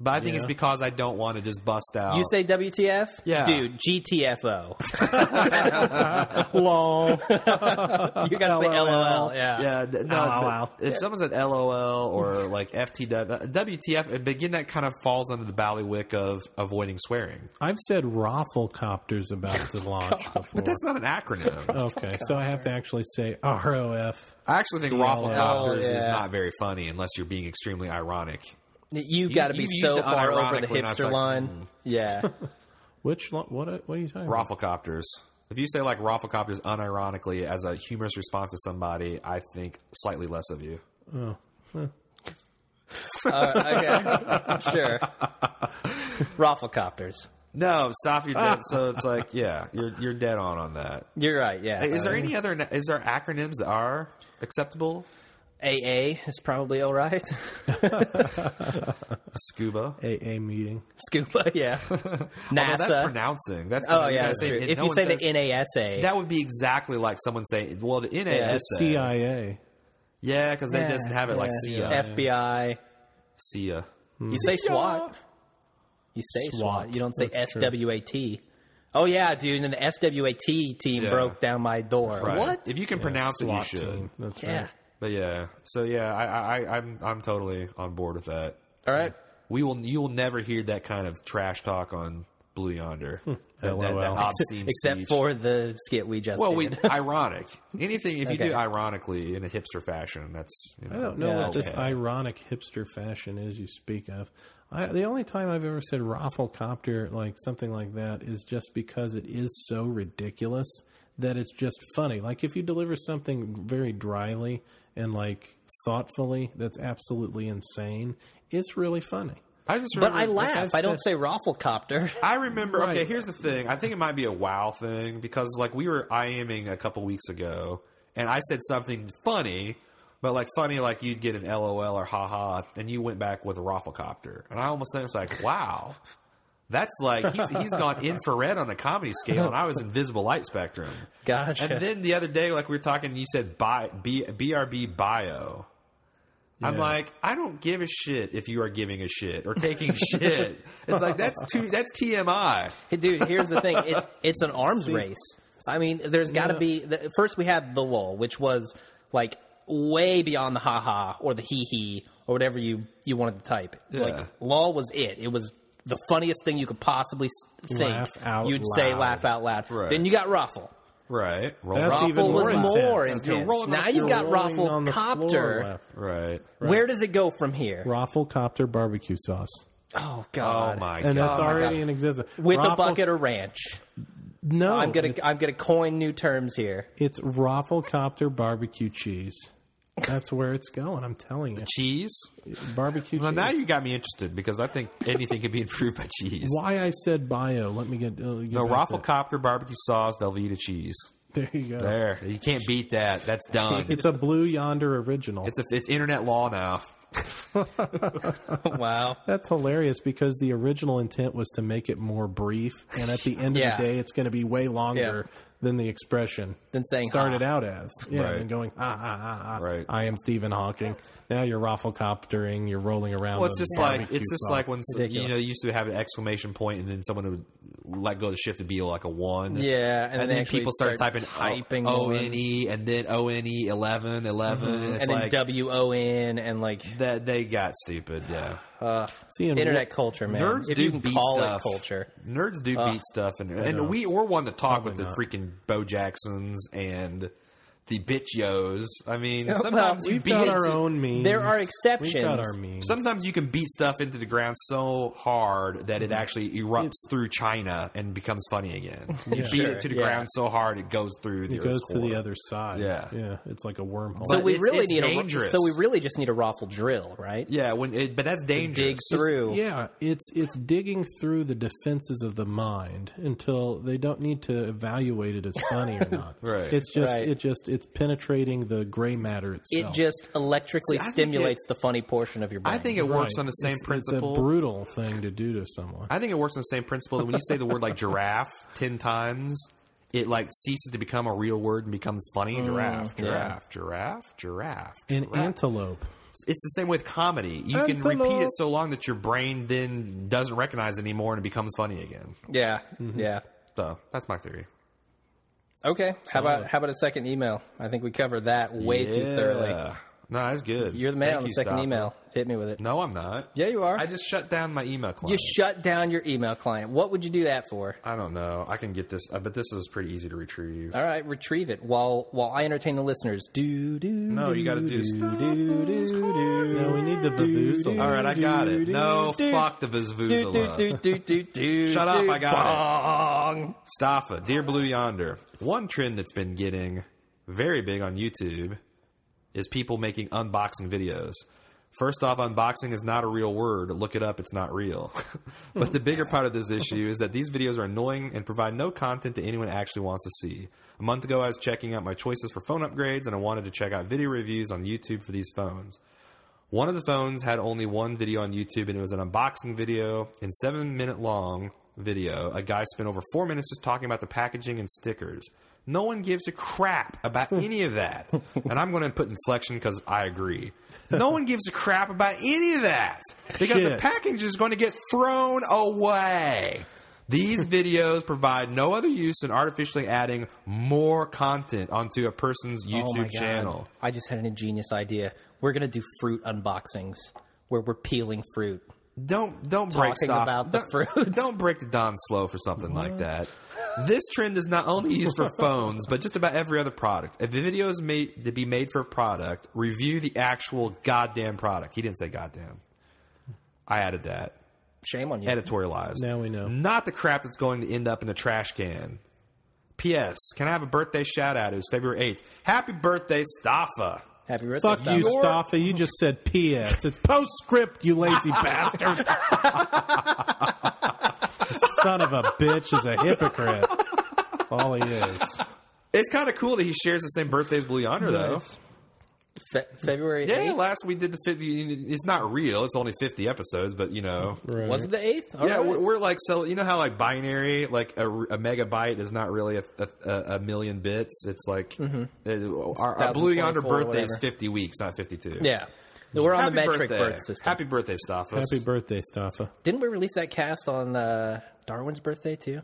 [SPEAKER 1] but I think it's because I don't want to just bust out.
[SPEAKER 2] You say WTF?
[SPEAKER 1] Oh. Yeah.
[SPEAKER 2] Dude, GTFO.
[SPEAKER 3] lol.
[SPEAKER 2] you gotta say
[SPEAKER 3] LOL.
[SPEAKER 2] LOL, yeah.
[SPEAKER 1] Yeah, th-
[SPEAKER 2] Oh,
[SPEAKER 1] no,
[SPEAKER 3] Ow,
[SPEAKER 1] th-
[SPEAKER 3] ow.
[SPEAKER 1] if someone said LOL or like FTW, WTF, and begin uh, that kind of falls under the ballywick of avoiding swearing.
[SPEAKER 3] I've said rafflecopters about to launch before.
[SPEAKER 1] But that's not an acronym.
[SPEAKER 3] okay, so I have to actually say ROF.
[SPEAKER 1] I actually think
[SPEAKER 3] TLL.
[SPEAKER 1] rafflecopters is
[SPEAKER 2] Yeah.
[SPEAKER 1] not very funny unless you're being extremely ironic.
[SPEAKER 2] You've got to be
[SPEAKER 1] you've used
[SPEAKER 2] so
[SPEAKER 1] it
[SPEAKER 2] far over the
[SPEAKER 1] unironically, and I was
[SPEAKER 2] hipster
[SPEAKER 1] like,
[SPEAKER 2] line.
[SPEAKER 1] mm.
[SPEAKER 2] Yeah.
[SPEAKER 3] Which lo- what? What are you talking? about?
[SPEAKER 1] Rafflecopters. If you say like rafflecopters unironically as a humorous response to somebody, I think slightly less of you.
[SPEAKER 2] Uh, okay. sure. Rafflecopters.
[SPEAKER 1] No, stop your dead. so it's like, yeah, you're you're dead on on that.
[SPEAKER 2] You're right. Yeah.
[SPEAKER 1] Is there any other? Is there acronyms that are acceptable?
[SPEAKER 2] AA is probably all right.
[SPEAKER 1] Scuba.
[SPEAKER 3] AA meeting.
[SPEAKER 2] Scuba. Yeah.
[SPEAKER 1] Although
[SPEAKER 2] NASA.
[SPEAKER 1] that's pronouncing. That's
[SPEAKER 2] oh
[SPEAKER 1] you
[SPEAKER 2] yeah.
[SPEAKER 1] gotta
[SPEAKER 2] that's
[SPEAKER 1] say
[SPEAKER 2] true.
[SPEAKER 1] it.
[SPEAKER 2] If
[SPEAKER 1] No
[SPEAKER 2] you
[SPEAKER 1] one
[SPEAKER 2] say the
[SPEAKER 1] says-
[SPEAKER 2] NASA,
[SPEAKER 1] that would be exactly like someone saying, "Well, the NASA, yeah,
[SPEAKER 3] CIA.
[SPEAKER 1] because they doesn't have it like Mm.
[SPEAKER 2] yeah.
[SPEAKER 1] CIA,
[SPEAKER 2] FBI.
[SPEAKER 1] CIA."
[SPEAKER 2] You say SWAT. You say SWAT.
[SPEAKER 3] SWAT.
[SPEAKER 2] You don't say
[SPEAKER 3] That's true.
[SPEAKER 2] SWAT. Oh yeah, dude. And the SWAT team
[SPEAKER 1] Yeah.
[SPEAKER 2] broke down my door.
[SPEAKER 1] Right.
[SPEAKER 2] What?
[SPEAKER 1] If you can pronounce it, you
[SPEAKER 3] SWAT
[SPEAKER 1] should.
[SPEAKER 3] team. That's
[SPEAKER 2] Yeah.
[SPEAKER 3] right.
[SPEAKER 1] But yeah, so yeah, I, I, I- I'm I'm totally on board with that.
[SPEAKER 2] All right.
[SPEAKER 1] We will you will never hear that kind of trash talk on Blue Yonder.
[SPEAKER 2] Hmm.
[SPEAKER 1] that, that, that
[SPEAKER 3] LOL.
[SPEAKER 1] obscene
[SPEAKER 2] Except
[SPEAKER 1] speech.
[SPEAKER 2] for the skit we just
[SPEAKER 1] well,
[SPEAKER 2] did.
[SPEAKER 1] we ironic anything if you
[SPEAKER 2] Okay.
[SPEAKER 1] do ironically in a hipster fashion. That's you know,
[SPEAKER 3] I don't know
[SPEAKER 2] Yeah,
[SPEAKER 3] what this
[SPEAKER 1] okay.
[SPEAKER 3] ironic hipster fashion is you speak of. I, the only time I've ever said rafflecopter, like something like that, is just because it is so ridiculous that it's just funny. Like if you deliver something very dryly and like thoughtfully, that's absolutely insane. It's really funny.
[SPEAKER 1] I just
[SPEAKER 2] But I
[SPEAKER 1] remember-
[SPEAKER 2] laugh.
[SPEAKER 3] I've
[SPEAKER 2] I don't
[SPEAKER 3] said-
[SPEAKER 2] say rafflecopter.
[SPEAKER 1] I remember.
[SPEAKER 3] Right.
[SPEAKER 1] Okay, here's the thing. I think it might be a wow thing because like we were IMing a couple weeks ago, and I said something funny, but like funny, like you'd get an LOL or haha, and you went back with a rafflecopter, and I almost think it's like wow. That's like he's, he's gone infrared on a comedy scale, and I was invisible light spectrum.
[SPEAKER 2] Gotcha.
[SPEAKER 1] And then the other day, like we were talking, you said bi- B- BRB bio. I'm
[SPEAKER 3] Yeah.
[SPEAKER 1] like, I don't give a shit if you are giving a shit or taking shit. It's like that's too that's TMI.
[SPEAKER 2] Hey, dude, here's the thing. It's, it's an arms race. I mean, there's got to be. The, first, we had the lull, which was like way beyond the haha or the hee hee or whatever you, you wanted to type.
[SPEAKER 1] Yeah.
[SPEAKER 2] Like, lol was it. It was the funniest thing you could possibly s- think.
[SPEAKER 3] Laugh out
[SPEAKER 2] You'd say
[SPEAKER 3] loud.
[SPEAKER 2] laugh out loud.
[SPEAKER 1] Right.
[SPEAKER 2] Then you got ruffle.
[SPEAKER 1] Right. Roll
[SPEAKER 3] That's
[SPEAKER 1] rock.
[SPEAKER 2] Ruffle
[SPEAKER 3] even
[SPEAKER 2] was
[SPEAKER 3] more
[SPEAKER 2] more
[SPEAKER 3] intense.
[SPEAKER 2] intense.
[SPEAKER 1] You're rolling
[SPEAKER 2] now
[SPEAKER 1] off-
[SPEAKER 2] you've
[SPEAKER 1] you're
[SPEAKER 2] got
[SPEAKER 3] Rolling
[SPEAKER 2] ruffle
[SPEAKER 3] on the floor
[SPEAKER 2] copter.
[SPEAKER 3] left.
[SPEAKER 1] Right.
[SPEAKER 2] Where does it go from here?
[SPEAKER 3] Rafflecopter barbecue sauce.
[SPEAKER 2] Oh
[SPEAKER 1] Oh
[SPEAKER 2] God!
[SPEAKER 1] my
[SPEAKER 3] And
[SPEAKER 1] god.
[SPEAKER 3] that's already
[SPEAKER 2] Oh God.
[SPEAKER 3] in existence.
[SPEAKER 2] With a
[SPEAKER 3] Raffle-
[SPEAKER 2] bucket or ranch.
[SPEAKER 3] No,
[SPEAKER 2] I'm gonna I'm gonna coin new terms here.
[SPEAKER 3] It's Rafflecopter barbecue cheese. That's where it's going. I'm telling you,
[SPEAKER 1] Cheese?
[SPEAKER 3] barbecue
[SPEAKER 1] Well,
[SPEAKER 3] cheese.
[SPEAKER 1] now you got me interested because I think anything can be improved by cheese.
[SPEAKER 3] Why I said bio? Let me get, uh, get
[SPEAKER 1] No,
[SPEAKER 3] back to-
[SPEAKER 1] Rafflecopter barbecue sauce, Velveeta cheese.
[SPEAKER 3] There you go.
[SPEAKER 1] There, you can't beat that. That's done.
[SPEAKER 3] It's a Blue Yonder original.
[SPEAKER 1] It's a, it's internet law now.
[SPEAKER 2] wow.
[SPEAKER 3] That's hilarious because the original intent was to make it more brief, and at the end
[SPEAKER 2] Yeah.
[SPEAKER 3] of the day, it's going to be way longer than the expression
[SPEAKER 2] Than saying "Ah."
[SPEAKER 3] started out as. Yeah,
[SPEAKER 1] Right.
[SPEAKER 3] and going ah ah ah ah.
[SPEAKER 1] Right.
[SPEAKER 3] I am Stephen Hawking. Now you're rafflecoptering. You're rolling around.
[SPEAKER 1] Well, it's
[SPEAKER 3] on
[SPEAKER 1] just like
[SPEAKER 3] barbecue
[SPEAKER 1] it's just
[SPEAKER 3] sauce.
[SPEAKER 1] like when you
[SPEAKER 2] Ridiculous.
[SPEAKER 1] know you used to have an exclamation point and then someone would let go of the shift to be like a one.
[SPEAKER 2] Yeah, and
[SPEAKER 1] and,
[SPEAKER 2] then they
[SPEAKER 1] then
[SPEAKER 2] actually
[SPEAKER 1] people started
[SPEAKER 2] start
[SPEAKER 1] typing
[SPEAKER 2] typing
[SPEAKER 1] O
[SPEAKER 2] more.
[SPEAKER 1] N E and then O N E eleven eleven. It's
[SPEAKER 2] Mm-hmm. and then
[SPEAKER 1] like
[SPEAKER 2] W O N and like
[SPEAKER 1] that they got stupid. Yeah,
[SPEAKER 3] See, and
[SPEAKER 2] internet culture, man.
[SPEAKER 1] nerds
[SPEAKER 2] if
[SPEAKER 1] do
[SPEAKER 2] you can
[SPEAKER 1] beat
[SPEAKER 2] call
[SPEAKER 1] stuff.
[SPEAKER 2] it culture.
[SPEAKER 1] Nerds do
[SPEAKER 2] Uh,
[SPEAKER 1] beat stuff, and and we we're one to talk with the freaking Bo Jacksons and the bitch yos. I mean,
[SPEAKER 2] well,
[SPEAKER 1] sometimes you
[SPEAKER 3] we've
[SPEAKER 1] beat
[SPEAKER 3] got
[SPEAKER 1] into-
[SPEAKER 3] our own memes.
[SPEAKER 2] There are
[SPEAKER 3] We've got
[SPEAKER 2] exceptions.
[SPEAKER 3] our memes.
[SPEAKER 1] Sometimes you can beat stuff into the ground so hard that
[SPEAKER 3] Mm-hmm.
[SPEAKER 1] it actually erupts through China and becomes funny again. You beat
[SPEAKER 2] Sure,
[SPEAKER 1] it to the
[SPEAKER 2] yeah.
[SPEAKER 1] ground so hard it goes through the
[SPEAKER 3] it goes
[SPEAKER 1] Earth's
[SPEAKER 3] to the
[SPEAKER 1] core.
[SPEAKER 3] other side.
[SPEAKER 1] Yeah.
[SPEAKER 3] yeah. It's like a wormhole.
[SPEAKER 2] So
[SPEAKER 1] But
[SPEAKER 2] we
[SPEAKER 1] it's-
[SPEAKER 2] really
[SPEAKER 1] it's
[SPEAKER 2] need
[SPEAKER 1] dangerous.
[SPEAKER 2] a so we really just need a raffle drill, right?
[SPEAKER 1] Yeah, when it, but that's
[SPEAKER 2] Dig
[SPEAKER 1] dangerous.
[SPEAKER 2] through.
[SPEAKER 3] Yeah, it's it's digging through the defenses of the mind until they don't need to evaluate it as funny or not.
[SPEAKER 1] Right.
[SPEAKER 3] It's just
[SPEAKER 2] Right.
[SPEAKER 3] it just it's penetrating the gray matter
[SPEAKER 2] It
[SPEAKER 3] itself.
[SPEAKER 2] just electrically
[SPEAKER 1] See, I think
[SPEAKER 2] stimulates the funny portion of your brain.
[SPEAKER 1] I think it
[SPEAKER 3] Right.
[SPEAKER 1] works on the same
[SPEAKER 3] It's-
[SPEAKER 1] principle.
[SPEAKER 3] It's a brutal thing to do to someone.
[SPEAKER 1] I think it works on the same principle that when you say the word like giraffe ten times, it like ceases to become a real word and becomes funny.
[SPEAKER 3] Mm,
[SPEAKER 1] giraffe, giraffe, giraffe, giraffe,
[SPEAKER 3] An
[SPEAKER 1] giraffe.
[SPEAKER 3] antelope.
[SPEAKER 1] it's the same with comedy. You can
[SPEAKER 3] Antelope.
[SPEAKER 1] repeat it so long that your brain then doesn't recognize it anymore and it becomes funny again.
[SPEAKER 2] yeah,
[SPEAKER 1] Mm-hmm.
[SPEAKER 2] yeah.
[SPEAKER 1] So that's my theory.
[SPEAKER 2] Okay. How about how about a second email? I think we covered that way too thoroughly.
[SPEAKER 1] Yeah. No, that's good.
[SPEAKER 2] You're the man
[SPEAKER 1] Thank
[SPEAKER 2] on the
[SPEAKER 1] you,
[SPEAKER 2] second
[SPEAKER 1] Stauffer.
[SPEAKER 2] email. Hit me with it.
[SPEAKER 1] No, I'm not.
[SPEAKER 2] Yeah, you are.
[SPEAKER 1] I just shut down my email client.
[SPEAKER 2] you shut down your email client. What would you do that for?
[SPEAKER 1] I don't know. I can get this, uh, but this is pretty easy to retrieve.
[SPEAKER 2] All right, retrieve it while while I entertain the listeners. Do do.
[SPEAKER 1] No, you got to do this.
[SPEAKER 3] No, we need the vaboozle.
[SPEAKER 1] All right, I got it. No,
[SPEAKER 2] do,
[SPEAKER 1] fuck the
[SPEAKER 2] do do
[SPEAKER 1] Vizvuzela.
[SPEAKER 2] do do do do.
[SPEAKER 1] Shut up, I
[SPEAKER 2] got it.
[SPEAKER 1] Staffa, Dear Blue Yonder. One trend that's been getting very big on YouTube is people making unboxing videos. First off, unboxing is not a real word. Look it up, it's not real. but the bigger part of this issue is that these videos are annoying and provide no content that anyone actually wants to see. A month ago, I was checking out my choices for phone upgrades and I wanted to check out video reviews on YouTube for these phones. One of the phones had only one video on YouTube, and it was an unboxing video and seven minute long video. A guy spent over four minutes just talking about the packaging and stickers. No one gives a crap about any of that. And I'm going to put inflection because I agree. No one gives a crap about any of that because the
[SPEAKER 3] Shit.
[SPEAKER 1] package is going to get thrown away. These videos provide no other use than artificially adding more content onto a person's
[SPEAKER 2] Oh my
[SPEAKER 1] YouTube
[SPEAKER 2] God.
[SPEAKER 1] channel.
[SPEAKER 2] I just had an ingenious idea. We're gonna do fruit unboxings where we're peeling fruit.
[SPEAKER 1] Don't don't break
[SPEAKER 2] Talking
[SPEAKER 1] Stoff-
[SPEAKER 2] about the
[SPEAKER 1] don't,
[SPEAKER 2] fruits.
[SPEAKER 1] Don't break the Don slow for something like that. This trend is not only used for phones, but just about every other product. If the video is made to be made for a product, review the actual goddamn product. He didn't say goddamn. I added that.
[SPEAKER 2] Shame on you.
[SPEAKER 1] Editorialized.
[SPEAKER 3] Now we know.
[SPEAKER 1] Not the crap that's going to end up in a trash can. P.S. Can I have a birthday shout out? It was February 8th. Happy birthday, Staffa.
[SPEAKER 2] Happy birthday.
[SPEAKER 3] Fuck you,
[SPEAKER 2] Stop.
[SPEAKER 3] Stoffa. You just said P.S. It's postscript, you lazy bastard. Son of a bitch is a hypocrite. That's all he is.
[SPEAKER 1] It's kind of cool that he shares the same birthday as Blue Yonder, though.
[SPEAKER 2] Fe- February
[SPEAKER 1] Yeah,
[SPEAKER 2] 8th?
[SPEAKER 1] last we did the 50. It's not real. It's only 50 episodes, but you know.
[SPEAKER 2] Was it the 8th? All
[SPEAKER 1] Yeah,
[SPEAKER 2] right.
[SPEAKER 1] we're, we're like, so you know how like binary, like a, a megabyte is not really a, a, a- a million bits. It's like
[SPEAKER 2] Mm-hmm.
[SPEAKER 1] uh, our, our Blue Yonder
[SPEAKER 2] 1024 or
[SPEAKER 1] birthday is
[SPEAKER 2] whatever.
[SPEAKER 1] 50 weeks, not 52.
[SPEAKER 2] Yeah. We're on
[SPEAKER 1] Happy
[SPEAKER 2] the metric
[SPEAKER 1] birthday.
[SPEAKER 2] birth system.
[SPEAKER 1] Happy birthday, Staffos.
[SPEAKER 3] Happy birthday, Stoffa.
[SPEAKER 2] Didn't we release that cast on uh, Darwin's birthday too?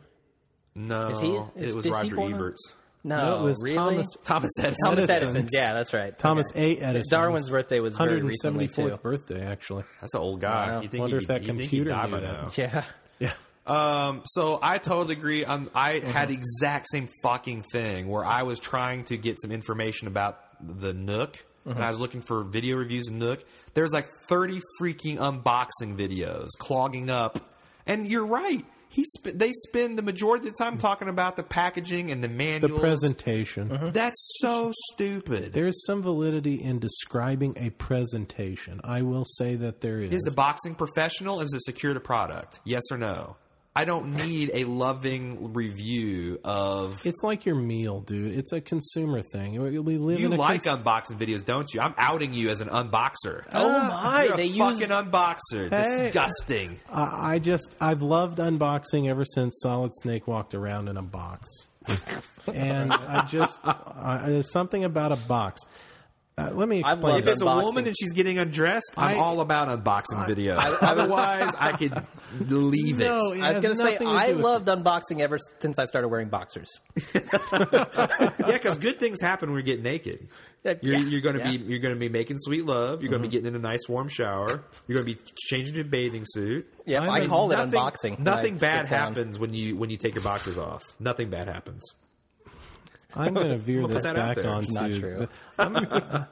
[SPEAKER 1] no,
[SPEAKER 2] he- is-
[SPEAKER 1] it was
[SPEAKER 2] is he
[SPEAKER 1] Roger
[SPEAKER 2] born on-
[SPEAKER 1] Eberts.
[SPEAKER 2] No,
[SPEAKER 3] it was
[SPEAKER 2] really?
[SPEAKER 3] Thomas
[SPEAKER 1] Thomas Edison.
[SPEAKER 2] Thomas
[SPEAKER 3] Edison's.
[SPEAKER 2] Edison. Yeah, that's right.
[SPEAKER 3] Thomas
[SPEAKER 2] Okay.
[SPEAKER 3] A. Edison.
[SPEAKER 2] Darwin's birthday was very recently, too.
[SPEAKER 3] birthday, actually.
[SPEAKER 1] That's an old guy.
[SPEAKER 2] Wow.
[SPEAKER 1] You think
[SPEAKER 3] Wonder
[SPEAKER 1] he'd-
[SPEAKER 3] if that
[SPEAKER 1] you think he'd
[SPEAKER 3] computer
[SPEAKER 1] die
[SPEAKER 3] knew
[SPEAKER 1] by
[SPEAKER 3] that.
[SPEAKER 1] now.
[SPEAKER 2] Yeah.
[SPEAKER 3] Yeah.
[SPEAKER 1] Um, so I totally agree. i I had
[SPEAKER 3] Mm-hmm.
[SPEAKER 1] the exact same fucking thing where I was trying to get some information about the Nook,
[SPEAKER 3] Mm-hmm.
[SPEAKER 1] and I was looking for video reviews of Nook. There's like 30 freaking unboxing videos clogging up, and you're right. He sp- they spend the majority of the time talking about the packaging and the
[SPEAKER 3] The
[SPEAKER 1] manuals.
[SPEAKER 3] presentation.
[SPEAKER 1] That's so stupid.
[SPEAKER 3] There is some validity in describing a presentation. I will say that there is.
[SPEAKER 1] Is the boxing professional? Is it secured a product? Yes or no? I don't need a loving review of.
[SPEAKER 3] it's like your meal, dude. It's a consumer thing. We we live
[SPEAKER 1] You
[SPEAKER 3] in a
[SPEAKER 1] like
[SPEAKER 3] cons-
[SPEAKER 1] unboxing videos, don't you? I'm outing you as an unboxer.
[SPEAKER 2] Oh my,
[SPEAKER 1] You're a
[SPEAKER 2] they use-
[SPEAKER 1] fucking unboxer.
[SPEAKER 3] Hey.
[SPEAKER 1] Disgusting.
[SPEAKER 3] I, I just I've loved unboxing ever since Solid Snake walked around in a box, and I just I, there's something about a box. Uh, let me
[SPEAKER 2] I've
[SPEAKER 3] explain.
[SPEAKER 2] loved
[SPEAKER 1] If it's
[SPEAKER 2] Unboxing.
[SPEAKER 1] a woman and she's getting undressed, I'm
[SPEAKER 3] I-
[SPEAKER 1] all about unboxing videos. Otherwise, I could leave
[SPEAKER 3] No,
[SPEAKER 1] it.
[SPEAKER 3] it
[SPEAKER 2] I was
[SPEAKER 3] has
[SPEAKER 2] gonna say
[SPEAKER 3] nothing to do
[SPEAKER 2] I
[SPEAKER 3] with
[SPEAKER 2] loved unboxing ever since I started wearing boxers.
[SPEAKER 1] yeah, because good things happen when you get naked.
[SPEAKER 2] Yeah,
[SPEAKER 1] You're, you're going to
[SPEAKER 2] yeah.
[SPEAKER 1] be you're going to be making sweet love. You're going to be getting in a nice warm shower. You're going to be changing your bathing suit.
[SPEAKER 2] Yeah,
[SPEAKER 3] I'm
[SPEAKER 2] I
[SPEAKER 3] a-
[SPEAKER 2] call it
[SPEAKER 1] Nothing-
[SPEAKER 2] unboxing. when I
[SPEAKER 1] Nothing
[SPEAKER 2] sit
[SPEAKER 1] bad
[SPEAKER 2] down.
[SPEAKER 1] happens when you when you take your boxers off. Nothing bad happens.
[SPEAKER 3] I'm going to veer
[SPEAKER 1] put
[SPEAKER 3] this
[SPEAKER 1] that out
[SPEAKER 3] back
[SPEAKER 1] there.
[SPEAKER 3] onto.
[SPEAKER 1] It's
[SPEAKER 2] not true.
[SPEAKER 3] I'm, uh,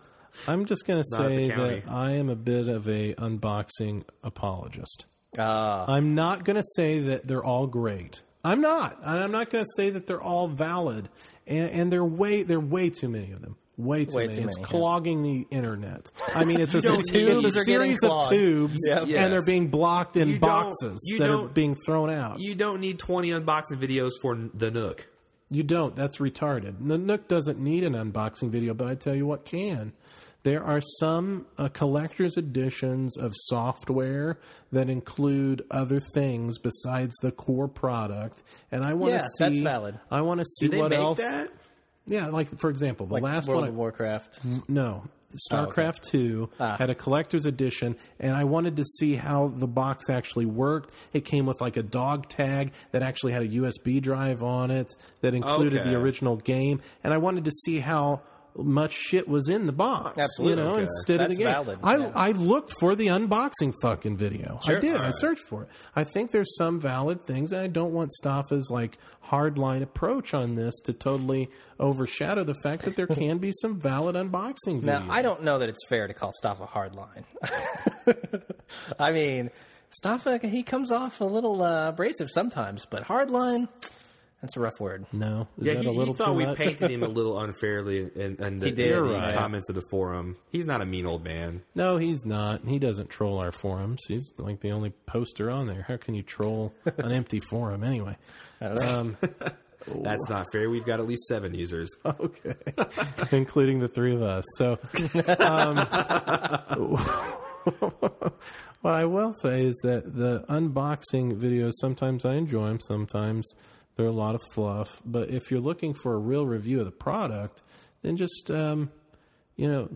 [SPEAKER 3] I'm just going to
[SPEAKER 1] Not at the
[SPEAKER 3] say
[SPEAKER 1] county.
[SPEAKER 3] that I am a bit of a unboxing apologist.
[SPEAKER 2] Ah,
[SPEAKER 3] I'm not going to say that they're all great. I'm not. And I'm not going to say that they're all valid. And, and they're way there are way too many of them. Way too
[SPEAKER 2] Way
[SPEAKER 3] many.
[SPEAKER 2] too
[SPEAKER 3] it's
[SPEAKER 2] many, yeah.
[SPEAKER 3] clogging the internet. I mean, it's a,
[SPEAKER 1] don't
[SPEAKER 3] it's
[SPEAKER 1] need-
[SPEAKER 3] a
[SPEAKER 2] Tubes are
[SPEAKER 3] series
[SPEAKER 2] getting
[SPEAKER 3] of
[SPEAKER 2] clogged.
[SPEAKER 3] tubes,
[SPEAKER 2] Yep.
[SPEAKER 1] Yes.
[SPEAKER 3] and they're being blocked in
[SPEAKER 1] You don't-
[SPEAKER 3] boxes
[SPEAKER 1] you
[SPEAKER 3] that are
[SPEAKER 1] don't-
[SPEAKER 3] being thrown out.
[SPEAKER 1] You don't need 20 unboxing videos for the Nook.
[SPEAKER 3] You don't. That's retarded. The Nook doesn't need an unboxing video, but I tell you what can. There are some uh, collector's editions of software that include other things besides the core product, and I want to
[SPEAKER 2] Yeah, that's
[SPEAKER 3] see.
[SPEAKER 2] valid.
[SPEAKER 3] I want to see
[SPEAKER 1] Do they
[SPEAKER 3] what
[SPEAKER 1] make
[SPEAKER 3] else.
[SPEAKER 1] that?
[SPEAKER 3] Yeah, like for example, the
[SPEAKER 2] like
[SPEAKER 3] last
[SPEAKER 2] World
[SPEAKER 3] one. I-
[SPEAKER 2] of Warcraft.
[SPEAKER 3] no,
[SPEAKER 2] Oh,
[SPEAKER 3] StarCraft Two
[SPEAKER 2] Ah.
[SPEAKER 3] had a collector's edition, and I wanted to see how the box actually worked. It came with like a dog tag that actually had a USB drive on it that included
[SPEAKER 1] Okay.
[SPEAKER 3] the original game, and I wanted to see how much shit was in the box.
[SPEAKER 2] Absolutely.
[SPEAKER 3] you know,
[SPEAKER 1] Okay.
[SPEAKER 3] instead
[SPEAKER 2] That's
[SPEAKER 3] of the game.
[SPEAKER 2] valid,
[SPEAKER 3] I
[SPEAKER 2] yeah.
[SPEAKER 3] I looked for the unboxing fucking video. I
[SPEAKER 2] Sure.
[SPEAKER 3] did.
[SPEAKER 2] All
[SPEAKER 3] I
[SPEAKER 1] right.
[SPEAKER 3] searched for it. I think there's some valid things, and I don't want Staffa's like hardline approach on this to totally overshadow the fact that there can be some valid unboxing videos.
[SPEAKER 2] Now I don't know that it's fair to call Stoffa hard line. I mean, Stoffa he comes off a little uh, abrasive sometimes, but hard line that's a rough word.
[SPEAKER 3] No, is
[SPEAKER 1] Yeah,
[SPEAKER 3] that
[SPEAKER 1] he,
[SPEAKER 3] a
[SPEAKER 1] he
[SPEAKER 3] little
[SPEAKER 1] thought
[SPEAKER 3] too
[SPEAKER 1] we
[SPEAKER 3] much?
[SPEAKER 1] painted him a little unfairly in, in the,
[SPEAKER 2] He did.
[SPEAKER 1] in the
[SPEAKER 2] You're right.
[SPEAKER 1] comments of the forum. He's not a mean old man.
[SPEAKER 3] No, he's not. He doesn't troll our forums. He's like the only poster on there. How can you troll an empty forum anyway?
[SPEAKER 2] I don't know.
[SPEAKER 1] That's not fair. We've got at least seven users.
[SPEAKER 3] Okay, including the three of us. So, um, what I will say is that the unboxing videos sometimes I enjoy them, sometimes they're a lot of fluff. But if you're looking for a real review of the product, then just um, you know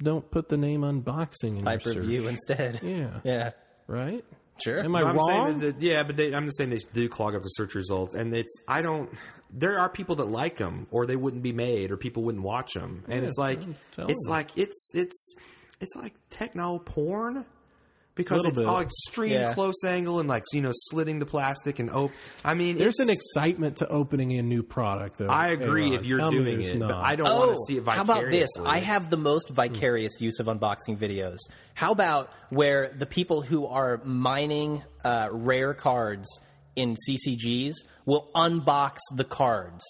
[SPEAKER 3] don't put the name unboxing in
[SPEAKER 2] Type
[SPEAKER 3] your search,
[SPEAKER 2] review instead.
[SPEAKER 3] Yeah.
[SPEAKER 2] yeah,
[SPEAKER 3] right?
[SPEAKER 2] sure.
[SPEAKER 3] Am I
[SPEAKER 1] I'm
[SPEAKER 3] wrong?
[SPEAKER 1] saying that, yeah, but they, I'm just saying they do clog up the search results, and it's I don't. There are people that like them, or they wouldn't be made, or people wouldn't watch them, and
[SPEAKER 3] Hmm,
[SPEAKER 1] it's like
[SPEAKER 3] telling
[SPEAKER 1] it's
[SPEAKER 3] you.
[SPEAKER 1] like it's it's it's like techno porn because
[SPEAKER 3] Little
[SPEAKER 1] it's
[SPEAKER 3] bit.
[SPEAKER 1] all extreme
[SPEAKER 2] Yeah.
[SPEAKER 1] close angle and like you know slitting the plastic and oh, I mean
[SPEAKER 3] There's
[SPEAKER 1] it's-
[SPEAKER 3] an excitement to opening a new product, though.
[SPEAKER 1] I agree
[SPEAKER 3] Aaron.
[SPEAKER 1] if you're
[SPEAKER 3] Tell me
[SPEAKER 1] doing
[SPEAKER 3] there's
[SPEAKER 1] it, but
[SPEAKER 3] not.
[SPEAKER 1] I don't want to see it
[SPEAKER 2] Oh, how
[SPEAKER 1] vicariously. Hmm.
[SPEAKER 2] about this? I have the most vicarious use of unboxing videos. How about where the people who are mining uh, rare cards in CCGs will unbox the cards?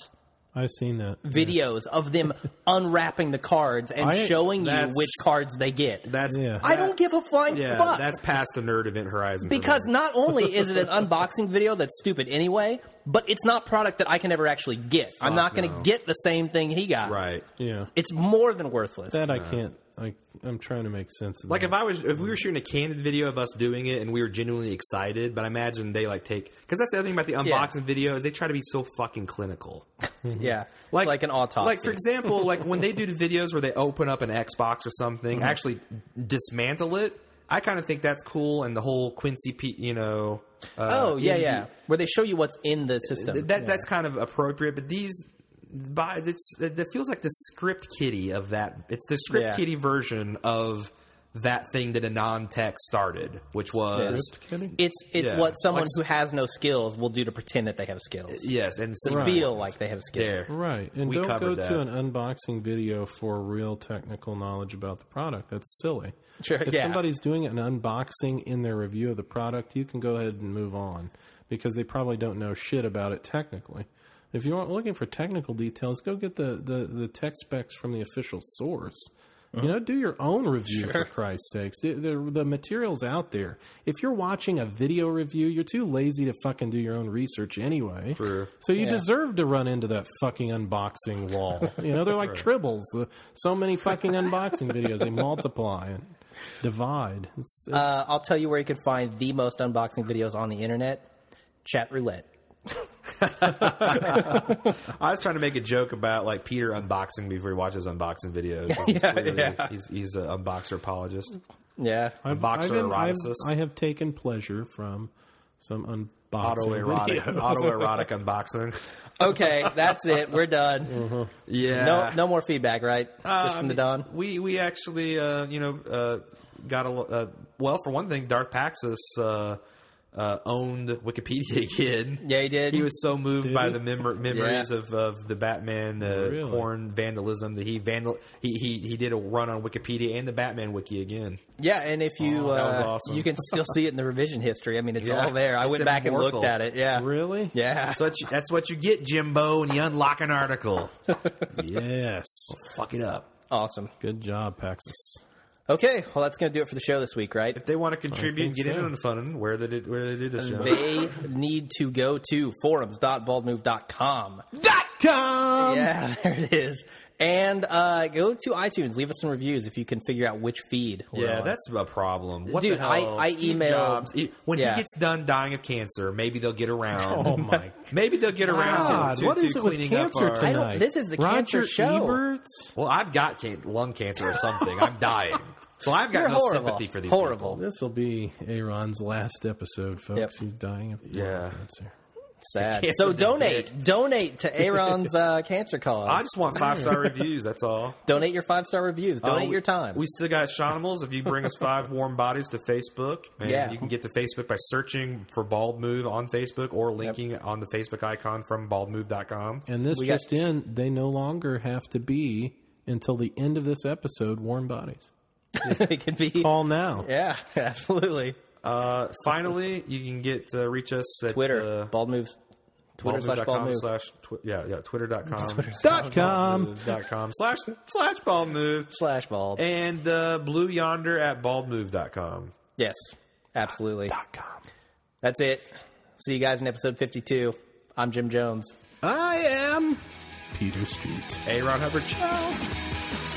[SPEAKER 3] I've seen that.
[SPEAKER 2] Videos of them unwrapping the cards and
[SPEAKER 3] I-
[SPEAKER 2] showing you
[SPEAKER 1] that's-
[SPEAKER 2] which cards they get.
[SPEAKER 1] that's
[SPEAKER 3] Yeah.
[SPEAKER 2] I don't give a flying
[SPEAKER 1] yeah
[SPEAKER 2] fuck.
[SPEAKER 1] that's Mm-hmm. past the nerd event horizon for
[SPEAKER 2] because
[SPEAKER 1] me.
[SPEAKER 2] not only is it an unboxing video that's stupid anyway, but it's not product that I can ever actually get. I'm not going to
[SPEAKER 1] no.
[SPEAKER 2] get the same thing he got.
[SPEAKER 1] right
[SPEAKER 3] Yeah,
[SPEAKER 2] It's more than worthless.
[SPEAKER 3] that I can't. I, I'm trying to make sense of
[SPEAKER 1] Like
[SPEAKER 3] that.
[SPEAKER 1] if I was, if we were shooting a candid video of us doing it and we were genuinely excited, but I imagine they like take because that's the other thing about the unboxing video is they try to be so fucking clinical.
[SPEAKER 2] Yeah, like, like an autopsy.
[SPEAKER 1] Like for example, like when they do the videos where they open up an Xbox or something,
[SPEAKER 3] Mm-hmm.
[SPEAKER 1] actually dismantle it. I kind of think that's cool, and the whole Quincy, P, you know. Uh,
[SPEAKER 2] oh yeah,
[SPEAKER 1] indie-
[SPEAKER 2] yeah, where they show you what's in the system.
[SPEAKER 1] That that's kind of appropriate, but these. By, it's, it feels like the script kitty of that. It's the script
[SPEAKER 2] Yeah.
[SPEAKER 1] kitty version of that thing that Anon Tech started, which was
[SPEAKER 2] Just
[SPEAKER 3] kidding.
[SPEAKER 2] It's it's
[SPEAKER 1] Yeah.
[SPEAKER 2] what someone
[SPEAKER 1] Like-
[SPEAKER 2] who has no skills will do to pretend that they have skills.
[SPEAKER 1] yes, and
[SPEAKER 2] To
[SPEAKER 1] so
[SPEAKER 2] feel like they have
[SPEAKER 1] there.
[SPEAKER 2] skills.
[SPEAKER 3] Right. And
[SPEAKER 1] We
[SPEAKER 3] don't go
[SPEAKER 1] covered that.
[SPEAKER 3] to an unboxing video for real technical knowledge about the product. That's silly.
[SPEAKER 2] Sure,
[SPEAKER 3] If
[SPEAKER 2] yeah.
[SPEAKER 3] somebody's doing an unboxing in their review of the product, you can go ahead and move on because they probably don't know shit about it technically. If you aren't looking for technical details, go get the, the, the tech specs from the official source. You know, do your own review for Christ's sakes. The, the, the material's out there. If you're watching a video review, you're too lazy to fucking do your own research anyway.
[SPEAKER 1] True.
[SPEAKER 3] So you deserve to run into that fucking unboxing wall. You know, they're like tribbles. The, so many fucking unboxing videos. They multiply and divide. It's,
[SPEAKER 2] Uh, I'll tell you where you can find the most unboxing videos on the internet. Chat roulette.
[SPEAKER 1] I was trying to make a joke about like Peter unboxing before he watches unboxing videos. 'cause he's, clearly- he's he's an unboxer apologist.
[SPEAKER 2] Yeah.
[SPEAKER 3] I've,
[SPEAKER 1] boxer
[SPEAKER 3] I've been- I've-
[SPEAKER 1] eroticist.
[SPEAKER 3] I have taken pleasure from some unboxing
[SPEAKER 1] Autoerotic,
[SPEAKER 3] videos.
[SPEAKER 1] autoerotic unboxing.
[SPEAKER 2] Okay, that's it. We're done.
[SPEAKER 1] Mm-hmm. Yeah.
[SPEAKER 2] No, no more feedback, right?
[SPEAKER 1] Uh,
[SPEAKER 2] Just
[SPEAKER 1] I
[SPEAKER 2] from the
[SPEAKER 1] mean,
[SPEAKER 2] Don.
[SPEAKER 1] We we actually uh, you know uh, got a lo- uh, well for one thing, Darth Paxis uh, uh, owned Wikipedia again.
[SPEAKER 2] Yeah, he did.
[SPEAKER 1] He was so moved by
[SPEAKER 3] he? Oh,
[SPEAKER 1] the memor- memories
[SPEAKER 2] Yeah.
[SPEAKER 1] of, of the Batman uh,
[SPEAKER 3] Really?
[SPEAKER 1] porn vandalism that he vandal he, he he did a run on Wikipedia and the Batman wiki again.
[SPEAKER 2] Yeah, and if you
[SPEAKER 1] Oh, that was
[SPEAKER 2] uh,
[SPEAKER 1] awesome.
[SPEAKER 2] you can still see it in the revision history. I mean, it's
[SPEAKER 1] Yeah.
[SPEAKER 2] all there. I
[SPEAKER 1] It's
[SPEAKER 2] went back and
[SPEAKER 1] immortal.
[SPEAKER 2] looked at it. Yeah.
[SPEAKER 3] Really?
[SPEAKER 2] Yeah.
[SPEAKER 1] That's what you, that's what you get, Jimbo, when you unlock an article.
[SPEAKER 3] Yes.
[SPEAKER 1] Fuck it up.
[SPEAKER 2] Awesome.
[SPEAKER 3] Good job, Paxis.
[SPEAKER 2] Okay, well that's going to do it for the show this week, right?
[SPEAKER 1] If they want to contribute, and
[SPEAKER 3] think
[SPEAKER 1] get in
[SPEAKER 3] so.
[SPEAKER 1] on the fun. Where they did where they did this? John?
[SPEAKER 2] They need to go to forums.baldmove.com.
[SPEAKER 3] Dot com!
[SPEAKER 2] Yeah, there it is. And uh, go to iTunes, leave us some reviews if you can figure out which feed. we're
[SPEAKER 1] Yeah,
[SPEAKER 2] on.
[SPEAKER 1] that's a problem. What the
[SPEAKER 2] Dude,
[SPEAKER 1] hell?
[SPEAKER 2] I- I
[SPEAKER 1] Steve
[SPEAKER 2] emailed-
[SPEAKER 1] Jobs, he- when
[SPEAKER 2] yeah.
[SPEAKER 1] he gets done dying of cancer. Maybe they'll get around.
[SPEAKER 3] Oh, my
[SPEAKER 1] Maybe they'll get around
[SPEAKER 3] God,
[SPEAKER 1] to, to,
[SPEAKER 3] what
[SPEAKER 1] to
[SPEAKER 3] is it with
[SPEAKER 1] cleaning up
[SPEAKER 3] cancer
[SPEAKER 1] our.
[SPEAKER 3] tonight?
[SPEAKER 2] I don't- this is the
[SPEAKER 3] Roger
[SPEAKER 2] cancer show.
[SPEAKER 3] Ebert?
[SPEAKER 1] Well, I've got can- lung cancer or something. I'm dying, so I've got
[SPEAKER 2] You're
[SPEAKER 1] no
[SPEAKER 2] horrible.
[SPEAKER 1] sympathy for these
[SPEAKER 2] Horrible.
[SPEAKER 1] people.
[SPEAKER 3] This will be Aaron's last episode, folks.
[SPEAKER 2] Yep.
[SPEAKER 3] He's dying of
[SPEAKER 1] Yeah.
[SPEAKER 3] cancer.
[SPEAKER 2] sad.
[SPEAKER 1] cancer
[SPEAKER 2] So
[SPEAKER 1] did
[SPEAKER 2] donate, donate to Aaron's uh, cancer cause.
[SPEAKER 1] I just want five star reviews. That's all.
[SPEAKER 2] donate your five star reviews. Donate
[SPEAKER 1] Uh,
[SPEAKER 2] your time.
[SPEAKER 1] We still got Shonimals. If you bring us five warm bodies to Facebook, and
[SPEAKER 2] Yeah.
[SPEAKER 1] you can get to Facebook by searching for Bald Move on Facebook or linking on the Facebook icon from baldmove.com.
[SPEAKER 3] And this
[SPEAKER 2] We got-
[SPEAKER 3] just in, they no longer have to be until the end of this episode warm bodies.
[SPEAKER 2] it could be.
[SPEAKER 3] Call now.
[SPEAKER 2] Yeah, absolutely.
[SPEAKER 1] Uh, finally, you can get uh, reach us at
[SPEAKER 2] Twitter,
[SPEAKER 1] uh,
[SPEAKER 2] bald moves. Twitter slash bald
[SPEAKER 1] baldmove.com
[SPEAKER 2] move.
[SPEAKER 1] slash twi- yeah yeah twitter.com
[SPEAKER 3] Dot com.
[SPEAKER 1] dot com slash slash bald move
[SPEAKER 2] Slash bald.
[SPEAKER 1] and uh, blue yonder at baldmove.com.
[SPEAKER 2] Yes, absolutely. That's it. See you guys in episode 52. I'm Jim Jones.
[SPEAKER 3] I am Peter Street.
[SPEAKER 1] Hey, Ron Hubbard. Ciao.